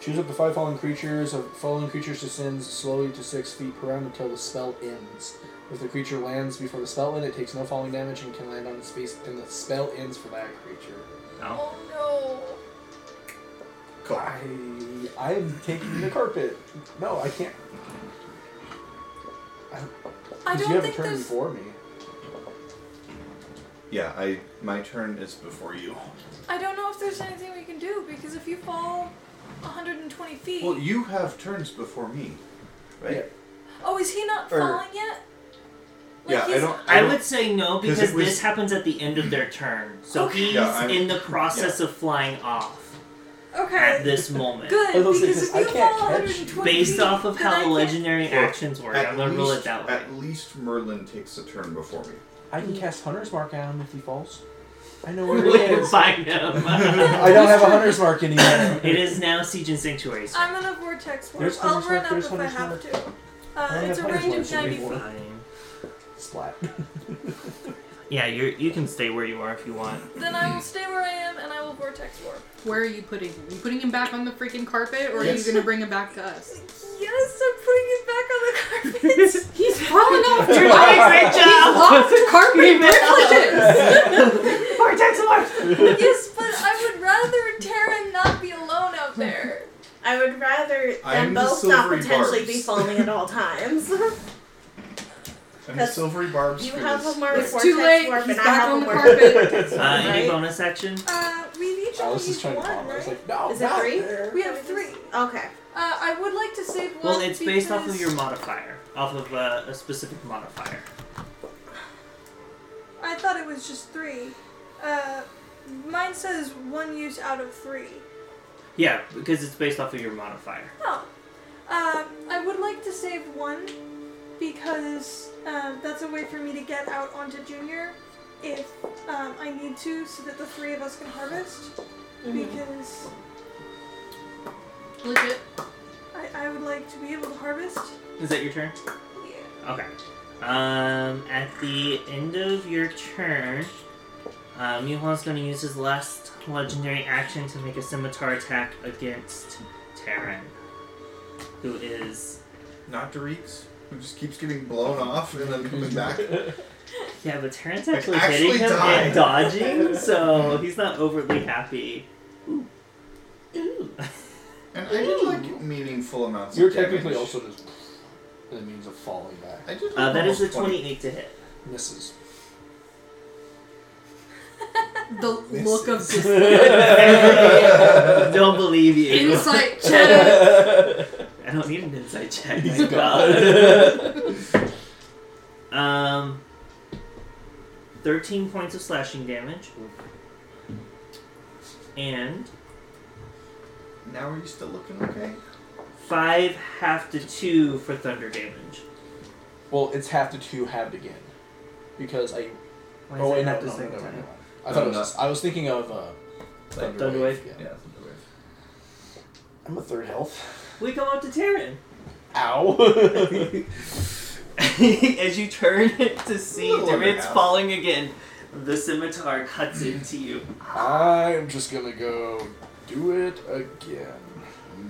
Speaker 6: Choose up to five fallen creatures of fallen creatures to sins slowly to six feet per round until the spell ends. If the creature lands before the spell end, it takes no falling damage and can land on its face, and the spell ends for that creature.
Speaker 1: No.
Speaker 4: Oh no.
Speaker 5: Cool.
Speaker 6: I I am taking the carpet. No, I can't.
Speaker 4: I
Speaker 6: you
Speaker 4: don't
Speaker 6: have a
Speaker 4: think
Speaker 6: turn
Speaker 4: there's.
Speaker 6: before me.
Speaker 5: Yeah, I my turn is before you.
Speaker 4: I don't know if there's anything we can do because if you fall 120 feet.
Speaker 5: Well, you have turns before me, right?
Speaker 4: oh, is he not
Speaker 5: or-
Speaker 4: falling yet? Like,
Speaker 5: yeah, I
Speaker 4: he's-
Speaker 5: don't. I,
Speaker 1: I
Speaker 5: don't-
Speaker 1: would say no
Speaker 5: 'Cause
Speaker 1: because
Speaker 5: it was-
Speaker 1: this happens at the end of their turn. So
Speaker 4: Okay.
Speaker 1: he's
Speaker 5: Yeah, I'm-
Speaker 1: in the process of flying off at
Speaker 4: Okay.
Speaker 1: this moment.
Speaker 4: Good,
Speaker 6: I was gonna
Speaker 4: because if
Speaker 6: say,
Speaker 4: you
Speaker 6: I can't
Speaker 4: fall
Speaker 6: catch
Speaker 4: 120
Speaker 1: Based
Speaker 4: feet,
Speaker 1: off of
Speaker 4: then I
Speaker 1: how the
Speaker 4: can't-
Speaker 1: legendary
Speaker 5: Well,
Speaker 1: actions work, I'm gonna rule it that way.
Speaker 5: At least Merlin takes a turn before me.
Speaker 6: I can cast Hunter's Mark on him if he falls. I know where
Speaker 1: We
Speaker 6: he
Speaker 1: can
Speaker 6: is.
Speaker 1: find him.
Speaker 6: I don't have a Hunter's Mark anymore.
Speaker 1: it is now Siege and Sanctuary. so
Speaker 4: I'm gonna vortex warp.
Speaker 6: There's
Speaker 4: I'll
Speaker 6: Hunter's
Speaker 4: run
Speaker 6: Mark,
Speaker 4: up
Speaker 6: there's
Speaker 4: if I
Speaker 6: Hunter's
Speaker 4: have
Speaker 6: Mark.
Speaker 4: to.
Speaker 6: I
Speaker 4: Uh,
Speaker 6: don't
Speaker 4: it's a
Speaker 6: have Hunter's
Speaker 4: range
Speaker 6: Mark,
Speaker 4: of
Speaker 6: so it'd
Speaker 4: 90
Speaker 6: be
Speaker 4: feet.
Speaker 6: four.
Speaker 1: fine.
Speaker 6: Splat.
Speaker 1: Yeah, you you can stay where you are if you want.
Speaker 4: Then I will stay where I am and I will vortex warp.
Speaker 3: Where are you putting him? You putting him back on the freaking carpet, or are
Speaker 6: Yes.
Speaker 3: you gonna bring him back to us?
Speaker 4: Yes, I'm putting it back on the carpet.
Speaker 3: He's falling off.
Speaker 1: You're doing a great job.
Speaker 3: Off the carpet privileges.
Speaker 1: Vortex alert!
Speaker 4: yes, but I would rather Taryn not be alone out there.
Speaker 7: I would rather rather
Speaker 5: I'm
Speaker 7: them
Speaker 5: the
Speaker 7: both not
Speaker 5: silvery
Speaker 7: potentially
Speaker 5: barbs.
Speaker 7: be falling at all times.
Speaker 5: And the silvery barbs.
Speaker 7: you
Speaker 5: for
Speaker 7: have
Speaker 5: this.
Speaker 7: a Mars
Speaker 3: It's
Speaker 7: vortex
Speaker 3: too late.
Speaker 7: warp,
Speaker 3: He's
Speaker 7: and I
Speaker 3: back
Speaker 7: have
Speaker 3: on
Speaker 7: a
Speaker 3: the
Speaker 7: warp.
Speaker 3: carpet.
Speaker 1: Uh, any
Speaker 7: Right.
Speaker 1: bonus action?
Speaker 4: Uh, we need
Speaker 6: I
Speaker 4: to
Speaker 6: was just
Speaker 4: use
Speaker 6: trying to
Speaker 4: one,
Speaker 6: calm. her. I was
Speaker 4: right?
Speaker 6: like, no,
Speaker 7: Is it
Speaker 6: not
Speaker 7: three?
Speaker 6: there.
Speaker 4: We have three.
Speaker 7: Okay.
Speaker 4: Uh, I would like to save one.
Speaker 1: Well, it's based off of
Speaker 4: because
Speaker 1: your modifier, off of uh, a specific modifier.
Speaker 4: I thought it was just three. Uh, mine says one use out of three.
Speaker 1: Yeah, because it's based off of your modifier.
Speaker 4: Oh. Um, I would like to save one because um, that's a way for me to get out onto Junior if um, I need to, so that the three of us can harvest. Because
Speaker 3: Legit.
Speaker 4: I, I would like to be able to harvest.
Speaker 1: Is that your turn?
Speaker 4: Yeah.
Speaker 1: Okay. Um, at the end of your turn, uh, Muhan's going to use his last legendary action to make a scimitar attack against Terran, who is
Speaker 5: Not Derek's, who just keeps getting blown off and then coming back.
Speaker 1: yeah, but Terran's
Speaker 5: Like,
Speaker 1: actually,
Speaker 5: actually
Speaker 1: hitting him and
Speaker 5: died.
Speaker 1: dodging, so he's not overly happy.
Speaker 5: And I did like meaningful amounts.
Speaker 6: You're
Speaker 5: of damage.
Speaker 6: technically also just the means of falling back.
Speaker 5: I did. Like
Speaker 1: Uh, that is a
Speaker 5: almost 20.
Speaker 1: twenty-eight to hit.
Speaker 6: Misses.
Speaker 3: The look of
Speaker 5: This
Speaker 1: Don't believe you.
Speaker 3: insight check.
Speaker 1: I don't need an insight check.
Speaker 6: He's
Speaker 1: my God. um, thirteen points of slashing damage, and
Speaker 5: Now are you still looking okay?
Speaker 1: five half to two for thunder damage.
Speaker 6: Well, it's half to two halved again, because I.
Speaker 1: Why
Speaker 6: oh
Speaker 1: is
Speaker 6: wait,
Speaker 1: that
Speaker 6: no,
Speaker 1: half
Speaker 6: no,
Speaker 1: the
Speaker 6: no,
Speaker 1: second
Speaker 6: no, no, no,
Speaker 1: time?
Speaker 6: no. I thought
Speaker 5: No,
Speaker 6: it was. I was thinking of uh, Thunder,
Speaker 1: Thunder
Speaker 6: Wave.
Speaker 5: Yeah.
Speaker 6: Yeah.
Speaker 5: that's what it is.
Speaker 6: I'm a third health.
Speaker 1: We go up to Terran.
Speaker 6: Ow.
Speaker 1: As you turn to see
Speaker 5: Little under
Speaker 1: Terran's
Speaker 5: half.
Speaker 1: falling again, the scimitar cuts into you.
Speaker 6: I'm just gonna go do it again.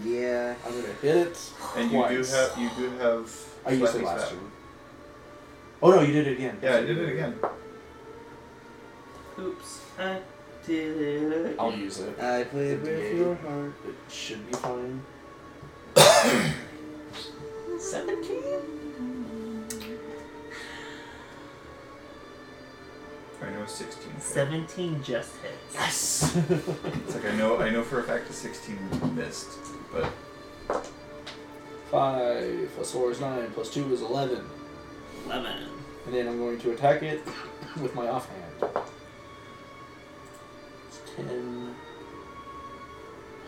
Speaker 2: Yeah.
Speaker 6: I'm gonna hit it.
Speaker 5: And you do
Speaker 6: twice.
Speaker 5: have. You do have.
Speaker 6: I used it
Speaker 5: Flappy's back.
Speaker 6: last turn. Oh no, you did it again.
Speaker 5: Yeah, I did it again.
Speaker 1: Oops, I did it.
Speaker 6: I'll use it.
Speaker 2: I played with your heart.
Speaker 6: It should be fine.
Speaker 5: I know it's sixteen.
Speaker 1: Seventeen just hits.
Speaker 6: Yes.
Speaker 5: It's like I know. I know for a fact a sixteen missed, but
Speaker 6: Five plus four is nine. Plus two is eleven.
Speaker 1: Eleven.
Speaker 6: And then I'm going to attack it with my offhand. It's 10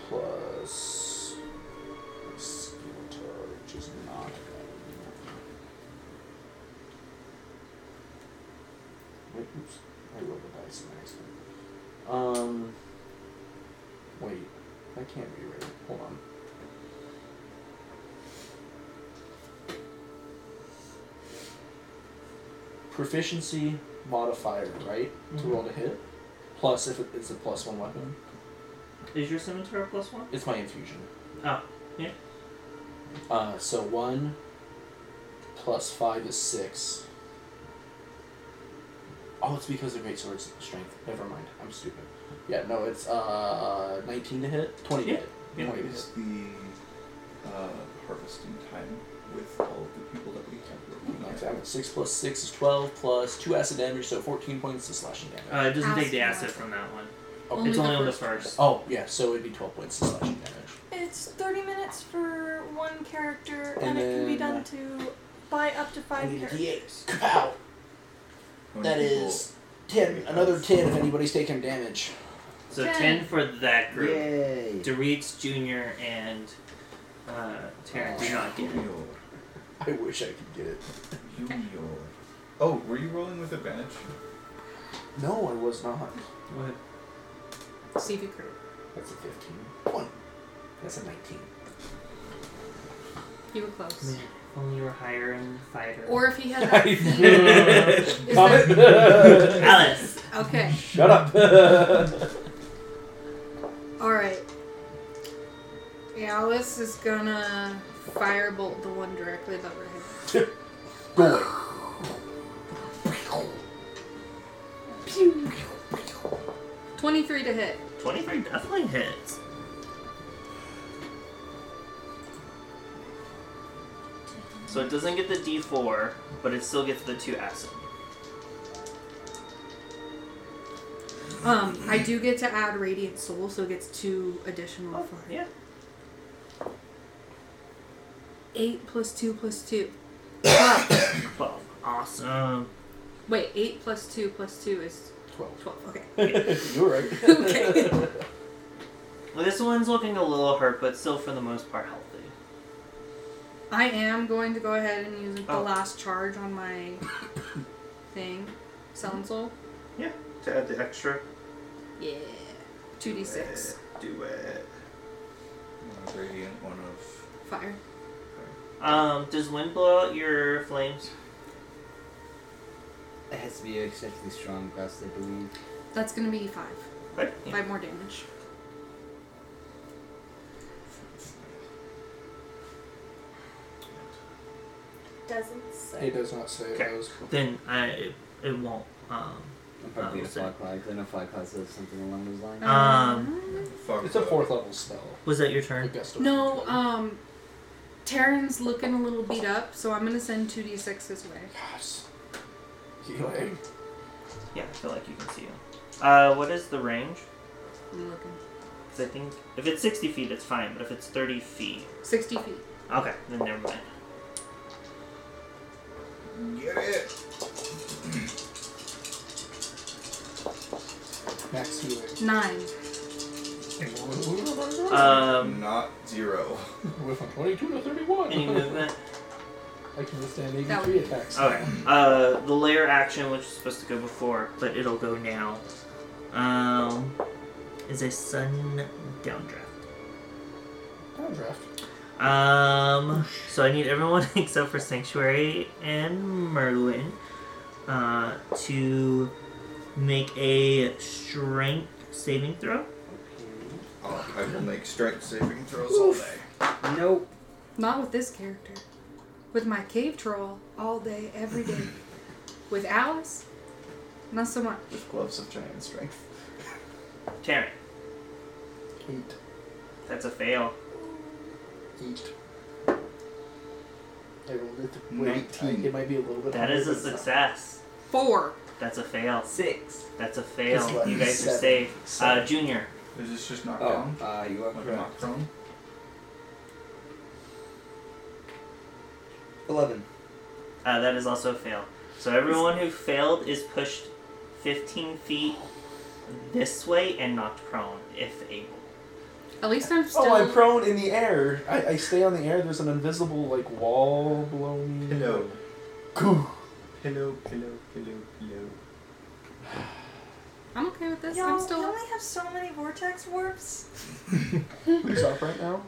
Speaker 6: plus Skeletor, which is not bad. Wait, oops. I rolled the dice and accident. Um. Wait. That can't be right. Hold on. proficiency modifier, right? To roll to hit. Plus, if it- it's a plus one weapon,
Speaker 1: Is your scimitar a plus one?
Speaker 6: it's my infusion.
Speaker 1: Oh, yeah.
Speaker 6: Uh, so one plus five is six. Oh, it's because of great sword's strength. Never mind. I'm stupid. Yeah, no, it's uh, 19 to hit, 20 to hit.
Speaker 1: Yeah.
Speaker 6: 20 to hit.
Speaker 5: is the uh, harvesting time with all of the people that we have
Speaker 6: Like
Speaker 5: working on?
Speaker 6: that. Six plus six is twelve, plus two acid damage, so 14 points to slashing damage.
Speaker 1: Uh, it doesn't take
Speaker 3: Acid
Speaker 1: the acid
Speaker 3: damage.
Speaker 1: from that one.
Speaker 6: Okay.
Speaker 1: it's only on the first.
Speaker 6: Oh, yeah, so it'd be 12 points to slashing damage.
Speaker 4: It's 30 minutes for one character, and,
Speaker 6: And
Speaker 4: it can be
Speaker 6: then, uh,
Speaker 4: done to by up to five characters.
Speaker 6: Kapow!
Speaker 5: How many
Speaker 6: That
Speaker 5: people-
Speaker 6: is ten. Another ten if anybody's taking damage.
Speaker 1: So
Speaker 4: Ten.
Speaker 1: Oh. ten for that group.
Speaker 2: Yay.
Speaker 1: Doritz Jr. and uh, Terran do not get it.
Speaker 5: Junior,
Speaker 6: I wish I could get it.
Speaker 5: junior. Oh, were you rolling with advantage?
Speaker 6: No, I was not.
Speaker 1: Go ahead.
Speaker 3: See if you crit.
Speaker 6: That's a fifteen. One. That's a nineteen.
Speaker 3: You were close.
Speaker 1: Man, if only you were higher in fighter.
Speaker 3: Or if he had that. Is
Speaker 6: Comment.
Speaker 1: Alice.
Speaker 3: Okay.
Speaker 6: Shut up.
Speaker 3: All right. Alice is gonna firebolt the one directly above her head.
Speaker 6: Go away.
Speaker 3: Twenty-three to hit.
Speaker 1: Twenty-three definitely hits. it doesn't get the D4, but it still gets the two acid.
Speaker 3: Um, I do get to add Radiant Soul, so it gets two additional for it.
Speaker 1: Oh, yeah.
Speaker 3: Eight plus two plus two.
Speaker 1: Twelve. Um, Awesome.
Speaker 3: Wait, eight plus two plus two is
Speaker 6: Twelve.
Speaker 3: twelve. Okay.
Speaker 6: You're right.
Speaker 3: Okay.
Speaker 1: Well, this one's looking a little hurt, but still for the most part healthy.
Speaker 3: I am going to go ahead and use the
Speaker 1: Oh.
Speaker 3: last charge on my thing. Sun Soul.
Speaker 1: Yeah. To add the extra.
Speaker 3: Yeah. Two D six.
Speaker 5: Do it. One of radiant, one of.
Speaker 3: Fire.
Speaker 1: Um, does wind blow out your flames?
Speaker 2: It has to be an exceptionally strong gust, I believe.
Speaker 3: That's gonna be five.
Speaker 1: Right.
Speaker 3: Five more damage.
Speaker 20: Doesn't say.
Speaker 6: It does not say
Speaker 1: Okay.
Speaker 6: those.
Speaker 1: Then I it, it won't. Um,
Speaker 2: I'm
Speaker 1: Oh,
Speaker 2: probably in a
Speaker 1: sick.
Speaker 2: fog cloud, because I know fog cloud says something along those lines.
Speaker 1: Um,
Speaker 5: Fuck.
Speaker 6: It's a fourth level spell.
Speaker 1: was that your
Speaker 6: The
Speaker 1: turn?
Speaker 6: gust of
Speaker 3: No,
Speaker 6: wind.
Speaker 3: um, Taryn's looking a little beat up, so I'm gonna send two D six this way.
Speaker 6: Yes. Healing.
Speaker 1: Yeah, I feel like you can see him. Uh, what is the range?
Speaker 3: I'm looking.
Speaker 1: 'Cause I think if it's 60 feet, it's fine. But if it's 30 feet,
Speaker 3: Sixty feet.
Speaker 1: okay, then never mind.
Speaker 5: Get it!
Speaker 6: Max healing.
Speaker 3: Nine.
Speaker 5: Uh,
Speaker 1: Um,
Speaker 5: Not zero.
Speaker 6: Went from 22 to 31.
Speaker 1: any movement?
Speaker 6: I can withstand 83
Speaker 3: That
Speaker 6: attacks.
Speaker 1: Okay. Uh, the layer action, which was supposed to go before, but it'll go now. Um, is a sun downdraft.
Speaker 6: Downdraft.
Speaker 1: Um, so I need everyone except for Sanctuary and Merlin uh, to make a strength saving throw.
Speaker 5: Oh, I will make strength saving throws all day.
Speaker 2: Nope.
Speaker 3: Not with this character. With my cave troll all day, every day. with Alice, not so much.
Speaker 21: With gloves of giant strength.
Speaker 1: Taryn,
Speaker 6: Eight.
Speaker 1: that's a fail.
Speaker 6: Eight. I rolled it. Wait, I-
Speaker 5: Nineteen.
Speaker 6: it might be a little bit.
Speaker 1: That is a
Speaker 6: higher than
Speaker 1: success.
Speaker 3: Four.
Speaker 1: That's a fail.
Speaker 2: Six.
Speaker 1: That's a fail.
Speaker 6: It's like
Speaker 1: You guys are
Speaker 6: seven.
Speaker 1: safe. Uh,
Speaker 6: Seven.
Speaker 1: junior,
Speaker 5: Is this just knocked
Speaker 2: Oh,
Speaker 5: down?
Speaker 2: uh, you are
Speaker 5: Like
Speaker 2: correct.
Speaker 5: knocked prone?
Speaker 2: Eleven.
Speaker 1: uh, that is also a fail. So everyone who failed is pushed 15 feet this way and knocked prone, if able.
Speaker 3: At least I'm still.
Speaker 6: Oh, I'm prone in the air. I, I stay on the air. There's an invisible like wall below me.
Speaker 5: Hello.
Speaker 6: Goo.
Speaker 5: Hello, hello, hello, hello.
Speaker 3: I'm okay with this.
Speaker 4: Y'all,
Speaker 3: I'm still.
Speaker 4: you only have so many vortex warps.
Speaker 6: Who's up right now?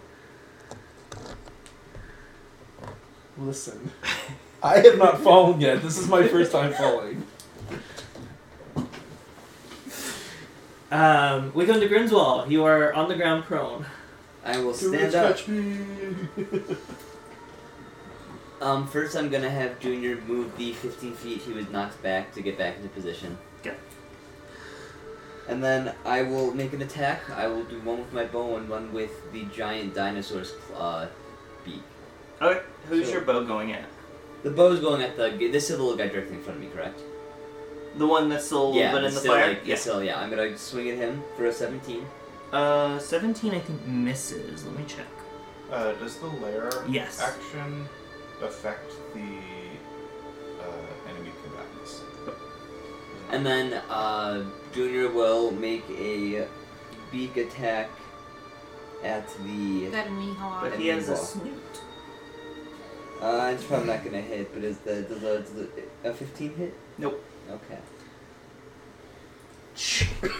Speaker 6: Listen, I have not fallen yet. This is my first time falling.
Speaker 22: Um, we come to Grimswall. You are on the ground prone.
Speaker 2: I will
Speaker 6: Do
Speaker 2: stand up.
Speaker 6: touch me.
Speaker 2: Um, first I'm gonna have Junior move the 15 feet he was knocked back to get back into position.
Speaker 1: Okay.
Speaker 2: And then I will make an attack. I will do one with my bow and one with the giant dinosaur's uh, beak.
Speaker 1: Okay, who's
Speaker 2: So-
Speaker 1: your bow going at?
Speaker 2: The bow's going at the this is the little guy directly in front of me, correct?
Speaker 1: The one that's still a little
Speaker 2: yeah,
Speaker 1: bit in
Speaker 2: it's
Speaker 1: the
Speaker 2: still,
Speaker 1: fire?
Speaker 2: Like, it's Still, yeah, I'm gonna swing at him for a 17.
Speaker 1: Uh, 17, I think, misses. Let me check.
Speaker 5: Uh, does the layer
Speaker 1: Yes.
Speaker 5: action affect the uh, enemy combatants?
Speaker 2: And then uh, Junior will make a beak attack at the.
Speaker 3: That me hard.
Speaker 1: But he has a
Speaker 2: Grimswall.
Speaker 1: snoot.
Speaker 2: Uh, it's probably not gonna hit, but is the does a, does a a 15 hit?
Speaker 1: Nope.
Speaker 2: Okay.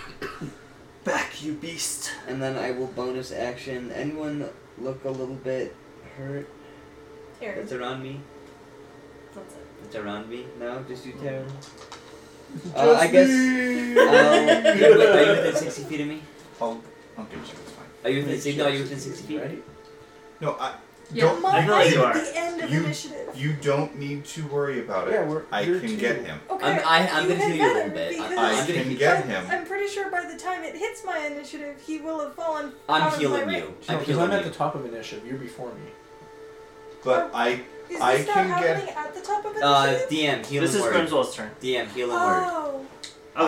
Speaker 1: Back, you beast.
Speaker 2: And then I will bonus action. Anyone look a little bit hurt
Speaker 20: Here,
Speaker 2: that's around me?
Speaker 20: that's it.
Speaker 2: That's around me? No, just you, Taryn. Uh, I guess. Uh, wait, are you within 60 feet of me?
Speaker 5: I'll, I'll get you, it's fine.
Speaker 2: Are you within? si- No, you're within 60 feet.
Speaker 6: Right?
Speaker 5: No, I,
Speaker 3: Yeah.
Speaker 5: don't,
Speaker 4: Mom,
Speaker 1: feel like
Speaker 4: I
Speaker 1: you
Speaker 4: am
Speaker 1: are.
Speaker 4: at the end of
Speaker 5: You-
Speaker 4: initiative.
Speaker 5: you don't need to worry about it.
Speaker 6: Yeah, we're-
Speaker 5: I
Speaker 6: you're
Speaker 5: can
Speaker 6: two.
Speaker 5: get him.
Speaker 4: Okay,
Speaker 2: I'm, I, I'm
Speaker 4: you
Speaker 2: gonna
Speaker 4: had
Speaker 2: heal you a
Speaker 4: better
Speaker 2: little bit.
Speaker 4: because-
Speaker 5: I, I
Speaker 2: I'm gonna
Speaker 5: can
Speaker 2: heal-
Speaker 5: get
Speaker 4: I'm-
Speaker 5: him.
Speaker 4: I'm pretty sure by the time it hits my initiative, he will have fallen. out
Speaker 2: I'm
Speaker 4: of my
Speaker 2: healing
Speaker 4: range.
Speaker 2: you.
Speaker 6: No,
Speaker 2: I'm
Speaker 6: because I'm
Speaker 2: healing
Speaker 6: at the
Speaker 2: you.
Speaker 6: top of initiative. You're before me.
Speaker 5: But I
Speaker 4: Is this
Speaker 5: I
Speaker 4: not
Speaker 5: can get-
Speaker 4: happening at the top of
Speaker 2: Uh,
Speaker 4: initiative?
Speaker 2: DM, heal
Speaker 1: This
Speaker 2: and
Speaker 1: is
Speaker 2: word.
Speaker 1: Grimswell's turn.
Speaker 2: DM, heal and word.
Speaker 4: Oh.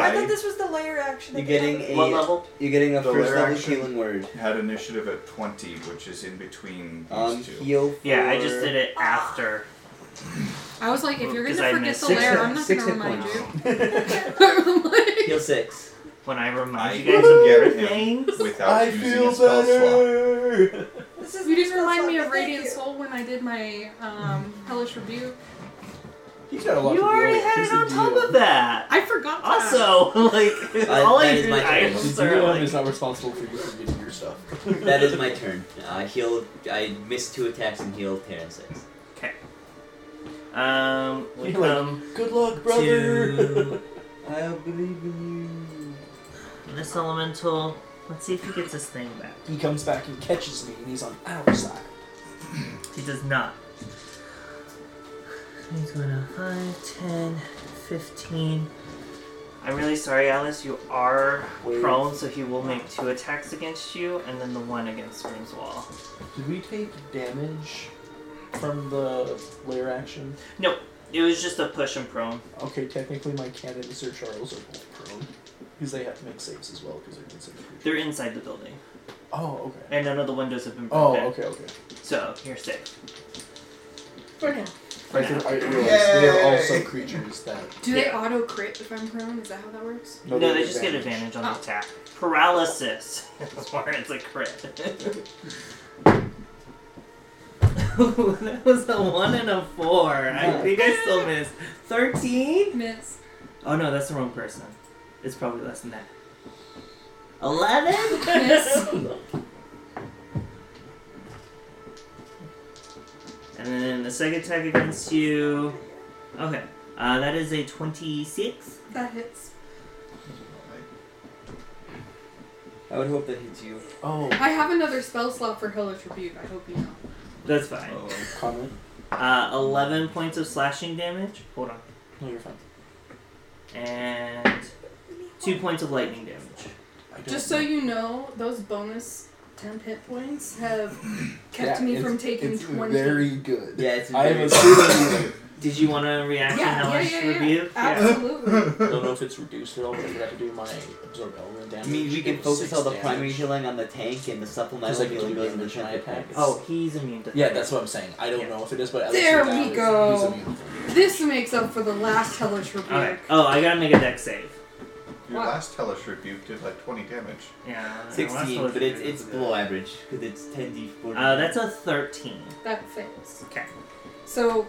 Speaker 4: I thought this was the layer action.
Speaker 2: You're
Speaker 4: at the
Speaker 2: getting
Speaker 4: end.
Speaker 2: a
Speaker 23: What level?
Speaker 2: you're getting a
Speaker 5: The
Speaker 2: first
Speaker 5: layer
Speaker 2: level
Speaker 5: action.
Speaker 2: heal and word.
Speaker 5: had initiative at 20, which is in between these
Speaker 2: Um,
Speaker 5: two.
Speaker 2: heal.
Speaker 1: Yeah, I just did
Speaker 2: it.
Speaker 1: it after.
Speaker 3: I was like, if you're
Speaker 1: Because I
Speaker 3: gonna forget
Speaker 1: missed
Speaker 3: the
Speaker 1: six
Speaker 3: layer,
Speaker 2: hit-
Speaker 3: I'm not
Speaker 2: six
Speaker 3: gonna
Speaker 2: hit
Speaker 3: remind you.
Speaker 2: Heal six.
Speaker 1: When I remind
Speaker 5: I
Speaker 1: you
Speaker 5: can
Speaker 1: guys of
Speaker 5: get
Speaker 1: your
Speaker 5: him.
Speaker 1: things.
Speaker 5: without using a spell slot.
Speaker 4: This is
Speaker 3: You
Speaker 4: the
Speaker 3: didn't
Speaker 4: spell
Speaker 3: remind
Speaker 4: slot,
Speaker 3: me of
Speaker 4: but thank
Speaker 3: Radiant
Speaker 4: you.
Speaker 3: Soul when I did my um, Hellish Rebuke.
Speaker 6: He's got a lot
Speaker 1: You
Speaker 6: to deal
Speaker 1: already
Speaker 6: with.
Speaker 1: had
Speaker 6: He's
Speaker 1: it
Speaker 6: the
Speaker 1: on top
Speaker 6: DM.
Speaker 1: of that.
Speaker 3: I forgot. that.
Speaker 1: Also, like
Speaker 2: I-
Speaker 1: all I
Speaker 2: that is
Speaker 1: did,
Speaker 2: my
Speaker 1: I
Speaker 2: turn.
Speaker 1: just
Speaker 6: The
Speaker 1: are,
Speaker 6: DM
Speaker 1: like,
Speaker 6: is not responsible for you forgetting your stuff.
Speaker 2: That is my turn. I heal. I missed two attacks and healed Terran six.
Speaker 1: um, we
Speaker 6: You're like,
Speaker 1: come
Speaker 6: Good luck,
Speaker 1: to
Speaker 2: I believe in
Speaker 1: this elemental. Let's see if he gets his thing back.
Speaker 6: he comes back and catches me, and he's on our side.
Speaker 1: He does not. He's going to 5, 10, 15. I'm really sorry, Alice. You are
Speaker 6: Wait.
Speaker 1: prone, so he will make two attacks against you and then the one against Grimswall.
Speaker 6: Did we take damage from the layer action?
Speaker 1: It was just a push and prone.
Speaker 6: Okay, technically my cannons or Charles are both prone. Because they have to make saves as well, because they're considered creatures.
Speaker 1: They're inside the building,
Speaker 6: Oh, okay.
Speaker 1: and none of the windows have been
Speaker 6: Oh,
Speaker 1: broken.
Speaker 6: okay, okay.
Speaker 1: So, you're safe.
Speaker 7: For now.
Speaker 6: I, can, I realize they are
Speaker 5: Yay!
Speaker 6: also creatures that.
Speaker 3: do they
Speaker 1: Yeah.
Speaker 3: auto crit if I'm prone? Is that how that works?
Speaker 1: No, they just get advantage on the
Speaker 3: Oh.
Speaker 1: attack. Paralysis. That's why it's a crit. that was a one and a four. I think I still missed. Thirteen?
Speaker 3: Miss.
Speaker 1: Oh no, that's the wrong person. It's probably less than that. Eleven?
Speaker 3: Yes.
Speaker 1: and then the second attack against you. Okay. Uh, that is a twenty-six.
Speaker 3: That hits.
Speaker 2: I would hope that hits you.
Speaker 6: Oh,
Speaker 3: I have another spell slot for Hellish Rebuke. I hope you know.
Speaker 1: That's fine.
Speaker 5: Oh,
Speaker 6: comment?
Speaker 1: Uh, eleven points of slashing damage. Hold on.
Speaker 6: No, you're fine.
Speaker 1: And two points of lightning damage.
Speaker 6: I don't
Speaker 3: Just so
Speaker 6: know.
Speaker 3: you know, those bonus temp hit points have kept
Speaker 6: Yeah,
Speaker 3: me
Speaker 6: it's-
Speaker 3: from taking
Speaker 6: it's
Speaker 3: twenty.
Speaker 6: Very good.
Speaker 2: Yeah, it's
Speaker 6: I
Speaker 2: very-
Speaker 6: am assuming.
Speaker 1: Did you want to react to
Speaker 3: yeah, yeah,
Speaker 1: Hellish
Speaker 3: yeah, yeah,
Speaker 1: Rebuke?
Speaker 3: Absolutely.
Speaker 6: I don't know if it's reduced at all, but I forgot to do my absorb element damage.
Speaker 2: I mean, we
Speaker 6: It
Speaker 2: can
Speaker 6: was
Speaker 2: focus
Speaker 6: six
Speaker 2: all the
Speaker 6: damage.
Speaker 2: primary healing on the tank and the supplemental
Speaker 6: There's like
Speaker 2: healing
Speaker 6: two
Speaker 2: goes in the
Speaker 6: damage
Speaker 2: tank
Speaker 6: and I
Speaker 2: attack.
Speaker 6: attack.
Speaker 1: Oh, he's immune to
Speaker 6: Yeah,
Speaker 1: thunder.
Speaker 6: that's what I'm saying. I don't
Speaker 1: Yeah.
Speaker 6: know if it is, but at
Speaker 3: There
Speaker 6: least
Speaker 3: we
Speaker 6: now
Speaker 3: go.
Speaker 6: He's immune.
Speaker 3: this makes up for the last Hellish Rebuke.
Speaker 1: Okay. Oh, I gotta make a deck save.
Speaker 5: Your
Speaker 3: Wow.
Speaker 5: last hellish rebuke did like 20 damage.
Speaker 1: Yeah. I lost
Speaker 2: Sixteen,
Speaker 1: Hellish
Speaker 2: but it's
Speaker 1: Rebuke.
Speaker 2: it's below average because it's ten d four.
Speaker 1: Uh, that's a thirteen.
Speaker 3: That fails.
Speaker 1: Okay.
Speaker 3: So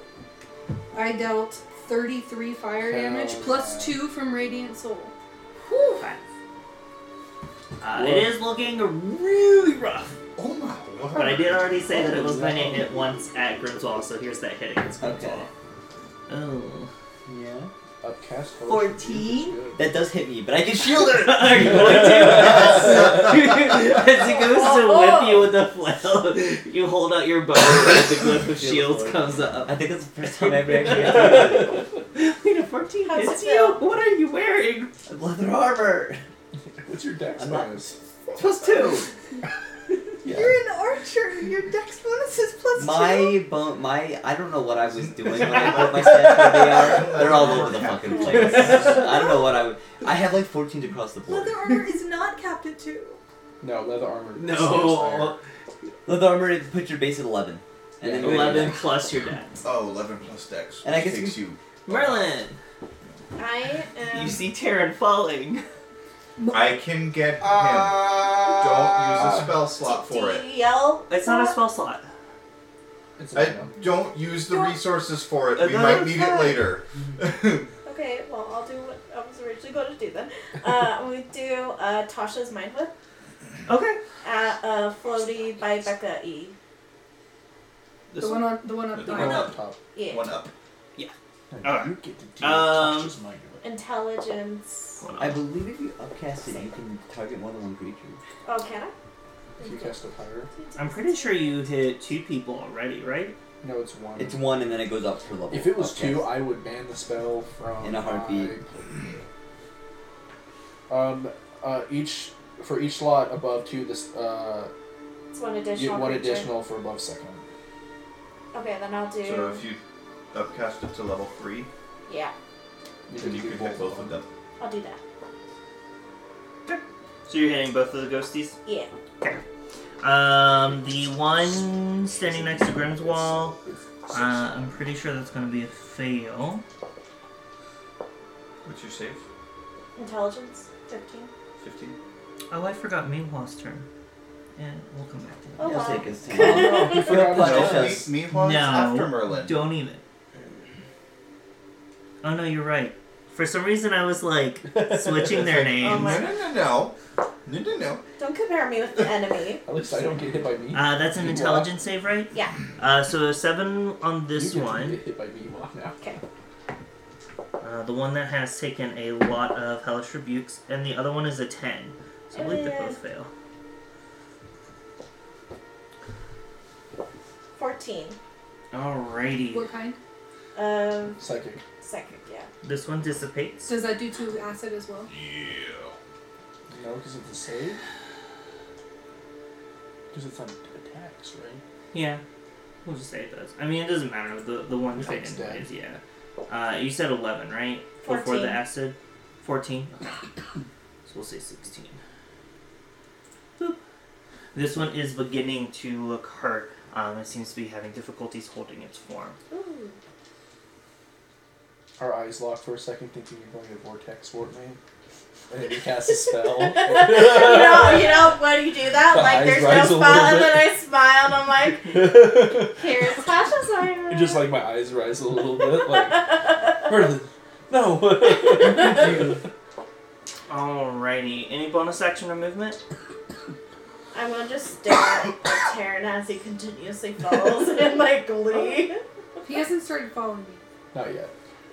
Speaker 3: I dealt 33 fire
Speaker 6: Hell
Speaker 3: damage plus 2 from Radiant Soul.
Speaker 1: Five. Uh, it is looking really rough,
Speaker 5: Oh my word.
Speaker 1: but I did already say that it was
Speaker 6: Oh,
Speaker 1: going to
Speaker 6: no.
Speaker 1: hit once at Grimswall, so here's that hit against Grimswall.
Speaker 2: Okay.
Speaker 1: Oh.
Speaker 2: yeah.
Speaker 6: Upcast force
Speaker 1: Fourteen?
Speaker 6: is good.
Speaker 2: That does hit me, but I can shield her.
Speaker 1: Are you going to? As it goes to whip you with the flail, you hold out your bow and the glyph of shields comes up.
Speaker 2: uh, I think that's the first time I ever actually had to
Speaker 1: Wait, a 14
Speaker 7: How's
Speaker 1: hits
Speaker 7: it
Speaker 1: you? What are you wearing?
Speaker 2: do it. Leather armor.
Speaker 6: What's your dex
Speaker 2: I'm not-
Speaker 6: bonus?
Speaker 2: Plus two.
Speaker 6: Yeah.
Speaker 4: You're an archer. Your dex bonus is plus two.
Speaker 2: My bone, my I don't know what I was doing when I put my stats where they are. They're all over the fucking place. I don't know what I would. I have like 14s across the board.
Speaker 4: leather armor is not capped at two.
Speaker 6: No, leather armor.
Speaker 1: No.
Speaker 2: Leather armor, it puts your base at 11, and then
Speaker 6: Yeah,
Speaker 2: you add
Speaker 1: 11
Speaker 2: that.
Speaker 1: plus your dex.
Speaker 5: Oh, 11 plus dex.
Speaker 2: And I
Speaker 5: which
Speaker 2: guess
Speaker 5: takes you.
Speaker 1: Merlin,
Speaker 7: I am.
Speaker 1: you see Terran falling.
Speaker 5: I can get him. Don't use a
Speaker 6: Ah.
Speaker 5: spell slot
Speaker 7: Do
Speaker 5: for it.
Speaker 7: you yell?
Speaker 1: It's not a
Speaker 7: that?
Speaker 1: spell slot.
Speaker 6: It's
Speaker 5: I
Speaker 6: a
Speaker 5: don't use the
Speaker 4: Don't-
Speaker 5: resources for it.
Speaker 1: Uh,
Speaker 5: We
Speaker 1: no,
Speaker 5: might
Speaker 1: it's
Speaker 5: need it
Speaker 1: fine.
Speaker 5: later.
Speaker 7: Okay, well, I'll do what I was originally going to do then. Uh, I'm going to do uh, Tasha's Mind Whip
Speaker 1: Okay.
Speaker 7: at uh, Floaty by Becca E.
Speaker 1: This
Speaker 3: the one on the one up
Speaker 5: The
Speaker 3: there.
Speaker 6: one
Speaker 5: up.
Speaker 6: on top.
Speaker 7: Yeah.
Speaker 5: One up.
Speaker 6: And
Speaker 1: Alright.
Speaker 6: You get to deal
Speaker 1: Um,
Speaker 6: Tasha's mind with
Speaker 7: Intelligence.
Speaker 2: I believe if you upcast it, you can target more than one creature.
Speaker 7: Oh, can
Speaker 6: it. If you
Speaker 7: I?
Speaker 6: cast it higher,
Speaker 1: I'm pretty sure you hit two people already, right?
Speaker 6: no, it's one.
Speaker 2: It's one, and then it goes up per level.
Speaker 6: If it was
Speaker 2: Upcast.
Speaker 6: two, I would ban the spell from
Speaker 2: In a heartbeat.
Speaker 6: my- Um, uh, each for each slot above two, this uh,
Speaker 7: It's one
Speaker 6: you
Speaker 7: additional.
Speaker 6: one
Speaker 7: creature.
Speaker 6: additional for above second.
Speaker 7: Okay, then I'll do.
Speaker 5: So if you upcast it to level three,
Speaker 7: yeah,
Speaker 5: then you can hit both of them.
Speaker 7: I'll do that.
Speaker 1: So you're hitting both of the ghosties.
Speaker 7: Yeah.
Speaker 1: Um, the one standing next to Grimm's wall. Uh, I'm pretty sure that's going to be a fail.
Speaker 5: What's your save?
Speaker 7: Intelligence, 15.
Speaker 5: Fifteen.
Speaker 1: Oh, I forgot Minghua's turn. And we'll come back to that.
Speaker 7: Oh,
Speaker 2: He'll
Speaker 7: wow.
Speaker 2: take his time.
Speaker 7: Oh,
Speaker 2: He'll punish
Speaker 5: No,
Speaker 2: us.
Speaker 5: Me- Mihua is after Merlin.
Speaker 1: Don't even. Oh no, you're right. For some reason, I was like switching their
Speaker 6: oh
Speaker 1: names.
Speaker 5: No, no, no, no, no, no, no.
Speaker 7: Don't compare me with the enemy.
Speaker 6: At least I don't get hit by me.
Speaker 1: Uh, that's an
Speaker 6: Meanwhile-
Speaker 1: intelligence save, right?
Speaker 7: Yeah.
Speaker 1: Uh, so seven on this
Speaker 6: you get to
Speaker 1: one.
Speaker 6: Get hit by me Mihua, now.
Speaker 1: Uh, the one that has taken a lot of hellish rebukes, and the other one is a ten. So I believe they both
Speaker 6: Eh.
Speaker 1: fail.
Speaker 7: 14.
Speaker 1: Alrighty.
Speaker 3: What kind?
Speaker 7: Um,
Speaker 6: Psychic.
Speaker 7: second, yeah.
Speaker 1: This one dissipates.
Speaker 3: Does that do to acid as well?
Speaker 6: No, because it's a save. Because it's on attacks, right?
Speaker 1: Yeah. We'll just say it does. I mean, it doesn't matter. The the one
Speaker 6: It
Speaker 1: titan
Speaker 6: takes dead.
Speaker 1: is yeah. Uh, you said eleven, right? Before
Speaker 7: 14.
Speaker 1: the acid, fourteen. Okay. so we'll say sixteen. Boop. This one is beginning to look hurt. Um, it seems to be having difficulties holding its form.
Speaker 7: Ooh.
Speaker 6: Our eyes lock for a second, thinking you're going to vortex warp me, and then you cast a spell.
Speaker 7: you know, you know, when you do that,
Speaker 6: The
Speaker 7: like
Speaker 6: eyes
Speaker 7: there's no
Speaker 6: rise a
Speaker 7: spell,
Speaker 6: little
Speaker 7: and
Speaker 6: bit.
Speaker 7: then I smile, and I'm like, here's Tasha's iron.
Speaker 6: just like my eyes rise a little bit, like Merlin. No.
Speaker 1: Alrighty. Any bonus action or movement?
Speaker 7: I'm gonna just stare at Taryn as he continuously falls in my glee.
Speaker 3: He hasn't started following me.
Speaker 6: Not yet.
Speaker 2: It-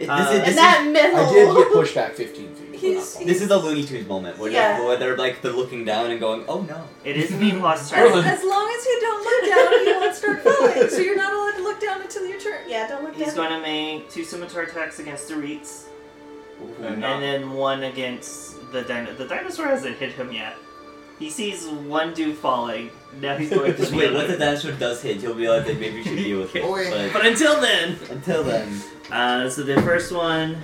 Speaker 1: Uh,
Speaker 2: this, is,
Speaker 7: And
Speaker 2: this, is,
Speaker 7: that middle.
Speaker 6: I did get pushed back 15 feet. but
Speaker 4: He's-
Speaker 6: not far.
Speaker 2: this is a Looney Tunes moment where,
Speaker 7: Yeah.
Speaker 2: they're, where they're like they're looking down and going, "Oh no."
Speaker 1: It is Mihwa's turn.
Speaker 6: Merlin.
Speaker 4: As long as you don't look down, you won't start falling. So you're not allowed to look down until your turn.
Speaker 7: yeah, don't look
Speaker 1: He's
Speaker 7: down.
Speaker 1: going to make two scimitar attacks against the Reeds,
Speaker 5: And
Speaker 1: and then one against the dino. The dinosaur hasn't hit him yet. He sees one dude falling. Now he's going for
Speaker 2: Just
Speaker 1: the
Speaker 2: wait. Once
Speaker 1: other.
Speaker 2: the dinosaur does hit, you'll realize that maybe you should deal with it.
Speaker 5: Oi.
Speaker 2: But
Speaker 1: But until then,
Speaker 2: until then,
Speaker 1: uh, so the first one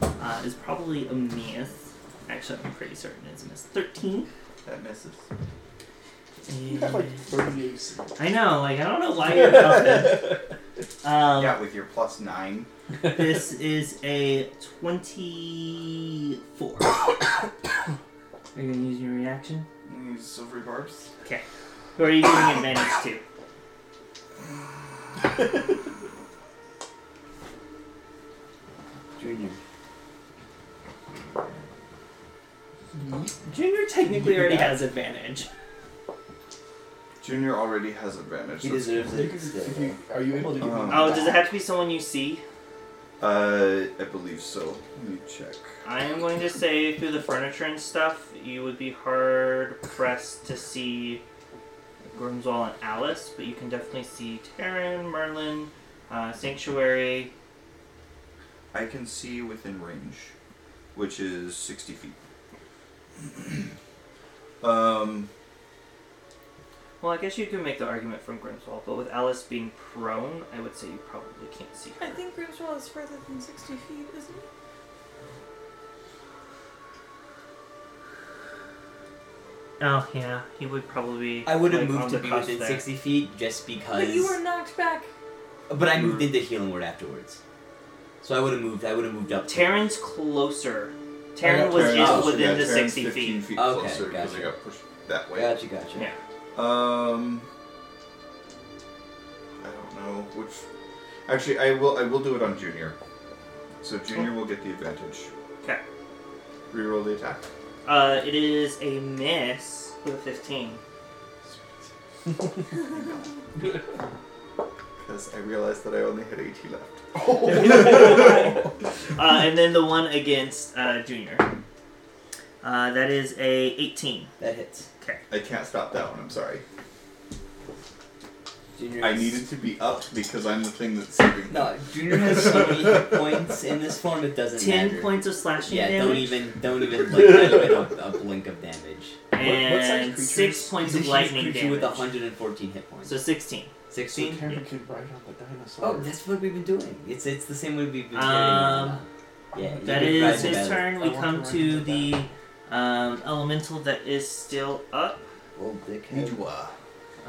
Speaker 1: uh, is probably a miss. Actually, I'm pretty certain it's a miss. Thirteen.
Speaker 5: That misses.
Speaker 6: You got like 30 AC.
Speaker 1: I know. Like I don't know why you're confident. Um,
Speaker 5: yeah, with your plus nine.
Speaker 1: This is a twenty-four. Are you gonna use your reaction?
Speaker 5: You use silvery barbs.
Speaker 1: Who are you giving advantage to?
Speaker 2: Junior.
Speaker 1: Junior technically already has advantage.
Speaker 5: Junior already has advantage.
Speaker 2: He
Speaker 5: that's
Speaker 2: deserves
Speaker 6: You
Speaker 2: it.
Speaker 6: can-
Speaker 2: still,
Speaker 6: if
Speaker 2: though.
Speaker 6: you- Are you able to give me
Speaker 5: Um,
Speaker 1: Oh, does it have to be someone you see?
Speaker 5: Uh, I believe so. Let me check.
Speaker 1: I am going to say through the furniture and stuff, you would be hard pressed to see Grimswall and Alice, but you can definitely see Taryn, Merlin, uh, Sanctuary.
Speaker 5: I can see within range, which is 60 feet. um,
Speaker 1: Well, I guess you can make the argument from Grimswall, but with Alice being prone, I would say you probably can't see
Speaker 4: I
Speaker 1: her.
Speaker 4: think Grimswell is further than 60 feet, isn't it?
Speaker 1: Oh yeah, he would probably.
Speaker 2: I would have
Speaker 1: like, on
Speaker 2: moved to
Speaker 1: the
Speaker 2: be
Speaker 1: cusp
Speaker 2: within
Speaker 1: there.
Speaker 2: 60 feet just because.
Speaker 4: But you were knocked back.
Speaker 2: But I moved into healing word afterwards, so I would have moved. I would have moved up.
Speaker 1: Taryn's closer.
Speaker 6: got
Speaker 1: Taryn was
Speaker 2: Taryn
Speaker 5: Terran's
Speaker 2: Oh,
Speaker 1: just
Speaker 5: closer, yeah,
Speaker 1: within the
Speaker 5: Terran's
Speaker 1: sixty
Speaker 5: 15
Speaker 1: feet.
Speaker 5: feet
Speaker 2: Okay,
Speaker 5: closer because
Speaker 2: gotcha.
Speaker 5: I got pushed that way.
Speaker 2: Gotcha, gotcha.
Speaker 1: Yeah.
Speaker 5: Um, I don't know which. Actually, I will. I will do it on Junior. So Junior will get the advantage.
Speaker 1: 'Kay.
Speaker 5: Reroll the attack.
Speaker 1: Uh, it is a miss with a fifteen.
Speaker 5: Because I realized that I only had 80 left.
Speaker 1: Uh, and then the one against uh, Junior. Uh, that is a 18.
Speaker 2: That hits.
Speaker 5: I can't stop that one. I'm sorry.
Speaker 2: Junior.
Speaker 5: I
Speaker 2: has-
Speaker 5: needed to be up because I'm the thing that's saving.
Speaker 2: No, Junior has so many hit points in this form. It doesn't
Speaker 1: 10
Speaker 2: matter.
Speaker 1: points of slashing
Speaker 2: Yeah, don't
Speaker 1: damage
Speaker 2: even, don't even like, not even a, a blink of damage.
Speaker 1: and
Speaker 6: What- what size creature is-
Speaker 1: 6 points of
Speaker 2: He's a huge
Speaker 1: lightning
Speaker 2: creature
Speaker 1: damage.
Speaker 2: with 114 hit points.
Speaker 1: So 16.
Speaker 2: Sixteen.
Speaker 6: Terra can ride on the dinosaur.
Speaker 2: Oh, that's what we've been doing. It's it's the same way we've been.
Speaker 1: Um,
Speaker 2: carrying it. yeah,
Speaker 1: That
Speaker 2: you can ride
Speaker 1: is
Speaker 2: the
Speaker 1: his
Speaker 2: battle.
Speaker 1: turn.
Speaker 6: I
Speaker 1: We
Speaker 6: want
Speaker 1: come
Speaker 6: to
Speaker 1: to
Speaker 6: run
Speaker 1: the um, elemental that is still up.
Speaker 2: Old dickhead.
Speaker 5: Midwa.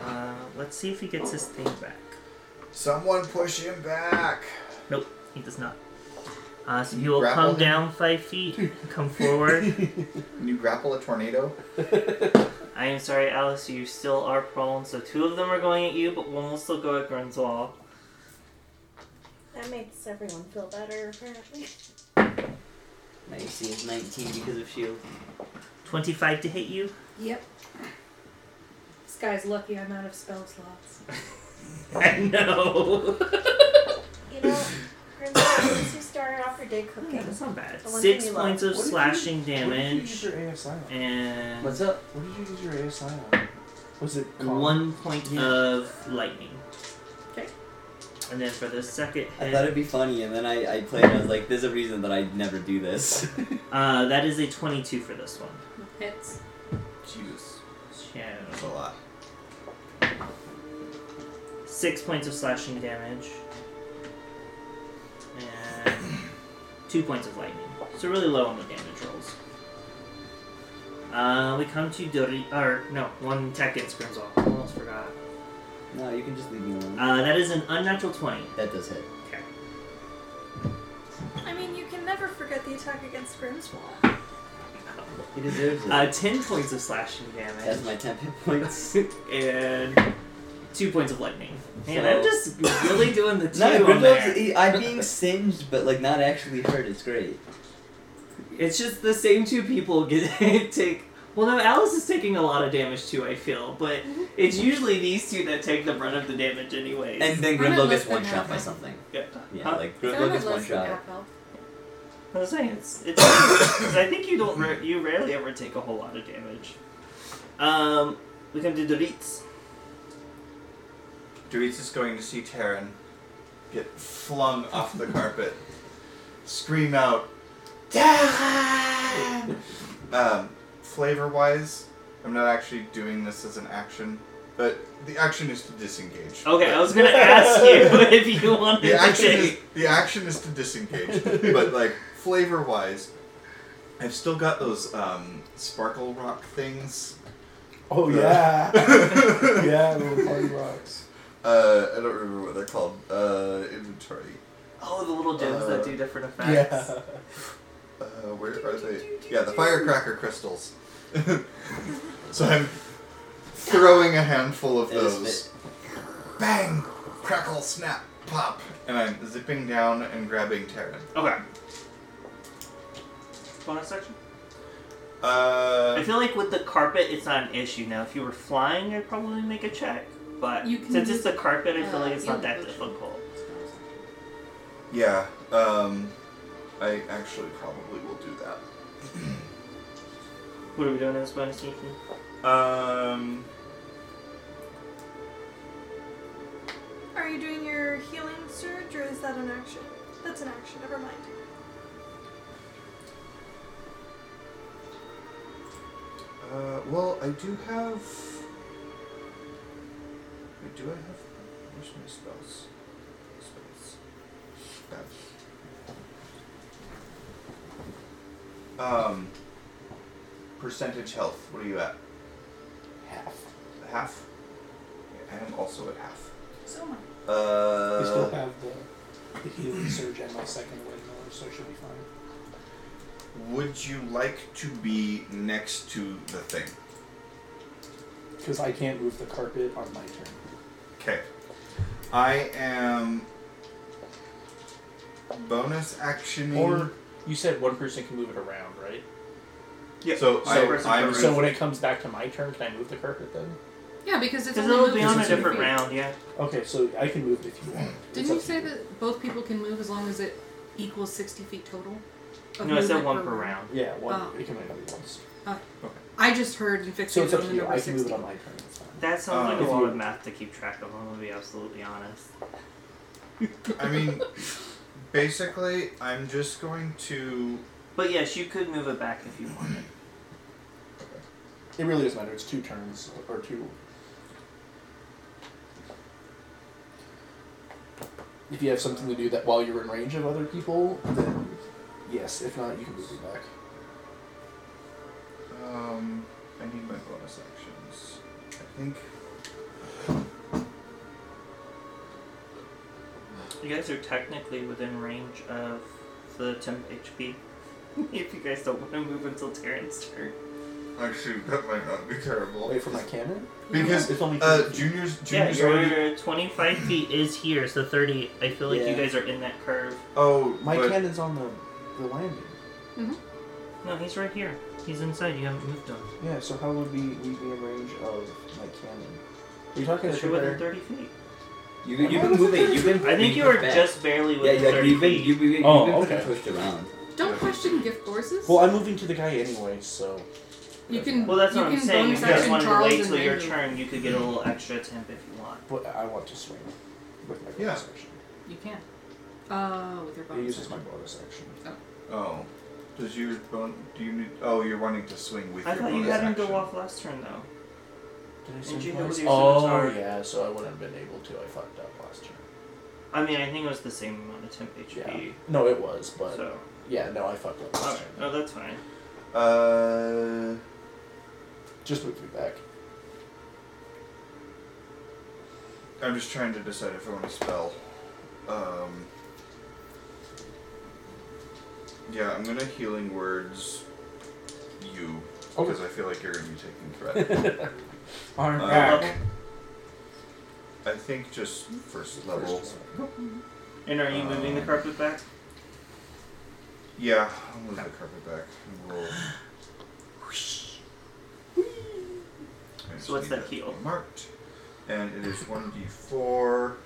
Speaker 1: Uh, let's see if he gets his thing back.
Speaker 5: Someone push him back.
Speaker 1: He does not. Uh, so he will
Speaker 5: Grapple
Speaker 1: come
Speaker 5: him?
Speaker 1: down five feet, come forward.
Speaker 5: Can you grapple a tornado?
Speaker 1: I am sorry, Alice, you still are prone, so two of them are going at you, but one will still go at Grunzwall.
Speaker 7: That makes everyone feel better, apparently.
Speaker 2: Now you see it's nineteen because of shield.
Speaker 1: 25 to hit you.
Speaker 3: Yep. This guy's lucky I'm out of spell slots.
Speaker 2: Oh.
Speaker 1: I know.
Speaker 7: You know, Grimlock, since you started off your day cooking,
Speaker 6: Hmm.
Speaker 1: That's not bad.
Speaker 7: The one
Speaker 1: Six
Speaker 7: thing you
Speaker 1: points
Speaker 7: love.
Speaker 1: of
Speaker 6: What did you-
Speaker 1: slashing
Speaker 6: What did you use
Speaker 1: damage,
Speaker 6: your ASI on?
Speaker 1: and
Speaker 2: What's up?
Speaker 6: What did you use your ASI on? Was it con?
Speaker 1: one point
Speaker 2: Yeah.
Speaker 1: of lightning.
Speaker 3: Okay.
Speaker 1: And then for the second
Speaker 2: I
Speaker 1: hit,
Speaker 2: thought it'd be funny, and then I, I played. and I was like, "There's a reason that I'd never do this."
Speaker 1: uh, that is a 22 for this one.
Speaker 3: Hits.
Speaker 5: Jesus, that's
Speaker 1: So,
Speaker 5: a lot.
Speaker 1: six points of slashing damage, and two points of lightning. So really low on the damage rolls. Uh, we come to Dori, or no, one tech against Grimswall. Almost forgot.
Speaker 2: no, you can just leave me alone.
Speaker 1: Uh, that is an unnatural 20.
Speaker 2: that does hit.
Speaker 4: I mean, you can never forget the attack against Grimswall.
Speaker 2: He deserves it.
Speaker 1: Uh, 10 points of slashing
Speaker 2: That's
Speaker 1: damage,
Speaker 2: my temp hit points.
Speaker 1: and two points of lightning. Man, I'm just really doing the two
Speaker 2: No,
Speaker 1: on there.
Speaker 2: Grimlock's, e- he, I'm being singed, but like not actually hurt. It's great.
Speaker 1: It's just the same two people get take. Well, no, Alice is taking a lot of damage too. I feel, but it's usually these two that take the brunt of the damage, anyways.
Speaker 2: And then
Speaker 3: I'm at
Speaker 2: Grimlock
Speaker 3: less
Speaker 2: gets
Speaker 3: than
Speaker 2: one shot by
Speaker 3: half.
Speaker 2: something.
Speaker 1: yeah,
Speaker 2: Yeah,
Speaker 1: Huh?
Speaker 2: like
Speaker 3: So
Speaker 2: Grimlock
Speaker 3: I'm at
Speaker 2: gets one
Speaker 3: less than
Speaker 2: shot.
Speaker 3: half health.
Speaker 1: I was saying it's it's because I think you don't ra- you rarely ever take a whole lot of damage. Um, we come to Doritz.
Speaker 5: Doritz is going to see Taryn get flung off the carpet, scream out, Taryn! Um, flavor wise, I'm not actually doing this as an action, but the action is to disengage.
Speaker 1: Okay, I was gonna ask you if you wanted
Speaker 5: The
Speaker 1: to
Speaker 5: action is
Speaker 1: take.
Speaker 5: the action is to disengage, but like flavor wise, I've still got those um, sparkle rock things.
Speaker 6: Oh yeah, yeah, little party rocks.
Speaker 5: Uh, I don't remember what they're called. Uh, inventory.
Speaker 1: Oh, the little gems that do different effects.
Speaker 6: Yeah.
Speaker 5: Uh, where are they? Yeah, the firecracker crystals. so I'm throwing a handful of
Speaker 2: It is
Speaker 5: those. Bang! Crackle, snap, pop! And I'm zipping down and grabbing Terran.
Speaker 1: Okay. Bonus action. I
Speaker 5: Uh,
Speaker 1: feel like with the carpet, it's not an issue. Now, if you were flying, I'd probably make a check. But
Speaker 3: You can
Speaker 1: since
Speaker 3: do-
Speaker 1: it's the carpet, I feel
Speaker 3: uh,
Speaker 1: like it's not
Speaker 3: yeah.
Speaker 1: that difficult.
Speaker 5: yeah, um, I actually probably will do that.
Speaker 1: What are we doing in this bonus action?
Speaker 5: Um,
Speaker 4: Are you doing your healing surge or is that an action? That's an action, never mind.
Speaker 5: uh, well, I do have. Wait, do I have. Where's my spells? Spells. Spells. Um, percentage health. What are you at?
Speaker 6: Half.
Speaker 5: Half. Yeah, I am also at half.
Speaker 3: So much.
Speaker 6: I still
Speaker 5: Uh,
Speaker 6: have the, the healing surge and my second windmiller, so it should be fine.
Speaker 5: would you like to be next to the thing?
Speaker 6: Because I can't move the carpet on my turn.
Speaker 5: Okay. I am bonus actioning.
Speaker 6: Or you said one person can move it around, right?
Speaker 1: Yeah.
Speaker 5: so
Speaker 1: so
Speaker 5: I,
Speaker 1: person
Speaker 5: I'm
Speaker 1: per
Speaker 6: So when it comes back to my turn, can I move the carpet then?
Speaker 3: Yeah, because it's
Speaker 1: Because
Speaker 3: only
Speaker 1: it'll be
Speaker 3: moving
Speaker 1: on a
Speaker 3: two feet.
Speaker 1: different round, yeah.
Speaker 6: Okay, so I can move it if you want. It's
Speaker 3: Didn't you
Speaker 6: up to
Speaker 3: say that both people can move as long as it equals 60 feet total? of
Speaker 1: No, I said
Speaker 3: movement
Speaker 1: one per round.
Speaker 6: Yeah, one.
Speaker 3: Oh.
Speaker 6: It can only be once.
Speaker 3: I just heard and fixated
Speaker 6: So it's up
Speaker 3: on
Speaker 6: to
Speaker 3: the
Speaker 6: you.
Speaker 3: number
Speaker 6: I can move
Speaker 3: 60.
Speaker 6: it on my turn. It's fine.
Speaker 1: That sounds
Speaker 5: Uh,
Speaker 1: like
Speaker 6: if
Speaker 1: a lot
Speaker 6: you-
Speaker 1: of math to keep track of. I'm gonna be absolutely honest.
Speaker 5: I mean, basically, I'm just going to.
Speaker 1: But yes, you could move it back if you wanted.
Speaker 6: It really doesn't matter. It's two turns or two. if you have something to do that while you're in range of other people, then yes. If not, you can move it back.
Speaker 5: Um, I need my bonus actions. I think.
Speaker 1: You guys are technically within range of the temp HP. if you guys don't want to move until Terran's turn.
Speaker 5: Actually, that might not be terrible.
Speaker 6: Wait for my cannon.
Speaker 5: Because
Speaker 6: It's only
Speaker 5: uh,
Speaker 6: two.
Speaker 5: juniors,
Speaker 1: Yeah,
Speaker 5: juniors already.
Speaker 1: your 25 feet is here, so 30. I feel like
Speaker 6: Yeah.
Speaker 1: you guys are in that curve.
Speaker 5: Oh,
Speaker 6: My
Speaker 5: but
Speaker 6: cannon's on the the landing.
Speaker 1: No, he's right here. He's inside. You haven't moved him.
Speaker 6: Yeah. So how would we we be in range of my cannon? You're talking
Speaker 1: Because
Speaker 6: to
Speaker 1: you're within
Speaker 6: where?
Speaker 1: 30 feet.
Speaker 2: You, you've been moving. You've been.
Speaker 1: I think you were
Speaker 2: back.
Speaker 1: just barely
Speaker 2: Yeah,
Speaker 1: within
Speaker 2: yeah.
Speaker 1: 30
Speaker 2: You've been.
Speaker 1: feet.
Speaker 2: You've been. You've
Speaker 6: Oh,
Speaker 2: been
Speaker 6: okay.
Speaker 2: pushed around.
Speaker 3: Don't question gift horses.
Speaker 6: Well, I'm moving to the guy anyway, so
Speaker 3: you can.
Speaker 1: Well, that's
Speaker 3: you
Speaker 1: what I'm
Speaker 3: can
Speaker 1: saying. If
Speaker 3: Bonus
Speaker 1: you
Speaker 3: action
Speaker 1: guys wanted to
Speaker 3: Charles
Speaker 1: wait
Speaker 3: and
Speaker 1: till
Speaker 3: then
Speaker 1: your
Speaker 3: move.
Speaker 1: turn, you could get a little extra temp if you want.
Speaker 6: but I want to swing with my bonus
Speaker 5: Yeah.
Speaker 6: action.
Speaker 3: You can. Uh, with your
Speaker 6: It
Speaker 3: bonus.
Speaker 6: uses my bonus action.
Speaker 5: Oh, does your bon- Do you need? Oh, you're wanting to swing with
Speaker 1: I
Speaker 5: your
Speaker 1: thought you
Speaker 5: bonus
Speaker 1: had him go
Speaker 5: action.
Speaker 1: off last turn, though.
Speaker 6: Did I
Speaker 1: swing
Speaker 6: swing
Speaker 1: you hit with
Speaker 6: twice?
Speaker 1: your
Speaker 6: Oh
Speaker 1: scimitar?
Speaker 6: yeah, so I wouldn't have been able to. I fucked up last turn.
Speaker 1: I mean, I think it was the same amount of temp HP.
Speaker 6: Yeah. No, it was, but
Speaker 1: So,
Speaker 6: yeah, no, I fucked up last
Speaker 1: alright. No,
Speaker 6: turn.
Speaker 1: that's fine.
Speaker 5: Uh,
Speaker 6: Just move me back.
Speaker 5: I'm just trying to decide if I want to spell. Um. Yeah, I'm gonna healing words. You,
Speaker 6: Okay.
Speaker 5: because I feel like you're gonna be taking threat.
Speaker 6: Arm
Speaker 5: Uh,
Speaker 6: back.
Speaker 5: I think just first level.
Speaker 6: First one.
Speaker 1: And are you moving the
Speaker 5: Um,
Speaker 1: carpet back?
Speaker 5: Yeah, I'll move the carpet back and roll. I just
Speaker 1: So what's
Speaker 5: need
Speaker 1: that heal?
Speaker 5: Marked, and it is one d four.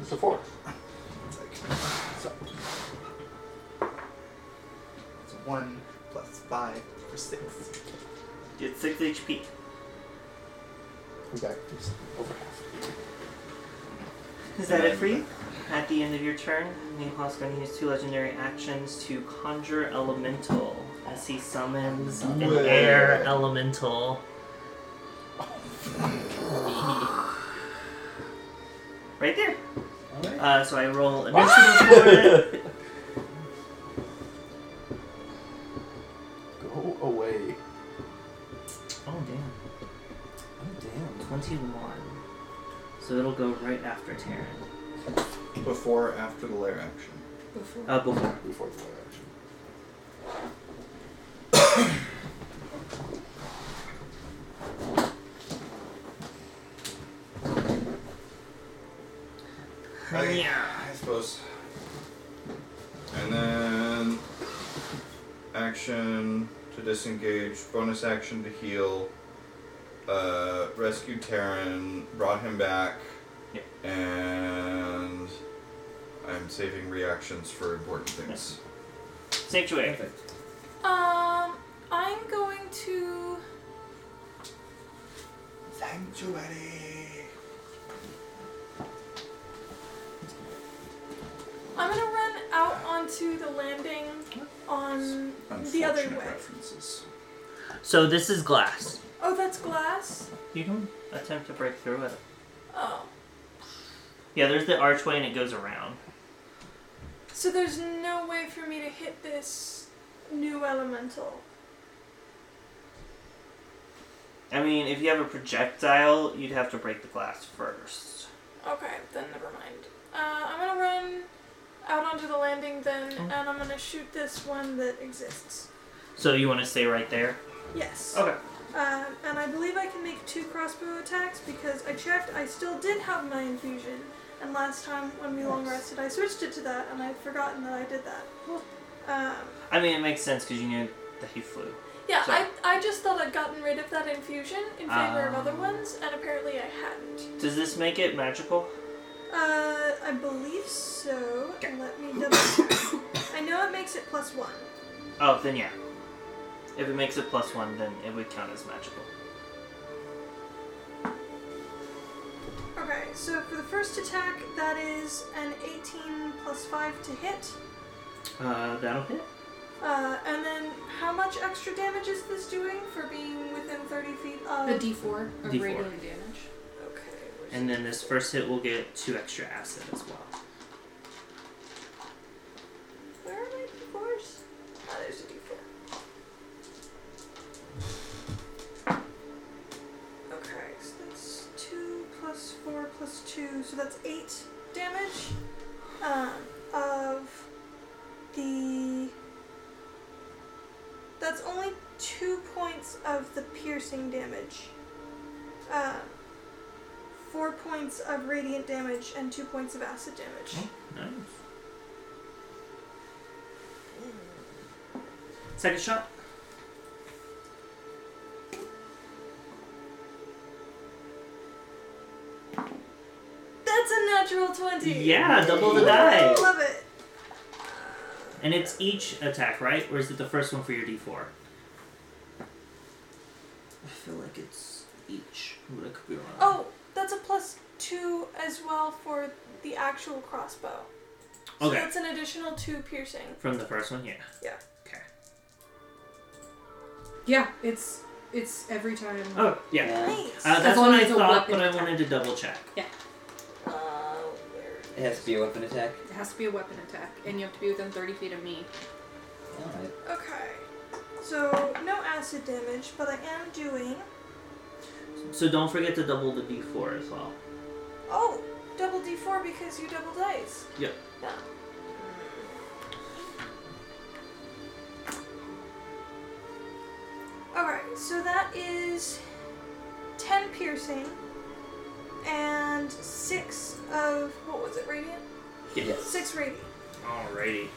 Speaker 6: It's a four. So,
Speaker 5: It's one plus five for six.
Speaker 1: It's 6 HP.
Speaker 6: I'm back. It's over half.
Speaker 1: Is that it for you? At the end of your turn, Nihil's going to use two legendary actions to conjure elemental as he summons an
Speaker 5: Whoa.
Speaker 1: air elemental. right there. Uh, so I roll initiative for it.
Speaker 6: Go away.
Speaker 1: Oh damn,
Speaker 6: Oh damn.
Speaker 1: twenty-one. So it'll go right after Terran.
Speaker 5: Before or after the lair action?
Speaker 3: Before.
Speaker 1: Uh, before.
Speaker 6: Before the layer action.
Speaker 5: yeah, I suppose. And then action to disengage, bonus action to heal, uh, rescued Terran, brought him back,
Speaker 1: Yep.
Speaker 5: and I'm saving reactions for important things.
Speaker 1: Sanctuary.
Speaker 4: Um, I'm going to.
Speaker 5: Sanctuary.
Speaker 4: I'm gonna run out onto the landing on the other
Speaker 5: Unfortunate
Speaker 4: way.
Speaker 5: references.
Speaker 1: So this is glass.
Speaker 4: Oh, that's glass.
Speaker 1: You can attempt to break through it.
Speaker 4: Oh,
Speaker 1: Yeah, there's the archway and it goes around.
Speaker 4: so there's no way for me to hit this new elemental.
Speaker 1: I mean, if you have a projectile, you'd have to break the glass first.
Speaker 4: Okay, then never mind. Uh, I'm gonna run out onto the landing then, and I'm gonna shoot this one that exists.
Speaker 1: So you want to stay right there?
Speaker 4: Yes.
Speaker 1: Okay.
Speaker 4: Um, and I believe I can make two crossbow attacks because I checked. I still did have my infusion, and last time when we long rested, I switched it to that, and I'd forgotten that I did that. Um,
Speaker 1: I mean, it makes sense because you knew that he flew.
Speaker 4: yeah,
Speaker 1: So-
Speaker 4: I, I just thought I'd gotten rid of that infusion in favor of other
Speaker 1: Ah.
Speaker 4: ones, and apparently I hadn't.
Speaker 1: Does this make it magical?
Speaker 4: Uh, I believe so. Let me double check. I know it makes it plus one.
Speaker 1: Oh, then yeah. If it makes it plus one, then it would count as magical.
Speaker 4: Okay, so for the first attack, that is an 18 plus 5 to hit.
Speaker 1: Uh, that'll hit.
Speaker 4: Uh, and then how much extra damage is this doing for being within 30 feet of.
Speaker 3: A D4 of
Speaker 1: D4.
Speaker 3: radiant damage.
Speaker 1: And then this first hit will get two extra acid as well.
Speaker 4: Where are my d4s? Ah, there's a d4. Okay, so that's 2 plus 4 plus 2, so that's 8 damage um, of the. That's only 2 points of the piercing damage. Uh, 4 points of radiant damage and 2 points of acid damage.
Speaker 1: Oh,
Speaker 24: Nice.
Speaker 1: Second shot.
Speaker 4: That's a natural 20!
Speaker 1: Yeah, double the die.
Speaker 4: Love it!
Speaker 1: And it's each attack, right? Or is it the first one for your d4? I feel like it's each, but I could be wrong.
Speaker 4: Oh, that's a plus two as well for the actual crossbow. So
Speaker 1: Okay.
Speaker 4: that's an additional two piercing.
Speaker 1: From the first one, yeah.
Speaker 4: Yeah.
Speaker 1: Okay.
Speaker 3: Yeah, it's it's every time.
Speaker 1: Oh, yeah.
Speaker 4: Nice.
Speaker 1: Uh, that's
Speaker 24: long
Speaker 1: what
Speaker 24: as
Speaker 1: I
Speaker 24: it's a
Speaker 1: thought,
Speaker 24: weapon
Speaker 1: but I wanted to double check.
Speaker 7: Uh, where
Speaker 2: It has to be a weapon attack.
Speaker 3: It has to be a weapon attack, and you have to be within 30 feet of me.
Speaker 2: Alright.
Speaker 4: Okay. So no acid damage, but I am doing
Speaker 1: So don't forget to double the d4 as well.
Speaker 4: oh double d4 because you double dice.
Speaker 1: Yep.
Speaker 4: Yeah. Alright, so that is 10 piercing and 6 of, what was it, radiant?
Speaker 2: Yes.
Speaker 4: 6 radiant.
Speaker 1: Alrighty.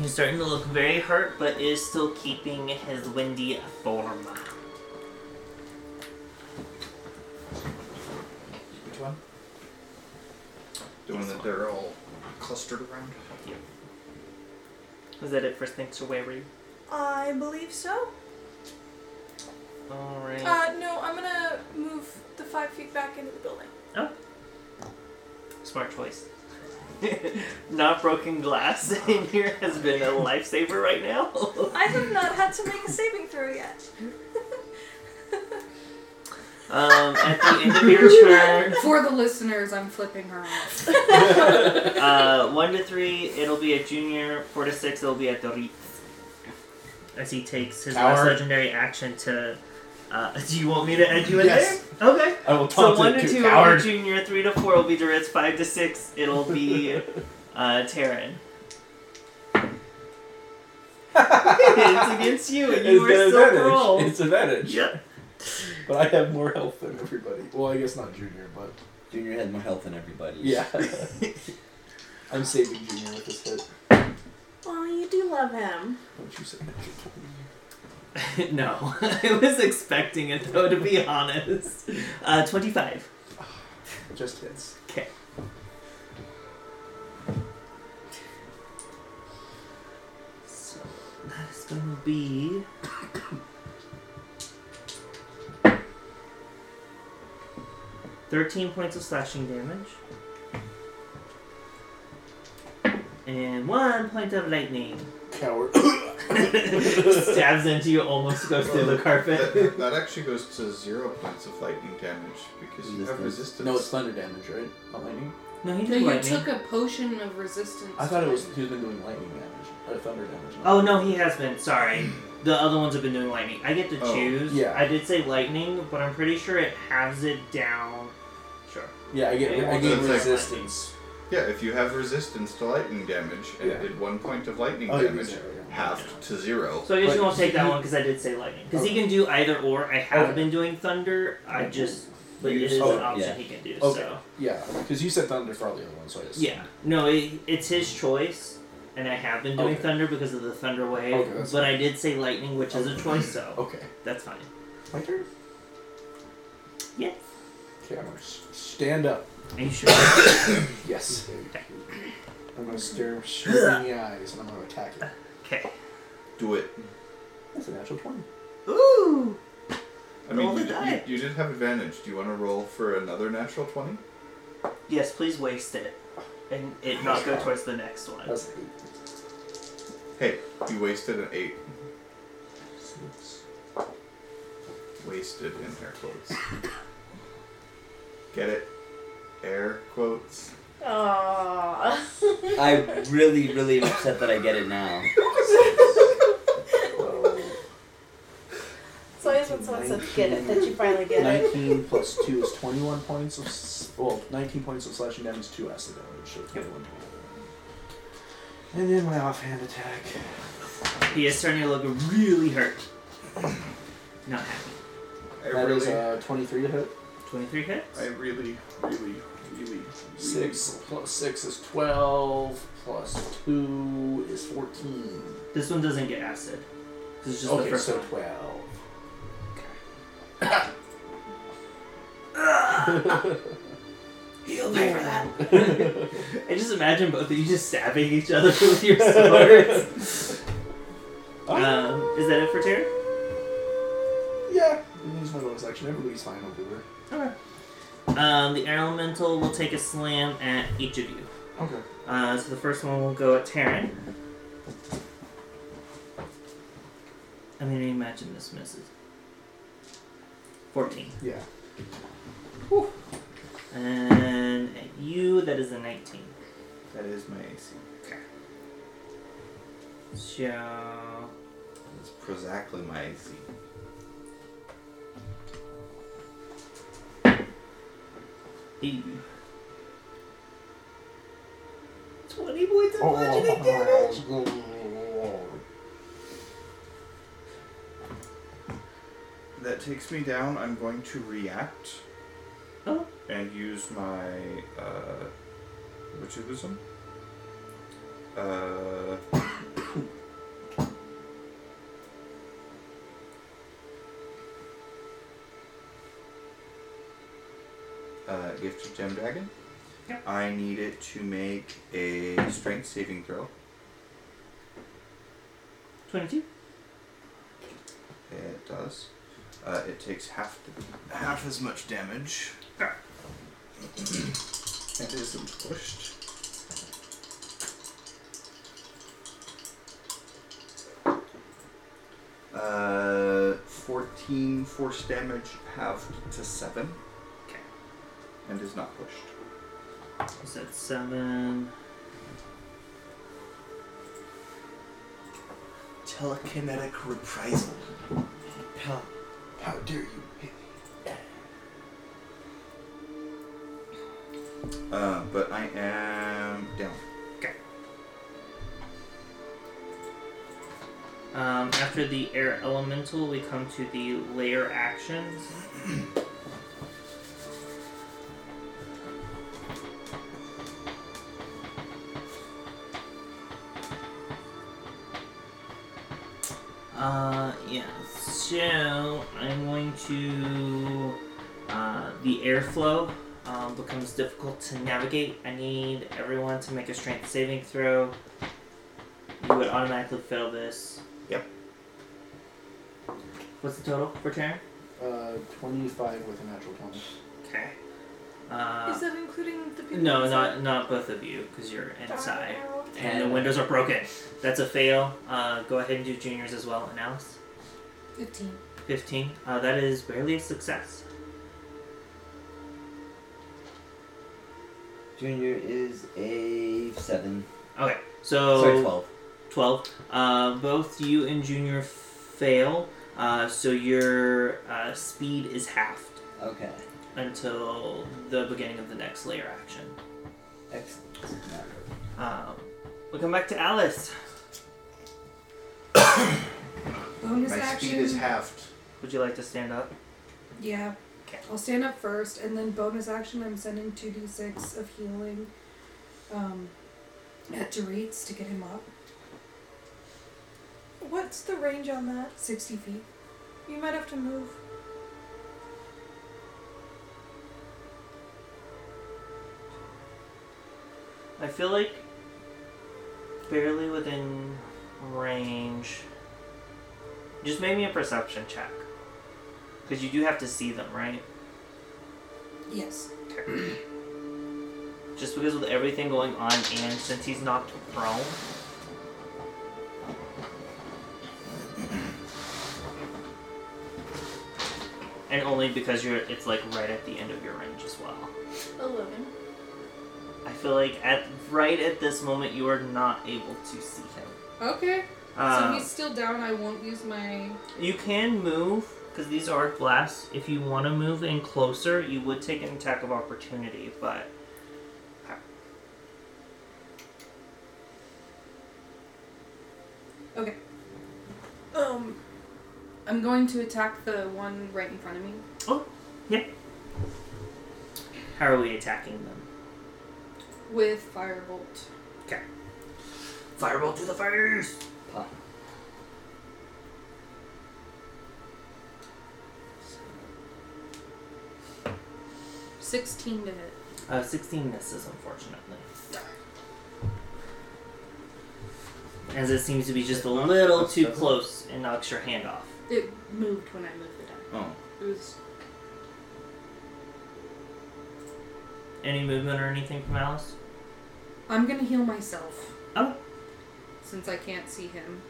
Speaker 1: He's starting to look very hurt, but is still keeping his windy form.
Speaker 6: Which one?
Speaker 5: Doing that they're all clustered around.
Speaker 1: Is that it for things to wavery?
Speaker 4: I believe so.
Speaker 1: Alright.
Speaker 4: Uh, no, I'm gonna move the 5 feet back into the building.
Speaker 1: Smart choice. Not broken glass in here has been a lifesaver right now.
Speaker 4: I have not had to make a saving throw yet.
Speaker 1: Um, at the end of your turn,
Speaker 3: For the listeners, I'm flipping her off.
Speaker 1: uh, one to three, it'll be a junior. Four to six, it'll be a Dorit. As he takes his last
Speaker 11: Our-
Speaker 1: legendary action to. Uh, do you want me to add you in
Speaker 11: Yes.
Speaker 1: there? Okay.
Speaker 11: I will
Speaker 1: So
Speaker 11: taunt
Speaker 1: one
Speaker 11: it
Speaker 1: to
Speaker 11: to
Speaker 1: two will
Speaker 11: coward.
Speaker 1: be junior. Three to four will be Doritz. Five to six, it'll be uh, Taryn. it's against you, and you
Speaker 11: It's
Speaker 1: were
Speaker 11: an
Speaker 1: still
Speaker 11: advantage.
Speaker 1: rolled.
Speaker 11: It's advantage.
Speaker 1: Yep.
Speaker 11: But I have more health than everybody. Well, I guess not Junior, but
Speaker 2: Junior had more health than everybody.
Speaker 11: yeah. I'm saving Junior with this hit.
Speaker 7: Oh, you do love him.
Speaker 11: Don't you say
Speaker 1: no, I was expecting it though. To be honest, uh, twenty-five.
Speaker 11: It just hits.
Speaker 1: Okay. So that is going to be. Thirteen points of slashing damage. And one point of lightning.
Speaker 11: Coward.
Speaker 1: Stabs into you, almost goes through the
Speaker 5: That,
Speaker 1: carpet.
Speaker 5: that- that actually goes to zero points of lightning damage because you have resistance.
Speaker 11: no, it's thunder damage, right? Not lightning.
Speaker 1: No, he
Speaker 3: No,
Speaker 1: did
Speaker 3: you
Speaker 1: lightning.
Speaker 3: took a potion of resistance.
Speaker 11: I thought it
Speaker 3: to
Speaker 11: was he was been doing lightning damage or thunder damage.
Speaker 1: Oh no, he has been. Sorry, the other ones have been doing lightning. I get to
Speaker 5: Oh,
Speaker 1: choose.
Speaker 11: yeah.
Speaker 1: I did say lightning, but I'm pretty sure it halves it down. Sure.
Speaker 11: Yeah, I get
Speaker 1: Yeah,
Speaker 11: I
Speaker 1: it
Speaker 11: gain
Speaker 5: was like
Speaker 11: resistance.
Speaker 5: yeah, if you have resistance to lightning damage and
Speaker 11: Yeah.
Speaker 5: did one point of lightning
Speaker 11: Oh, it'd be
Speaker 5: damage,
Speaker 11: zero, yeah.
Speaker 5: halved to zero.
Speaker 1: So I guess
Speaker 11: But
Speaker 1: you won't take that
Speaker 11: he-
Speaker 1: one because I did say lightning. Because
Speaker 11: Okay.
Speaker 1: he can do either or. I have
Speaker 11: Okay.
Speaker 1: been doing thunder. I just but
Speaker 11: You
Speaker 1: it
Speaker 11: just-
Speaker 1: is an
Speaker 11: oh,
Speaker 1: option
Speaker 2: yeah.
Speaker 1: he can do.
Speaker 11: Okay.
Speaker 1: So
Speaker 11: Yeah, because you said thunder for all the other ones, so I just
Speaker 1: yeah, no, it, it's his choice, and I have been doing
Speaker 11: Okay.
Speaker 1: thunder because of the thunder wave.
Speaker 11: Okay, that's
Speaker 1: but I did say lightning, which is a choice, so
Speaker 11: Okay,
Speaker 1: that's fine.
Speaker 11: my turn.
Speaker 1: Yes.
Speaker 11: Okay, I'm gonna s- stand up.
Speaker 1: Are you sure?
Speaker 11: Yes. I'm gonna stare him straight in the eyes and I'm gonna attack it.
Speaker 1: okay.
Speaker 5: Do it.
Speaker 11: That's a natural twenty.
Speaker 1: Ooh.
Speaker 5: I mean,
Speaker 1: Roll
Speaker 5: you,
Speaker 1: the
Speaker 5: did- you-
Speaker 1: die.
Speaker 5: you did have advantage. Do you want to roll for another natural 20?
Speaker 1: Yes, please waste it. And it not go towards the next one.
Speaker 11: That's an eight.
Speaker 5: Hey, you wasted an 8.
Speaker 11: Six.
Speaker 5: Wasted in air quotes. Get it? Air quotes.
Speaker 7: Aww.
Speaker 2: I really, really am upset that I get it now.
Speaker 7: It's always when someone says get it that you finally get it.
Speaker 6: 19 plus 2 is 21 points of. s- Well, 19 points of slashing damage, 2 acid damage, so 21 And then my offhand attack.
Speaker 1: He is starting to look really hurt. Not happy.
Speaker 5: I
Speaker 6: That
Speaker 5: really,
Speaker 6: is uh, 23 to hit.
Speaker 1: 23 hit?
Speaker 5: I really, really, really.
Speaker 6: 6 plus 6 is 12, plus 2 is 14.
Speaker 1: This one doesn't get acid. This is just the
Speaker 6: Okay,
Speaker 1: first
Speaker 6: so
Speaker 1: one.
Speaker 6: 12.
Speaker 1: You'll pay for that. I just imagine both of you just stabbing each other with your swords. um, is that it for Terry?
Speaker 6: Yeah. I'm gonna use my bonus action. Everybody's fine over there.
Speaker 1: Um, the air elemental will take a slam at each of you.
Speaker 6: Okay.
Speaker 1: Uh, so the first one will go at Taryn. I mean, I imagine this misses. 14.
Speaker 6: Yeah.
Speaker 1: And at you, that is a 19.
Speaker 5: That is my AC.
Speaker 1: So.
Speaker 5: That's exactly my AC.
Speaker 1: Eight. 20 points of bludgeoning damage!
Speaker 6: Oh,
Speaker 5: That takes me down. I'm going to react.
Speaker 1: Oh.
Speaker 5: And use my uh, witchism. Uh. Uh, Gift of Gem Dragon.
Speaker 1: Yep.
Speaker 5: I need it to make a strength saving throw.
Speaker 1: 22?
Speaker 5: It does. Uh, it takes half the, half as much damage. it isn't pushed. Uh, 14 force damage halved to 7.
Speaker 1: Okay.
Speaker 5: And is not pushed.
Speaker 1: Is that 7?
Speaker 25: Telekinetic reprisal.
Speaker 6: oh. How dare you hit
Speaker 5: Uh, but I am down.
Speaker 1: Um, after the air elemental, we come to the layer actions. Uh, yeah. So I'm going to. Uh, the airflow um, becomes difficult to navigate. I need everyone to make a strength saving throw. You would automatically fail this. What's the total for Taryn?
Speaker 6: me? Uh, 25 with a natural 20.
Speaker 1: Okay. Uh,
Speaker 4: Is that including the people?
Speaker 1: no, not
Speaker 4: inside?
Speaker 1: not both of you, because you're inside, and the
Speaker 2: Ten.
Speaker 1: windows are broken. That's a fail. Uh, go ahead and do juniors as well, and Alice.
Speaker 3: 15.
Speaker 1: Fifteen. Uh, that is barely a success.
Speaker 2: Junior is a seven.
Speaker 1: Okay, so
Speaker 2: Sorry, twelve.
Speaker 1: 12. Uh, both you and Junior fail, uh, so your uh, speed is halved
Speaker 2: Okay.
Speaker 1: until the beginning of the next layer action.
Speaker 2: Excellent.
Speaker 1: Um, we come back to Alice.
Speaker 3: Bonus
Speaker 5: My
Speaker 3: action.
Speaker 5: speed is halved.
Speaker 1: Would you like to stand up?
Speaker 3: Yeah. I'll stand up first, and then bonus action, I'm sending 2d6 of healing um, at Dorit's to get him up.
Speaker 4: What's the range on that?
Speaker 3: 60 feet.
Speaker 4: You might have to move.
Speaker 1: I feel like barely within range. Just make me a perception check. Because you do have to see them, right?
Speaker 3: Yes.
Speaker 1: Just because with everything going on and since he's knocked prone. and only because you're it's like right at the end of your range as well.
Speaker 3: Eleven.
Speaker 1: I feel like at right at this moment you are not able to see him.
Speaker 3: Okay. so
Speaker 1: Uh,
Speaker 3: he's still down. I won't use my.
Speaker 1: You can move because these are glass. If you want to move in closer, you would take an attack of opportunity, but
Speaker 3: Okay. Um, I'm going to attack the one right in front of me.
Speaker 1: how are we attacking them?
Speaker 3: with Firebolt.
Speaker 1: Fireball to the fires!
Speaker 3: Sixteen to hit.
Speaker 1: Uh, 16 misses, unfortunately. As it seems to be just a little too close and knocks your hand off.
Speaker 3: It moved when I moved the die.
Speaker 5: Oh.
Speaker 3: It was
Speaker 1: Any movement or anything from Alice?
Speaker 3: I'm gonna heal myself.
Speaker 1: Oh.
Speaker 3: Since I can't see him.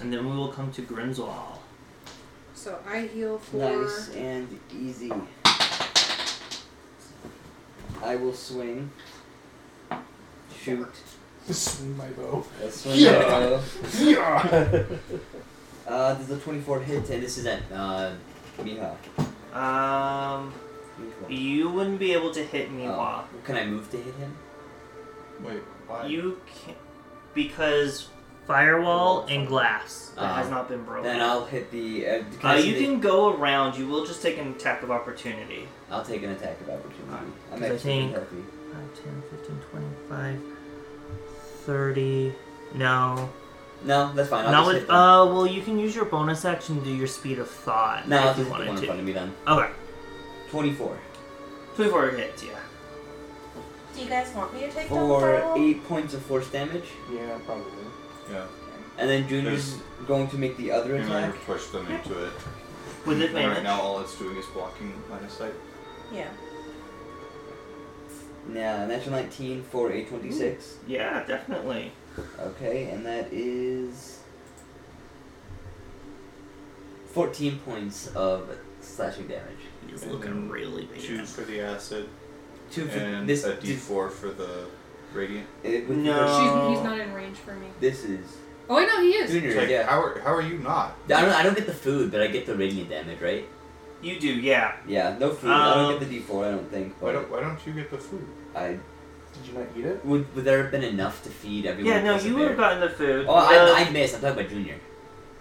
Speaker 1: And then we will come to Grimswall.
Speaker 3: So I heal for
Speaker 2: Nice and easy. I will swing. Shoot.
Speaker 6: Swing my bow.
Speaker 2: That's swing.
Speaker 6: Yeah.
Speaker 2: Uh, there's a 24 hit, and this is at uh, Miha.
Speaker 1: Um,
Speaker 2: Which one?
Speaker 1: you wouldn't be able to hit me,
Speaker 2: Oh, can I move to hit him?
Speaker 5: Wait, why?
Speaker 1: You can because firewall and glass that
Speaker 2: Uh,
Speaker 1: has not been broken.
Speaker 2: Then I'll hit the. Uh, can
Speaker 1: Uh,
Speaker 2: I see
Speaker 1: you
Speaker 2: the-
Speaker 1: can go around. You will just take an attack of opportunity.
Speaker 2: I'll take an attack of opportunity. I'm
Speaker 24: 'Cause I
Speaker 2: actually
Speaker 24: think-
Speaker 2: healthy.
Speaker 24: 5, 10, 15, 25, 30. No.
Speaker 2: No, that's fine. I'll
Speaker 24: Not
Speaker 2: just
Speaker 24: with.
Speaker 2: hit them.
Speaker 24: Uh, well, you can use your bonus action to do your speed of thought
Speaker 2: no, I'll
Speaker 24: if you
Speaker 2: just hit the one
Speaker 24: wanted
Speaker 2: in front
Speaker 24: to.
Speaker 2: of me then.
Speaker 24: Okay.
Speaker 2: 24
Speaker 1: Twenty-four hits, yeah.
Speaker 7: Do you guys want me to take down the
Speaker 2: for
Speaker 7: firewall?
Speaker 2: eight points of force damage,
Speaker 6: Yeah, probably.
Speaker 5: Yeah.
Speaker 2: and then Junior's going to make the other
Speaker 5: You might
Speaker 2: attack.
Speaker 5: have pushed them into it.
Speaker 1: With
Speaker 5: And
Speaker 1: advantage.
Speaker 5: right now, all it's doing is blocking line of sight.
Speaker 7: Yeah.
Speaker 2: Now, natural 19 for a 26.
Speaker 1: Yeah, definitely.
Speaker 2: Okay, and that is 14 points of slashing damage.
Speaker 24: He's
Speaker 5: And
Speaker 24: looking really bad.
Speaker 5: Two for the acid
Speaker 2: Two for
Speaker 5: and
Speaker 2: this.
Speaker 5: a d4 for the radiant.
Speaker 2: it would be
Speaker 1: No.
Speaker 3: She's,
Speaker 4: Oh.
Speaker 3: he's not in range for me.
Speaker 2: for- This is
Speaker 3: Oh wait, no, he is.
Speaker 2: Junior.
Speaker 5: Like,
Speaker 2: yeah.
Speaker 5: how, are, how are you not?
Speaker 2: I don't. I don't get the food, but I get the radiant damage, right?
Speaker 1: You do, yeah.
Speaker 2: Yeah, no food. I
Speaker 1: Um,
Speaker 2: don't get the D4. I don't think.
Speaker 5: Why
Speaker 2: But
Speaker 5: don't, why don't you get the food?
Speaker 2: I
Speaker 6: Did you not eat it?
Speaker 2: would. Would there have been enough to feed everyone?
Speaker 1: Yeah, no,
Speaker 2: plus a
Speaker 1: you would have
Speaker 2: bear?
Speaker 1: gotten the food.
Speaker 2: Oh,
Speaker 1: The-
Speaker 2: I, I missed. I'm talking about Junior.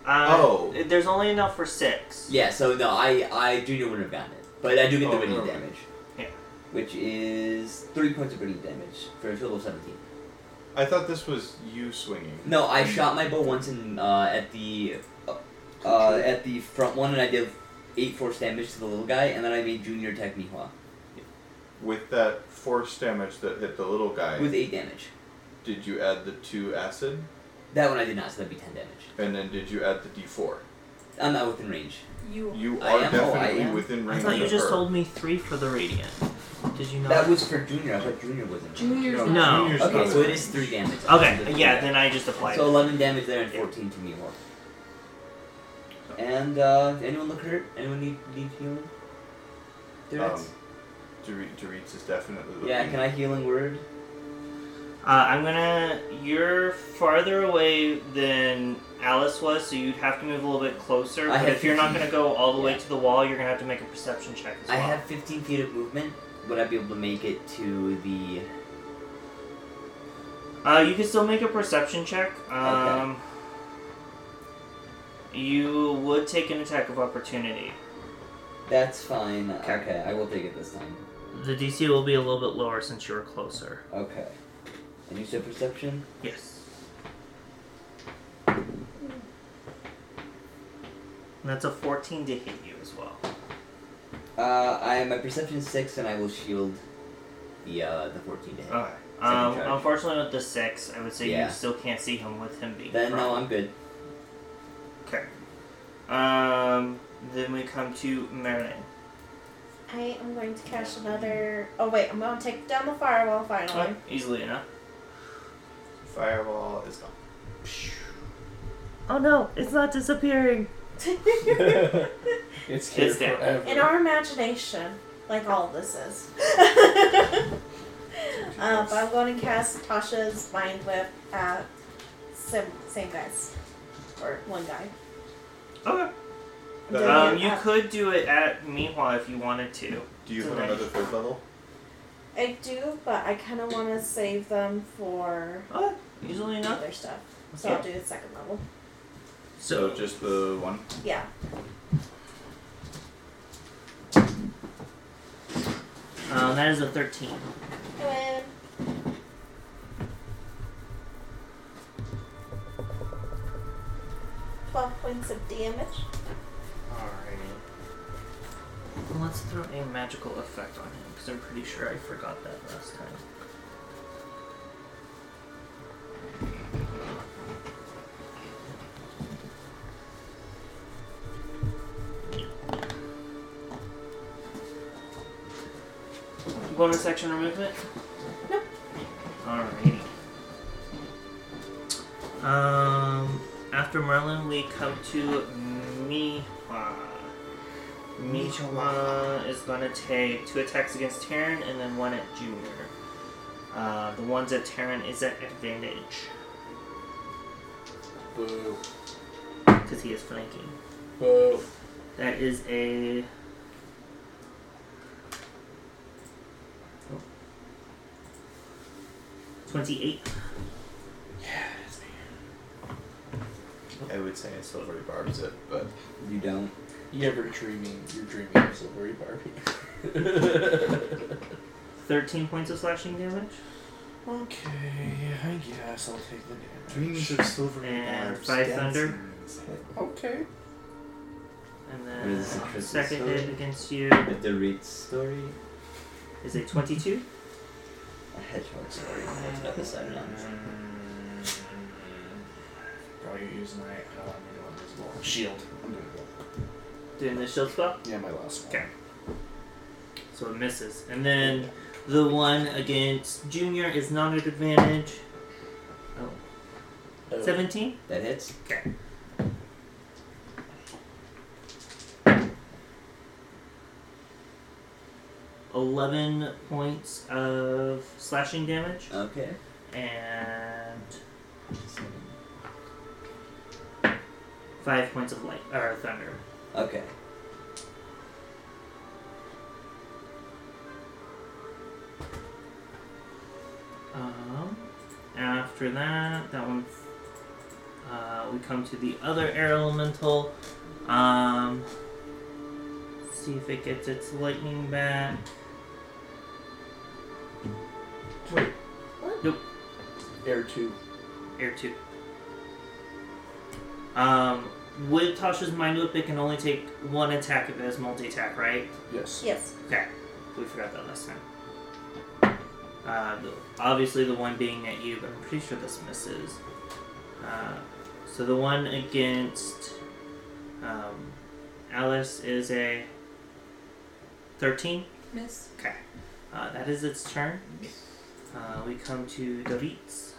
Speaker 1: uh,
Speaker 5: Oh.
Speaker 1: There's only enough for six.
Speaker 2: Yeah, so no, I, I Junior wouldn't have gotten it, but I do get the
Speaker 5: Oh,
Speaker 2: radiant
Speaker 5: okay.
Speaker 2: damage.
Speaker 1: Yeah.
Speaker 2: Which is three points of radiant damage for a total of seventeen.
Speaker 5: I thought this was you swinging.
Speaker 2: No, I shot my bow once in uh, at the uh, uh, at the front one, and I did eight force damage to the little guy, and then I made Junior attack Mihua
Speaker 5: With that force damage that hit the little guy,
Speaker 2: with eight damage.
Speaker 5: did you add the 2 acid?
Speaker 2: That one I did not, so that'd be ten damage.
Speaker 5: And then did you add the d4?
Speaker 2: I'm not within range.
Speaker 7: You.
Speaker 5: You
Speaker 2: I
Speaker 5: are
Speaker 2: am- oh, I
Speaker 5: definitely
Speaker 2: am.
Speaker 5: within
Speaker 24: I
Speaker 5: range
Speaker 24: thought you
Speaker 5: of
Speaker 24: just
Speaker 5: her.
Speaker 24: told me three for the radiant. Did you not?
Speaker 2: That was for Junior. I thought Junior was in. range.
Speaker 3: Junior's
Speaker 5: No,
Speaker 3: not.
Speaker 24: No.
Speaker 5: Junior's
Speaker 2: Okay,
Speaker 5: not
Speaker 2: so it
Speaker 5: in
Speaker 2: is
Speaker 5: range.
Speaker 2: three damage.
Speaker 1: Okay, yeah, then I just applied.
Speaker 2: So
Speaker 1: it.
Speaker 2: 11 damage there and 14 to me more. And, uh, anyone look hurt? Anyone need, need healing?
Speaker 5: Um,
Speaker 2: Durex?
Speaker 5: Dore- Dorit's Um, is definitely looking.
Speaker 2: yeah, can I healing word?
Speaker 1: Uh, I'm gonna. You're farther away than Alice was, so you'd have to move a little bit closer.
Speaker 2: I
Speaker 1: But
Speaker 2: have
Speaker 1: if you're not gonna
Speaker 2: 15.
Speaker 1: go all the way
Speaker 2: Yeah.
Speaker 1: to the wall, you're gonna have to make a perception check as
Speaker 2: I
Speaker 1: well.
Speaker 2: have 15 feet of movement. Would I be able to make it to the.
Speaker 1: Uh, you can still make a perception check. Um, You would take an attack of opportunity.
Speaker 2: That's fine. Okay, I will take it this time.
Speaker 1: The DC will be a little bit lower since you were closer.
Speaker 2: Okay. And you said perception?
Speaker 1: Yes. And that's a 14 to hit you as well.
Speaker 2: Uh, I my perception is 6 and I will shield the, uh, the 14 to hit.
Speaker 1: Okay.
Speaker 2: Second
Speaker 1: Um,
Speaker 2: charge.
Speaker 1: unfortunately, with the six, I would say
Speaker 2: Yeah.
Speaker 1: you still can't see him with him being.
Speaker 2: then, no,
Speaker 1: prone.
Speaker 2: I'm good.
Speaker 1: Okay. Um, then we come to Merlin.
Speaker 7: I am going to cast
Speaker 1: Oh.
Speaker 7: another. Oh wait, I'm going to take down the firewall finally.
Speaker 1: Easily enough.
Speaker 5: Fireball is gone.
Speaker 1: Oh no, it's not disappearing.
Speaker 6: It's here
Speaker 26: It's there.
Speaker 6: forever.
Speaker 7: In our imagination, like all this is. uh, but I'm going to cast Tasha's Mind Whip at same, same guys. Or one guy.
Speaker 1: Okay.
Speaker 7: I'm doing
Speaker 1: Um,
Speaker 7: it
Speaker 1: you
Speaker 7: at-
Speaker 1: could do it at Mihua if you wanted to.
Speaker 5: Do you have another third level?
Speaker 7: I do, but I kind of want to save them for
Speaker 1: Oh, usually not.
Speaker 7: other stuff. So I'll do the second level.
Speaker 5: So just the one.
Speaker 7: Yeah.
Speaker 1: Um, that is a 13.
Speaker 7: And Twelve points of damage.
Speaker 1: Alrighty. Let's throw a magical effect on him because I'm pretty sure I forgot that last time. Bonus action or movement?
Speaker 7: Nope.
Speaker 1: Alrighty. Um, after Merlin, we come to Mihua. Mihua is going to take two attacks against Terran and then one at Junior. Uh, the ones at Terran is at advantage
Speaker 6: Boo.
Speaker 1: because he is flanking.
Speaker 6: Boo.
Speaker 1: That is a. Twenty-eight.
Speaker 5: I would say it silvery barbs it, but
Speaker 2: You don't.
Speaker 6: You ever dreaming? You're dreaming of silvery Barbie.
Speaker 1: 13 points of slashing damage.
Speaker 6: okay, I guess I'll take the damage.
Speaker 5: dreams of silvery
Speaker 1: And five thunder.
Speaker 6: Okay.
Speaker 1: And
Speaker 2: What
Speaker 1: then
Speaker 2: is the Christmas
Speaker 1: second hit
Speaker 2: story?
Speaker 1: against you
Speaker 2: But the Reed story,
Speaker 1: is a 22.
Speaker 2: a hedgehog story. That's not the same one.
Speaker 6: Mm, Probably use my uh, my invisible shield. I'm gonna go.
Speaker 1: Doing the shield spell.
Speaker 6: Yeah, my last one.
Speaker 1: Okay. So it misses. And then the one against Junior is not at advantage. Oh.
Speaker 6: Oh.
Speaker 1: 17?
Speaker 2: That hits.
Speaker 1: Eleven points of slashing damage
Speaker 2: Okay.
Speaker 1: and five points of light or thunder.
Speaker 2: Okay.
Speaker 1: Um, after that, that one, uh, we come to the other air elemental. Um, see if it gets its lightning back.
Speaker 6: Air two.
Speaker 1: Air two. Um, with Tasha's mind whip, it can only take one attack if it has multi attack, right?
Speaker 6: Yes.
Speaker 7: Yes.
Speaker 1: Okay, we forgot that last time. Uh, the- obviously, the one being at you, but I'm pretty sure this misses. Uh, so the one against um, Alice is a 13.
Speaker 3: Miss.
Speaker 1: Okay, uh, that is its turn. Uh, we come to Doritz.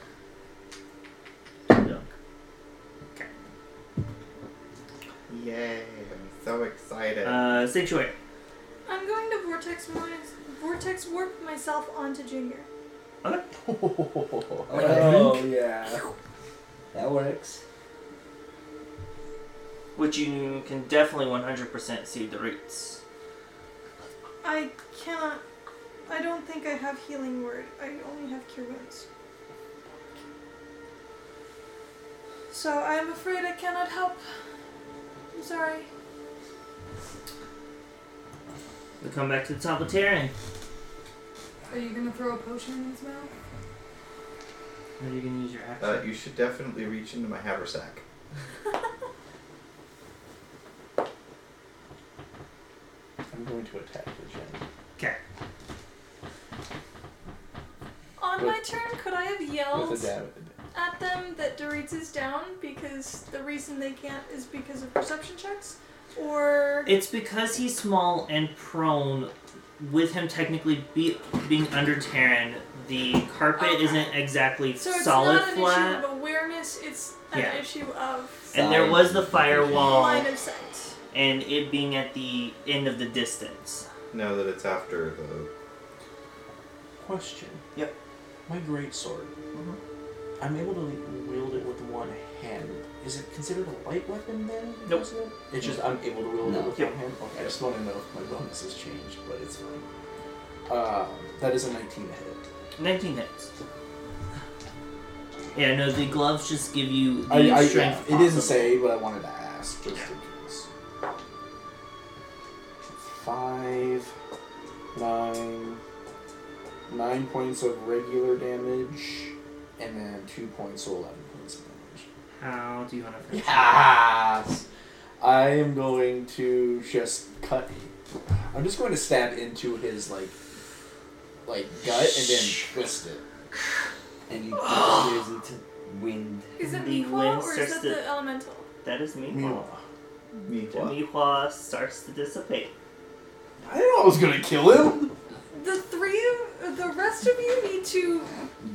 Speaker 5: Yay! I'm so excited.
Speaker 1: Uh, Sanctuary.
Speaker 4: I'm going to vortex my, vortex warp myself onto Junior.
Speaker 6: oh
Speaker 2: Oh,
Speaker 6: yeah.
Speaker 2: That works.
Speaker 1: Which you can definitely 100% see Doritz.
Speaker 4: I cannot. I don't think I have healing word. I only have cure wounds. So I'm afraid I cannot help. I'm sorry.
Speaker 1: We come back to the top of Terran.
Speaker 3: Are you gonna throw a potion in his mouth?
Speaker 1: Are you going to use your action?
Speaker 5: Uh, you should definitely reach into my haversack.
Speaker 6: I'm going to attack the gem.
Speaker 4: On my turn, could I have yelled
Speaker 6: With a dab.
Speaker 4: at them that Doritz is down because the reason they can't is because of perception checks? Or
Speaker 1: It's because he's small and prone. With him technically be, being under Terran, the carpet
Speaker 4: Okay.
Speaker 1: isn't exactly
Speaker 4: So it's
Speaker 1: solid
Speaker 4: not an
Speaker 1: flat.
Speaker 4: issue of awareness, it's an
Speaker 1: Yeah.
Speaker 4: issue of
Speaker 1: and there was the firewall
Speaker 2: Oh.
Speaker 4: line of sight.
Speaker 1: and it being at the end of the distance.
Speaker 5: Now that it's after the.
Speaker 6: Question.
Speaker 1: Yep. Mm-hmm.
Speaker 6: My great sword.
Speaker 5: Mhm.
Speaker 6: I'm able to like, wield it with one hand. Is it considered a light weapon then?
Speaker 1: Nope.
Speaker 6: Isn't it? It's just I'm able to wield
Speaker 2: No.
Speaker 6: it with one hand. Okay, I just want to know if my bonus has changed, but it's fine. Uh, that is a 19 to hit.
Speaker 1: 19 hits. Yeah, no, the gloves just give you the
Speaker 6: I, I,
Speaker 1: strength.
Speaker 6: it didn't
Speaker 1: possible.
Speaker 6: say, but I wanted to ask just in case. Five, nine, nine points of regular damage, and then two points, so eleven points of damage.
Speaker 3: How do you want to finish?
Speaker 6: Yes, I am going to just cut. I'm just going to stab into his like, like gut, and then twist it.
Speaker 2: And he disappears into wind.
Speaker 4: Is it
Speaker 1: The
Speaker 4: Miwa
Speaker 1: wind
Speaker 4: or is
Speaker 1: starts
Speaker 4: that
Speaker 1: to-
Speaker 4: the elemental?
Speaker 1: That is Mihua. The
Speaker 5: Mihua.
Speaker 1: Mihua starts to dissipate.
Speaker 6: I didn't know I was gonna kill him.
Speaker 4: The three of the rest of you need to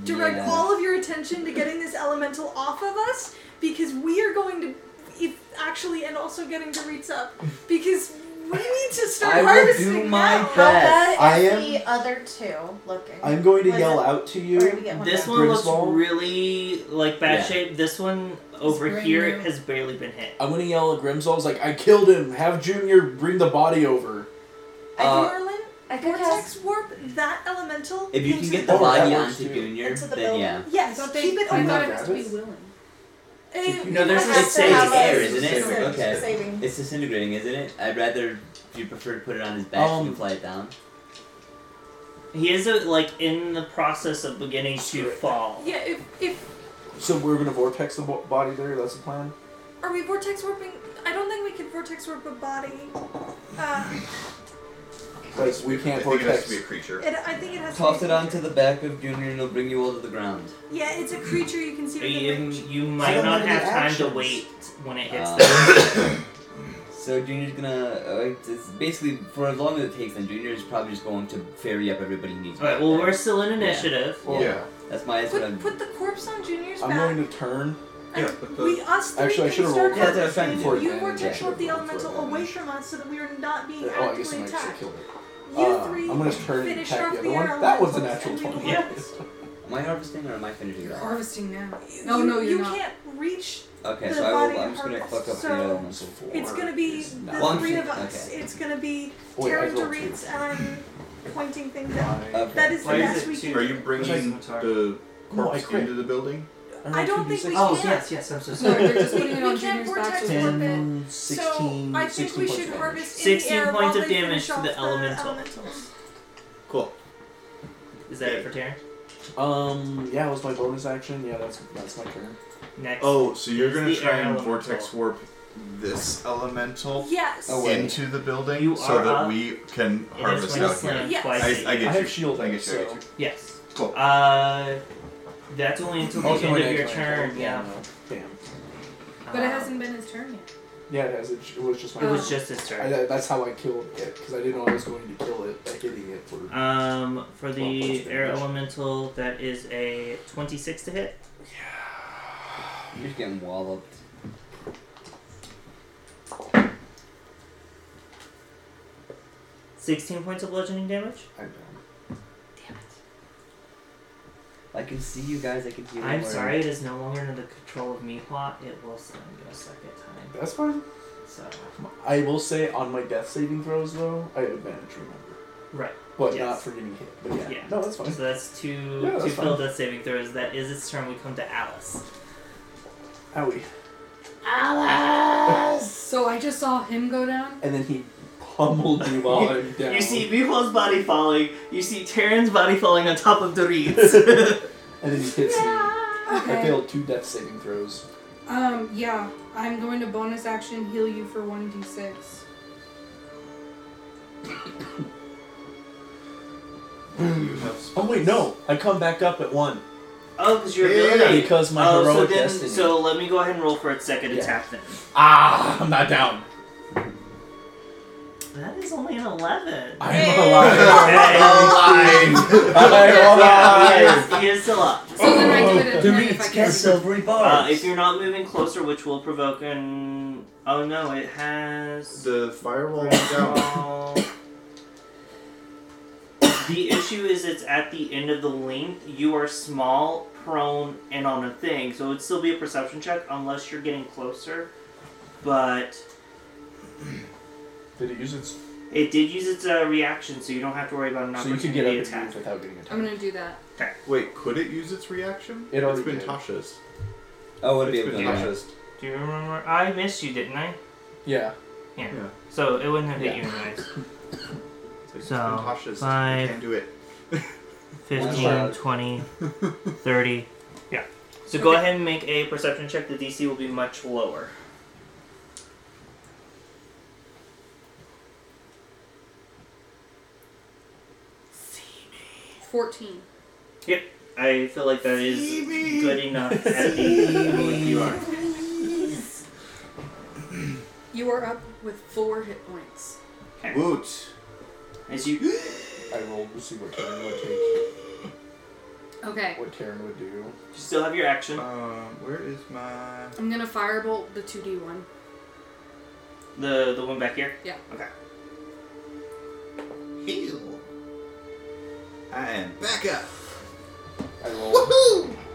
Speaker 4: direct
Speaker 2: Yeah.
Speaker 4: all of your attention to getting this elemental off of us because we are going to if actually and also getting to reach up because we need to start
Speaker 2: I will
Speaker 4: harvesting
Speaker 2: do my
Speaker 4: now.
Speaker 7: How
Speaker 2: best.
Speaker 7: bad is
Speaker 6: I am-
Speaker 7: the other two looking?
Speaker 6: I'm going to
Speaker 7: Was
Speaker 6: yell
Speaker 7: it-
Speaker 6: out to
Speaker 7: Or uh, we
Speaker 6: you.
Speaker 7: get one
Speaker 1: This
Speaker 7: down?
Speaker 1: one looks
Speaker 6: Griswold?
Speaker 1: really like bad
Speaker 2: Yeah.
Speaker 1: shape. This one over
Speaker 3: brand
Speaker 1: here
Speaker 3: new.
Speaker 1: has barely been hit.
Speaker 6: I'm gonna yell at Grimsol's like, I killed him. Have Junior bring the body over.
Speaker 4: I
Speaker 6: Uh,
Speaker 4: Merlin,
Speaker 7: I could
Speaker 4: vortex warp that elemental.
Speaker 2: If you
Speaker 4: into
Speaker 2: can get the
Speaker 6: Oh, that
Speaker 2: body
Speaker 6: works
Speaker 2: onto
Speaker 6: too.
Speaker 2: Junior,
Speaker 7: Into the
Speaker 2: then yeah.
Speaker 3: I
Speaker 4: yes,
Speaker 3: thought they,
Speaker 4: keep it
Speaker 3: I
Speaker 4: open.
Speaker 3: thought
Speaker 6: over.
Speaker 3: it has to be willing.
Speaker 4: Um,
Speaker 1: No, there's
Speaker 4: I
Speaker 1: a
Speaker 4: have to
Speaker 2: saving
Speaker 4: have
Speaker 2: air,
Speaker 4: a-
Speaker 2: isn't it?
Speaker 7: Saving-
Speaker 2: Okay.
Speaker 7: Saving.
Speaker 2: It's disintegrating, isn't it? I'd rather if you prefer to put it on his back
Speaker 6: Um,
Speaker 2: you can fly it down.
Speaker 1: He is uh like in the process of beginning to
Speaker 6: Screw it.
Speaker 1: fall.
Speaker 4: Yeah, if, if
Speaker 6: So we're gonna vortex the bo- body there. That's the plan.
Speaker 4: are we vortex warping? I don't think we can vortex warp a body. Uh,
Speaker 6: Like we
Speaker 5: I
Speaker 6: can't
Speaker 5: think it has to
Speaker 6: vortex.
Speaker 5: be a creature.
Speaker 4: it, I think it has
Speaker 2: Toss
Speaker 4: to.
Speaker 2: it
Speaker 4: Be
Speaker 2: onto the back of Junior and it'll bring you all to the ground.
Speaker 4: Yeah, it's a creature you can see
Speaker 1: You,
Speaker 4: within range.
Speaker 1: you
Speaker 6: I
Speaker 1: might
Speaker 6: don't
Speaker 1: not have
Speaker 6: have any
Speaker 1: time to
Speaker 6: actions.
Speaker 1: wait when it hits
Speaker 2: Uh,
Speaker 1: them.
Speaker 2: So Junior's gonna uh, it's basically for as long as it takes then Junior's probably just going to ferry up everybody he needs.
Speaker 1: Alright,
Speaker 2: back
Speaker 1: well,
Speaker 2: there.
Speaker 1: we're still in
Speaker 2: Yeah.
Speaker 1: initiative.
Speaker 6: Well,
Speaker 5: Yeah.
Speaker 2: That's my that's what I'm
Speaker 4: Put, put the corpse on Junior's
Speaker 6: I'm
Speaker 4: back.
Speaker 6: going to turn.
Speaker 5: Yeah, but the-
Speaker 4: we us three
Speaker 6: Actually, I
Speaker 4: can
Speaker 6: should've
Speaker 4: start
Speaker 6: rolled
Speaker 2: Yeah, that's what I'm
Speaker 4: harvesting.
Speaker 2: trying to do.
Speaker 4: You vortex
Speaker 2: Yeah.
Speaker 4: warp the
Speaker 6: Yeah.
Speaker 4: elemental away from us so that we are not being
Speaker 6: Oh, I guess I
Speaker 4: actively
Speaker 6: might just have
Speaker 4: attacked.
Speaker 6: killed it.
Speaker 4: You
Speaker 6: Uh,
Speaker 4: three
Speaker 6: I'm gonna turn and
Speaker 4: finish
Speaker 6: attack
Speaker 4: off
Speaker 6: the
Speaker 4: the
Speaker 6: other
Speaker 4: air
Speaker 6: one. That was a
Speaker 4: elementals
Speaker 6: natural
Speaker 4: and we will
Speaker 6: twenty.
Speaker 1: Yeah.
Speaker 4: harvest.
Speaker 2: am I harvesting or am I finishing it
Speaker 3: You're
Speaker 2: off?
Speaker 3: harvesting now.
Speaker 4: You-
Speaker 3: No, no,
Speaker 4: you
Speaker 3: you're not.
Speaker 4: can't reach.
Speaker 2: Okay,
Speaker 4: The
Speaker 2: so I
Speaker 4: body
Speaker 2: will I'm just gonna
Speaker 4: harvest,
Speaker 2: fuck up
Speaker 4: so
Speaker 2: the other ones.
Speaker 6: So four
Speaker 4: It's gonna be
Speaker 6: is
Speaker 4: the
Speaker 6: not-
Speaker 2: One
Speaker 4: three
Speaker 2: thing,
Speaker 4: of us.
Speaker 2: okay.
Speaker 4: It's gonna be
Speaker 6: Oh, wait, I
Speaker 4: Terran
Speaker 6: rolled two.
Speaker 4: Dorit's and I'm pointing things out.
Speaker 6: Five.
Speaker 2: Okay.
Speaker 4: That is the
Speaker 1: Why is
Speaker 4: best
Speaker 1: it
Speaker 4: we
Speaker 1: two?
Speaker 4: can.
Speaker 5: Are you bringing the
Speaker 6: No, I
Speaker 5: corpse
Speaker 6: quit.
Speaker 5: into the building?
Speaker 4: I don't think we
Speaker 6: Oh,
Speaker 4: can.
Speaker 3: Oh, yes, yes, I'm so
Speaker 4: Sorry,
Speaker 3: sorry.
Speaker 4: they're
Speaker 3: They're
Speaker 4: just
Speaker 3: just
Speaker 4: We-
Speaker 3: putting
Speaker 4: putting it
Speaker 3: it
Speaker 4: we on
Speaker 3: on Junior's
Speaker 4: can't Junior's vortex
Speaker 3: back
Speaker 4: back
Speaker 3: to
Speaker 4: to warp. it.
Speaker 6: sixteen,
Speaker 4: so I think
Speaker 6: 16
Speaker 4: we
Speaker 6: points
Speaker 4: should
Speaker 6: of damage.
Speaker 4: harvest in the
Speaker 1: 16
Speaker 4: air
Speaker 1: points
Speaker 4: while
Speaker 1: of
Speaker 4: they
Speaker 1: damage
Speaker 4: finish
Speaker 1: to
Speaker 4: off
Speaker 1: the elemental.
Speaker 4: elementals.
Speaker 5: Cool.
Speaker 1: Is that it for Terran?
Speaker 6: Um, yeah, was my bonus action. Yeah, that's that's my turn.
Speaker 1: Next.
Speaker 5: Oh, so you're
Speaker 1: Is
Speaker 5: gonna
Speaker 1: the
Speaker 5: try
Speaker 1: air
Speaker 5: and
Speaker 1: elemental.
Speaker 5: vortex warp this elemental
Speaker 4: Yes.
Speaker 6: Oh, wait.
Speaker 5: into the building
Speaker 1: You
Speaker 5: so
Speaker 1: are
Speaker 5: that
Speaker 1: up.
Speaker 5: we can
Speaker 1: It is
Speaker 5: harvest
Speaker 1: going to
Speaker 5: out here.
Speaker 1: slam
Speaker 4: Yes.
Speaker 1: twice.
Speaker 5: I,
Speaker 1: at
Speaker 5: I
Speaker 1: you.
Speaker 5: get
Speaker 6: I
Speaker 5: you.
Speaker 6: have shield,
Speaker 5: I get you. I get
Speaker 6: so-
Speaker 5: you.
Speaker 1: Yes.
Speaker 5: Cool.
Speaker 1: Uh, that's only until the
Speaker 6: Also,
Speaker 1: end
Speaker 6: my
Speaker 1: of your
Speaker 6: next one.
Speaker 1: turn, yeah.
Speaker 6: no. Damn.
Speaker 3: But it
Speaker 1: Um,
Speaker 3: hasn't been his turn yet.
Speaker 6: Yeah, it has. It, it was just my.
Speaker 1: It was just his
Speaker 6: I,
Speaker 1: turn.
Speaker 6: that- that's how I killed it because I didn't know I was going to kill it by hitting it for.
Speaker 1: Um, for
Speaker 6: Well,
Speaker 1: the
Speaker 6: plus
Speaker 1: air
Speaker 6: damage.
Speaker 1: elemental, that is a 26 to hit.
Speaker 2: You're just getting walloped.
Speaker 1: Sixteen points of bludgeoning damage.
Speaker 6: I'm down.
Speaker 2: I can see you guys, I can hear
Speaker 1: I'm
Speaker 2: you.
Speaker 1: sorry, it is no longer under the control of Mihua. It will slam you a second time.
Speaker 6: That's fine.
Speaker 1: So
Speaker 6: I will say on my death saving throws though, I have advantage. Remember,
Speaker 1: right.
Speaker 6: but
Speaker 1: Yes.
Speaker 6: not for getting hit. But yeah,
Speaker 1: Yeah.
Speaker 6: no, that's fine.
Speaker 1: So that's two
Speaker 6: Yeah, that's
Speaker 1: two failed
Speaker 6: fine.
Speaker 1: death saving throws. That is its turn. We come to Alice.
Speaker 6: Owie.
Speaker 3: So I just saw him go down.
Speaker 6: And then he pummeled me while I'm down.
Speaker 1: You see Mihua's body falling. You see Terran's body falling on top of Dorit's.
Speaker 6: And then he hits me. I
Speaker 3: Okay.
Speaker 6: failed two death saving throws.
Speaker 3: Um, yeah, I'm going to bonus action heal you for 1d6.
Speaker 5: You have
Speaker 6: Oh wait, no! I come back up at one
Speaker 1: oh, because you're
Speaker 5: Yeah,
Speaker 1: ability.
Speaker 6: because my
Speaker 1: oh, so
Speaker 6: heroic
Speaker 1: then,
Speaker 6: destiny.
Speaker 1: so let me go ahead and roll for its second
Speaker 6: Yeah.
Speaker 1: attack then.
Speaker 6: ah, I'm not down.
Speaker 1: That is only an 11.
Speaker 27: I'm alive. I'm
Speaker 1: he,
Speaker 27: alive.
Speaker 1: is, he is still up.
Speaker 3: So then I do it at 10 if I can.
Speaker 2: silvery
Speaker 1: Uh, if you're not moving closer, which will provoke an. Oh no, it has.
Speaker 5: The firewall is out.
Speaker 1: Well, the issue is it's at the end of the length. You are small, prone, and on a thing, so it would still be a perception check unless you're getting closer. But
Speaker 6: Did it use its?
Speaker 1: it did use its uh, reaction, so you don't have to worry about an
Speaker 6: So you
Speaker 1: opportunity
Speaker 6: can get up and
Speaker 1: attack.
Speaker 6: move without getting attacked.
Speaker 3: I'm gonna do that.
Speaker 5: Wait, could it use its reaction?
Speaker 6: It already
Speaker 5: has been
Speaker 6: did.
Speaker 5: Tasha's.
Speaker 2: Oh, would
Speaker 5: It's
Speaker 2: be
Speaker 5: been
Speaker 2: able to
Speaker 27: Yeah.
Speaker 5: Tasha's.
Speaker 1: Do you remember? I missed you, didn't I?
Speaker 6: Yeah.
Speaker 1: So it wouldn't have hit
Speaker 6: Yeah.
Speaker 1: you anyways.
Speaker 5: It's been
Speaker 1: So,
Speaker 5: Tasha's.
Speaker 1: five.
Speaker 5: You can't do it.
Speaker 1: 15,
Speaker 6: shot.
Speaker 1: 20, 30. Yeah. So go ahead and make a perception check. The DC will be much lower.
Speaker 3: Fourteen.
Speaker 1: I feel like that is good enough at the level you are.
Speaker 3: You are up with four hit points.
Speaker 5: Woot.
Speaker 1: As you
Speaker 6: I rolled to see what Terran would take,
Speaker 3: Okay,
Speaker 6: what Terran would do.
Speaker 1: you still have your action,
Speaker 5: Um, where is my?
Speaker 3: I'm gonna firebolt the two D one.
Speaker 1: the the one back here.
Speaker 5: Heal. I am back up.
Speaker 6: I rolled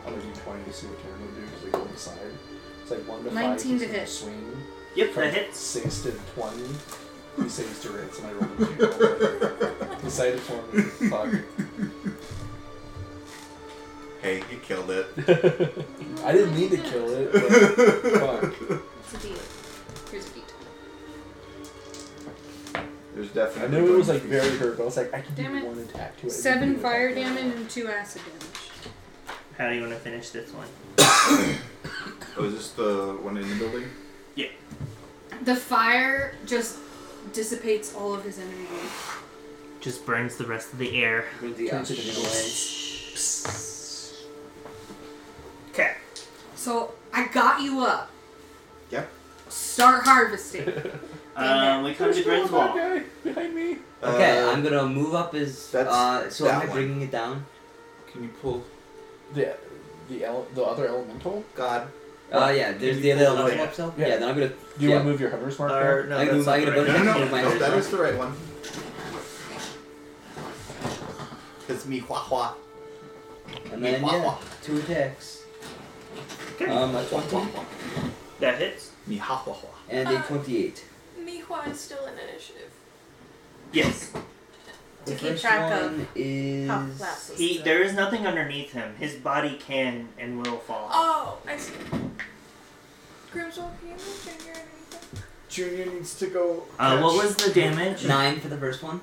Speaker 6: on a d20 to see what Terran would do because they go inside. It's like one to five.
Speaker 3: 19 to
Speaker 6: he's gonna
Speaker 3: hit.
Speaker 6: Swing.
Speaker 1: Yep,
Speaker 6: From
Speaker 1: that hits.
Speaker 6: Six to twenty. He saves to hits, and I rolled a two. Decided for me. Fuck.
Speaker 5: Hey, he killed it.
Speaker 6: I didn't mean to kill it. But fuck.
Speaker 3: It's a D. Here's a D.
Speaker 5: There's
Speaker 6: I
Speaker 5: definitely.
Speaker 6: know it was
Speaker 5: going to
Speaker 6: like
Speaker 5: be-
Speaker 6: very hurt, but I was like, I can do
Speaker 3: Damn it.
Speaker 6: one attack to it. I can do
Speaker 3: Seven
Speaker 6: it
Speaker 3: fire
Speaker 6: attack.
Speaker 3: damage and two acid damage.
Speaker 1: How do you want to finish this one?
Speaker 5: Oh, is this the one in the building?
Speaker 3: The fire just dissipates all of his energy.
Speaker 1: Just burns the rest of the air.
Speaker 2: With the
Speaker 6: Turns it
Speaker 2: oxygen
Speaker 6: into a-
Speaker 2: away.
Speaker 1: Okay.
Speaker 3: So I got you up.
Speaker 5: Yep.
Speaker 3: Start harvesting.
Speaker 1: Um, we come to Grin's wall.
Speaker 6: Okay, behind me.
Speaker 2: Okay,
Speaker 5: Uh,
Speaker 2: I'm gonna move up his.
Speaker 5: that's
Speaker 2: uh, so
Speaker 5: that
Speaker 2: am I
Speaker 5: one.
Speaker 2: bringing it down?
Speaker 5: Can you pull?
Speaker 6: The the ele- the other elemental.
Speaker 5: God.
Speaker 2: Oh yeah, there's
Speaker 1: you
Speaker 2: the other
Speaker 1: pull it up?
Speaker 2: one up so?
Speaker 6: Yeah.
Speaker 2: Yeah, then I'm gonna.
Speaker 6: Do you
Speaker 2: yeah.
Speaker 6: want to move your hunter's mark?
Speaker 1: Or no,
Speaker 2: I can
Speaker 1: that's
Speaker 2: move-
Speaker 1: not
Speaker 2: I can
Speaker 1: the
Speaker 2: go
Speaker 1: right
Speaker 5: No,
Speaker 2: down.
Speaker 1: one.
Speaker 5: no,
Speaker 2: my
Speaker 5: no. That
Speaker 2: original.
Speaker 5: is the right one. Cause me hua hua.
Speaker 2: And then
Speaker 5: Wah,
Speaker 2: yeah,
Speaker 5: wah.
Speaker 2: two attacks.
Speaker 1: Okay.
Speaker 2: Um, that's one
Speaker 1: That hits.
Speaker 5: Me hua hua hua.
Speaker 2: and a
Speaker 7: Uh,
Speaker 2: twenty-eight.
Speaker 7: Mihua is still in initiative.
Speaker 1: Yes.
Speaker 2: The
Speaker 7: To keep
Speaker 2: first
Speaker 7: track of
Speaker 2: one is.
Speaker 7: How classes.
Speaker 1: He. There is nothing underneath him. His body can and will fall.
Speaker 7: Oh, I see. Grimswell, can you move finger and anything?
Speaker 28: Junior needs to go.
Speaker 1: Uh, what was the damage?
Speaker 2: Nine for the first one.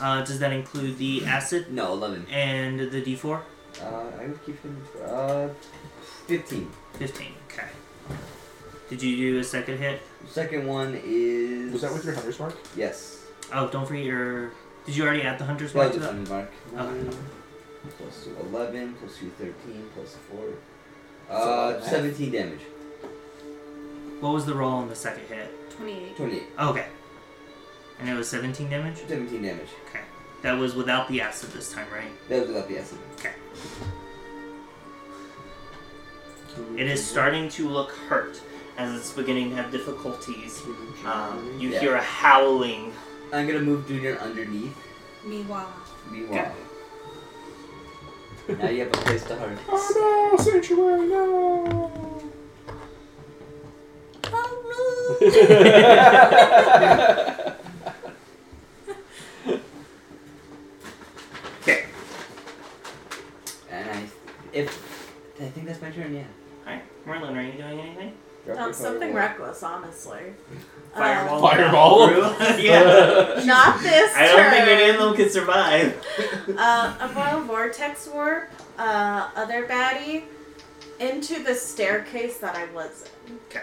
Speaker 1: Uh, does that include the acid
Speaker 2: No, eleven.
Speaker 1: and the D4?
Speaker 2: Uh, I would keep him for uh, fifteen.
Speaker 1: 15. Okay. Did you do a second hit?
Speaker 2: Second one is.
Speaker 6: Was that with your hunter's mark?
Speaker 2: Yes.
Speaker 1: Oh, don't forget your. Did you already add the hunter's
Speaker 2: Well,
Speaker 1: mark
Speaker 2: the
Speaker 1: to that?
Speaker 2: time mark.
Speaker 1: Okay.
Speaker 2: One plus two, eleven plus two, thirteen plus four. Uh,
Speaker 6: So,
Speaker 2: seventeen damage.
Speaker 1: What was the roll on the second hit?
Speaker 3: Twenty-eight.
Speaker 2: Twenty-eight.
Speaker 1: Okay. And it was 17 damage?
Speaker 2: Seventeen damage.
Speaker 1: Okay. That was without the acid this time, right?
Speaker 2: That was without the acid.
Speaker 1: It is starting to look hurt as it's beginning to have difficulties. Um, you
Speaker 2: Yeah.
Speaker 1: hear a howling.
Speaker 2: I'm gonna move Junior underneath.
Speaker 3: Meanwhile.
Speaker 2: Meanwhile. now you have a place to harvest.
Speaker 6: Oh no, sanctuary, no!
Speaker 4: Oh,
Speaker 2: And I, if I think that's my turn, yeah.
Speaker 1: Alright, Merlin, are you doing anything?
Speaker 7: Um, something reckless, honestly.
Speaker 1: Fireball.
Speaker 7: Um,
Speaker 27: Fireball.
Speaker 1: yeah.
Speaker 7: not this
Speaker 1: I don't think
Speaker 7: turn.
Speaker 1: any of them can survive.
Speaker 7: Uh, a royal vortex warp. Uh, other baddie into the staircase that I was in.
Speaker 1: okay.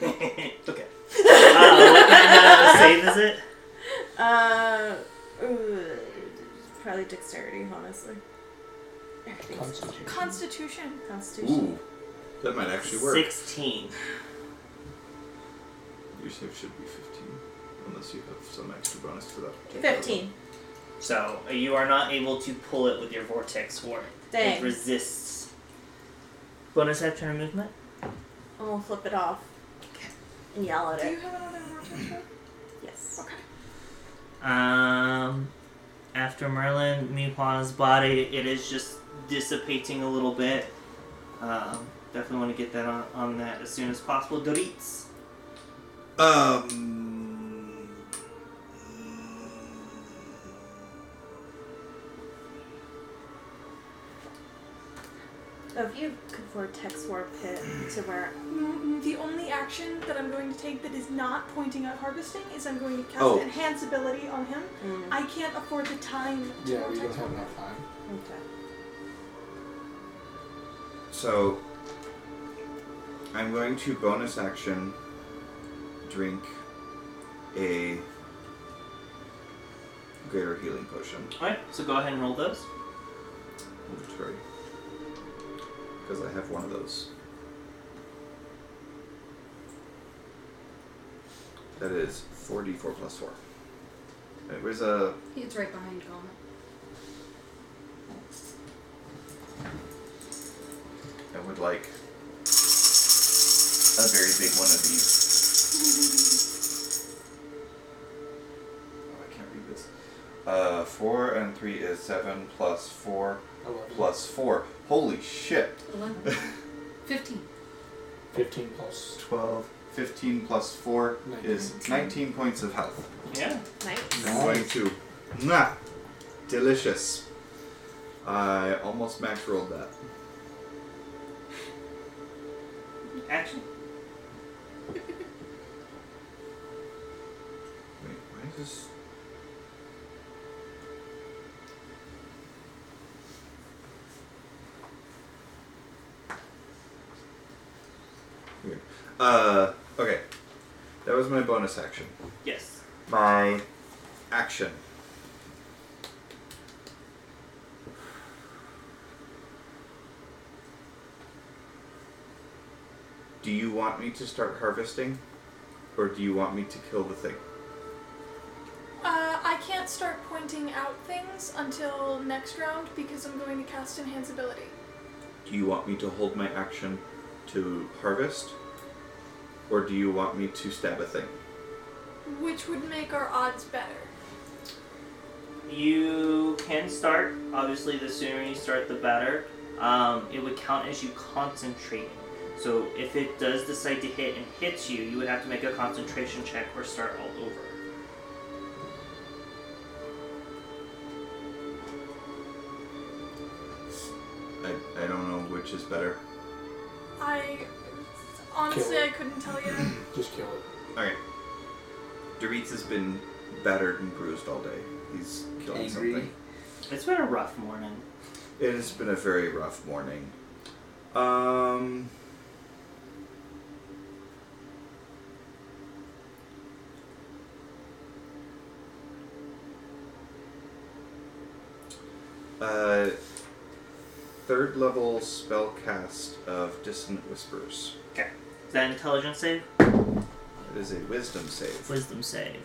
Speaker 1: Uh, what kind of save is it?
Speaker 7: Uh, ooh, probably dexterity, honestly.
Speaker 6: Constitution.
Speaker 4: Constitution.
Speaker 7: Constitution.
Speaker 5: Ooh, that might actually work.
Speaker 1: 16.
Speaker 5: Your save should be fifteen. unless you have some extra bonus for that. particular-
Speaker 7: 15.
Speaker 1: So uh, you are not able to pull it with your vortex ward. It
Speaker 7: Dang.
Speaker 1: resists. Bonus action movement.
Speaker 7: I'm gonna flip it off and yell at
Speaker 4: Do you
Speaker 7: it.
Speaker 4: have another rotation?
Speaker 7: Yes.
Speaker 1: Um, after Merlin, Mihua's body, it is just dissipating a little bit. Um, definitely want to get that on, on that as soon as possible. Doritz.
Speaker 2: Um.
Speaker 7: So if you could vortex warp it to where
Speaker 4: Mm, The only action that I'm going to take that is not pointing at harvesting is I'm going to cast
Speaker 2: Oh.
Speaker 4: enhance ability on him.
Speaker 7: Mm,
Speaker 4: I can't afford the time to
Speaker 6: Yeah, we don't
Speaker 4: vortex
Speaker 6: have
Speaker 4: one.
Speaker 6: enough time.
Speaker 7: okay.
Speaker 5: So, I'm going to bonus action drink a greater healing potion.
Speaker 1: All right, so go ahead and roll those.
Speaker 5: Because I have one of those. That is 4d4 plus 4. Right, where's a.
Speaker 3: It's right behind Goma.
Speaker 5: I would like a very big one of these. oh, I can't read this. Uh, 4 and 3 is 7 plus 4
Speaker 6: Eleven.
Speaker 5: plus 4. Holy shit!
Speaker 3: 11. 15.
Speaker 6: Fifteen plus.
Speaker 5: 12, 15 plus 4 is 19 points of health.
Speaker 1: Yeah.
Speaker 7: Nice.
Speaker 5: I'm going to. Mwah! Delicious. I almost max rolled that.
Speaker 1: Action.
Speaker 5: Wait, why is this? Weird. Uh, okay. That was my bonus action.
Speaker 1: Yes.
Speaker 5: My action. Do you want me to start harvesting? Or do you want me to kill the thing?
Speaker 4: Uh, I can't start pointing out things until next round because I'm going to cast enhance ability.
Speaker 5: Do you want me to hold my action to harvest? Or do you want me to stab a thing?
Speaker 4: Which would make our odds better.
Speaker 1: You can start. Obviously, the sooner you start, the better. Um, it would count as you concentrating. So if it does decide to hit and hits you, you would have to make a concentration check or start all over.
Speaker 5: I, I don't know which is better.
Speaker 4: I honestly I couldn't tell you.
Speaker 6: Just kill it.
Speaker 5: Okay. Doritz has been battered and bruised all day. He's killing
Speaker 2: Angry.
Speaker 5: something.
Speaker 1: It's been a rough morning.
Speaker 5: It has been a very rough morning. Um. Uh, third level spell cast of Dissonant Whispers.
Speaker 1: Is that intelligence save?
Speaker 5: It is a wisdom save.
Speaker 1: Wisdom save.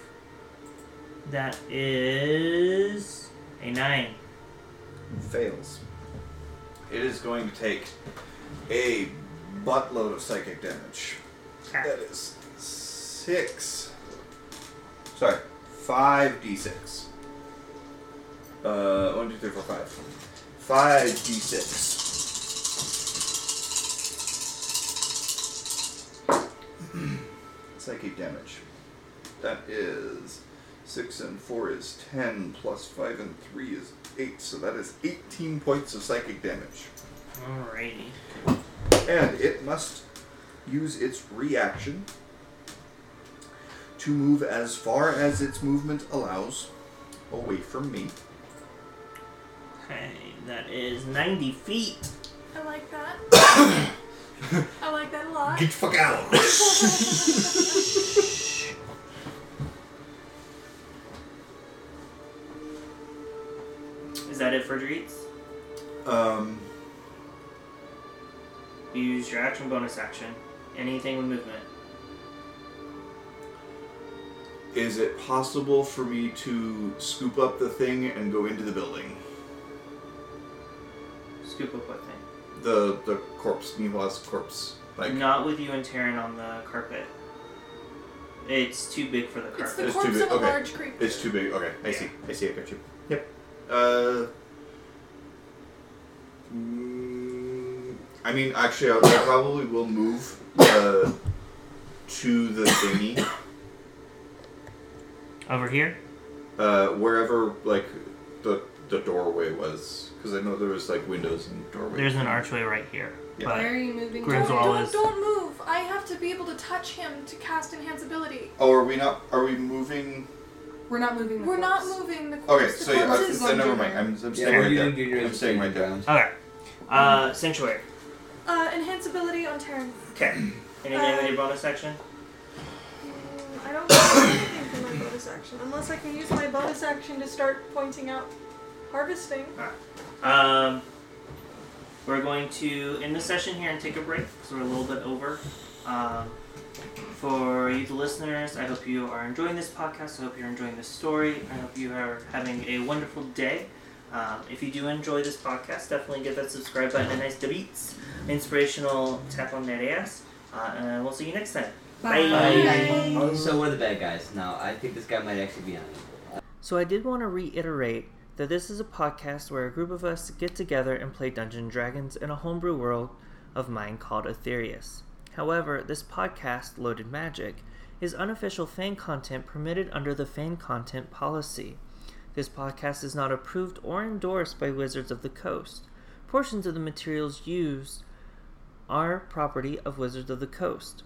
Speaker 1: That is a nine.
Speaker 5: Fails. It is going to take a buttload of psychic damage. That is six. Sorry, five d6. Uh, one, two, three, four, five. Five d6. Psychic damage. That is six and four is ten plus five and three is eight. So that is eighteen points of psychic damage,
Speaker 1: Alrighty.
Speaker 5: and it must use its reaction to move as far as its movement allows away from me.
Speaker 1: Okay, that is 90 feet.
Speaker 4: I like that. I like that a lot.
Speaker 5: the fuck out!
Speaker 1: Is that it for Dreets?
Speaker 5: um,
Speaker 1: You use your action bonus action. Anything with movement.
Speaker 5: Is it possible for me to scoop up the thing and go into the building?
Speaker 1: Scoop up what thing?
Speaker 5: The the corpse, Nihua's corpse. Like
Speaker 1: Not with you and Taryn on the carpet. It's too big for the
Speaker 29: It's the
Speaker 1: carpet.
Speaker 5: It's too
Speaker 29: corpse
Speaker 5: big,
Speaker 29: of a
Speaker 5: okay.
Speaker 29: large creature.
Speaker 5: it's too big. Okay, I see. I see. I got you. Yep. Uh. mm, I mean, actually, I, I probably will move uh, to the thingy.
Speaker 1: Over here?
Speaker 5: uh, wherever like the the doorway was, because I know there was like windows and doorways.
Speaker 1: There's an archway right here.
Speaker 5: Yeah.
Speaker 29: Why
Speaker 1: But
Speaker 29: are you moving?
Speaker 1: Grim-
Speaker 29: to-
Speaker 1: Grimswall
Speaker 4: don't,
Speaker 1: is-
Speaker 4: don't move! I have to be able to touch him to cast enhance ability.
Speaker 5: Oh, are we not? Are we moving?
Speaker 3: We're not moving. the
Speaker 4: We're not
Speaker 3: corpse.
Speaker 4: moving the
Speaker 5: Okay,
Speaker 4: corpse.
Speaker 5: so
Speaker 4: the
Speaker 5: yeah,
Speaker 4: corpse
Speaker 5: uh,
Speaker 4: is
Speaker 5: so
Speaker 4: on
Speaker 5: never
Speaker 4: Junior.
Speaker 5: mind. I'm, I'm
Speaker 2: Yeah,
Speaker 5: staying
Speaker 2: we're
Speaker 5: right
Speaker 2: using
Speaker 5: there.
Speaker 2: Junior
Speaker 5: I'm
Speaker 2: as
Speaker 5: staying right there.
Speaker 2: ground.
Speaker 1: Okay. Uh, sanctuary.
Speaker 4: Uh, enhance ability on turn.
Speaker 1: Okay. Anything
Speaker 29: Uh,
Speaker 1: with your bonus action?
Speaker 4: Mm, I don't have anything for my bonus action unless I can use my bonus action to start pointing out harvesting.
Speaker 1: Um, we're going to end the session here and take a break because we're a little bit over. Um, for you, the listeners, I hope you are enjoying this podcast. I hope you're enjoying this story. I hope you are having a wonderful day. Um, if you do enjoy this podcast, definitely give that subscribe button a nice beats, inspirational tap on that ass, uh, and we'll see you next time.
Speaker 2: Bye. Also, we're the bad guys. No, I think this guy might actually be on it.
Speaker 1: So I did want to reiterate that this is a podcast where a group of us get together and play Dungeons and Dragons in a homebrew world of mine called Aetherius. However, this podcast, Loaded Magic, is unofficial fan content permitted under the fan content policy. This podcast is not approved or endorsed by Wizards of the Coast. Portions of the materials used are property of Wizards of the Coast.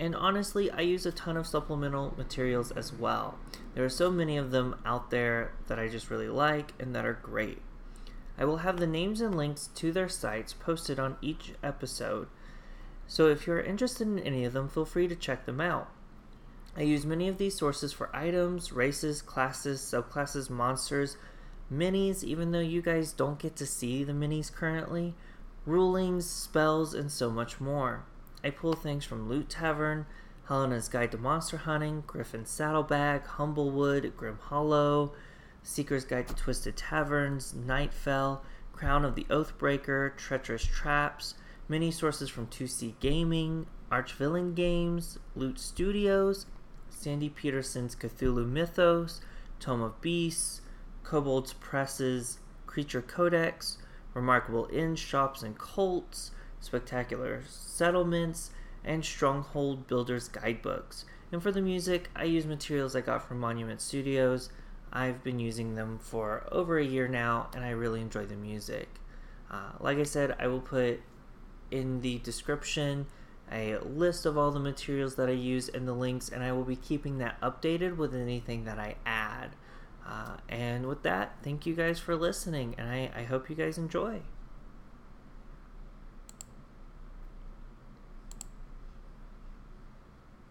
Speaker 1: And honestly, I use a ton of supplemental materials as well. There are so many of them out there that I just really like and that are great. I will have the names and links to their sites posted on each episode, so if you're interested in any of them, feel free to check them out. I use many of these sources for items, races, classes, subclasses, monsters, minis, even though you guys don't get to see the minis currently, rulings, spells, and so much more. I pull things from Loot Tavern, Helena's Guide to Monster Hunting, Griffin's Saddlebag, Humblewood, Grim Hollow, Seeker's Guide to Twisted Taverns, Nightfell, Crown of the Oathbreaker, Treacherous Traps, many sources from 2C Gaming, Archvillain Games, Loot Studios, Sandy Peterson's Cthulhu Mythos, Tome of Beasts, Kobold's Presses, Creature Codex, Remarkable Inns, Shops, and Cults, Spectacular Settlements, and Stronghold Builders Guidebooks. And for the music, I use materials I got from Monument Studios. I've been using them for over a year now, and I really enjoy the music. Uh, like I said, I will put in the description a list of all the materials that I use and the links, and I will be keeping that updated with anything that I add. Uh, and with that, thank you guys for listening, and I, I hope you guys enjoy.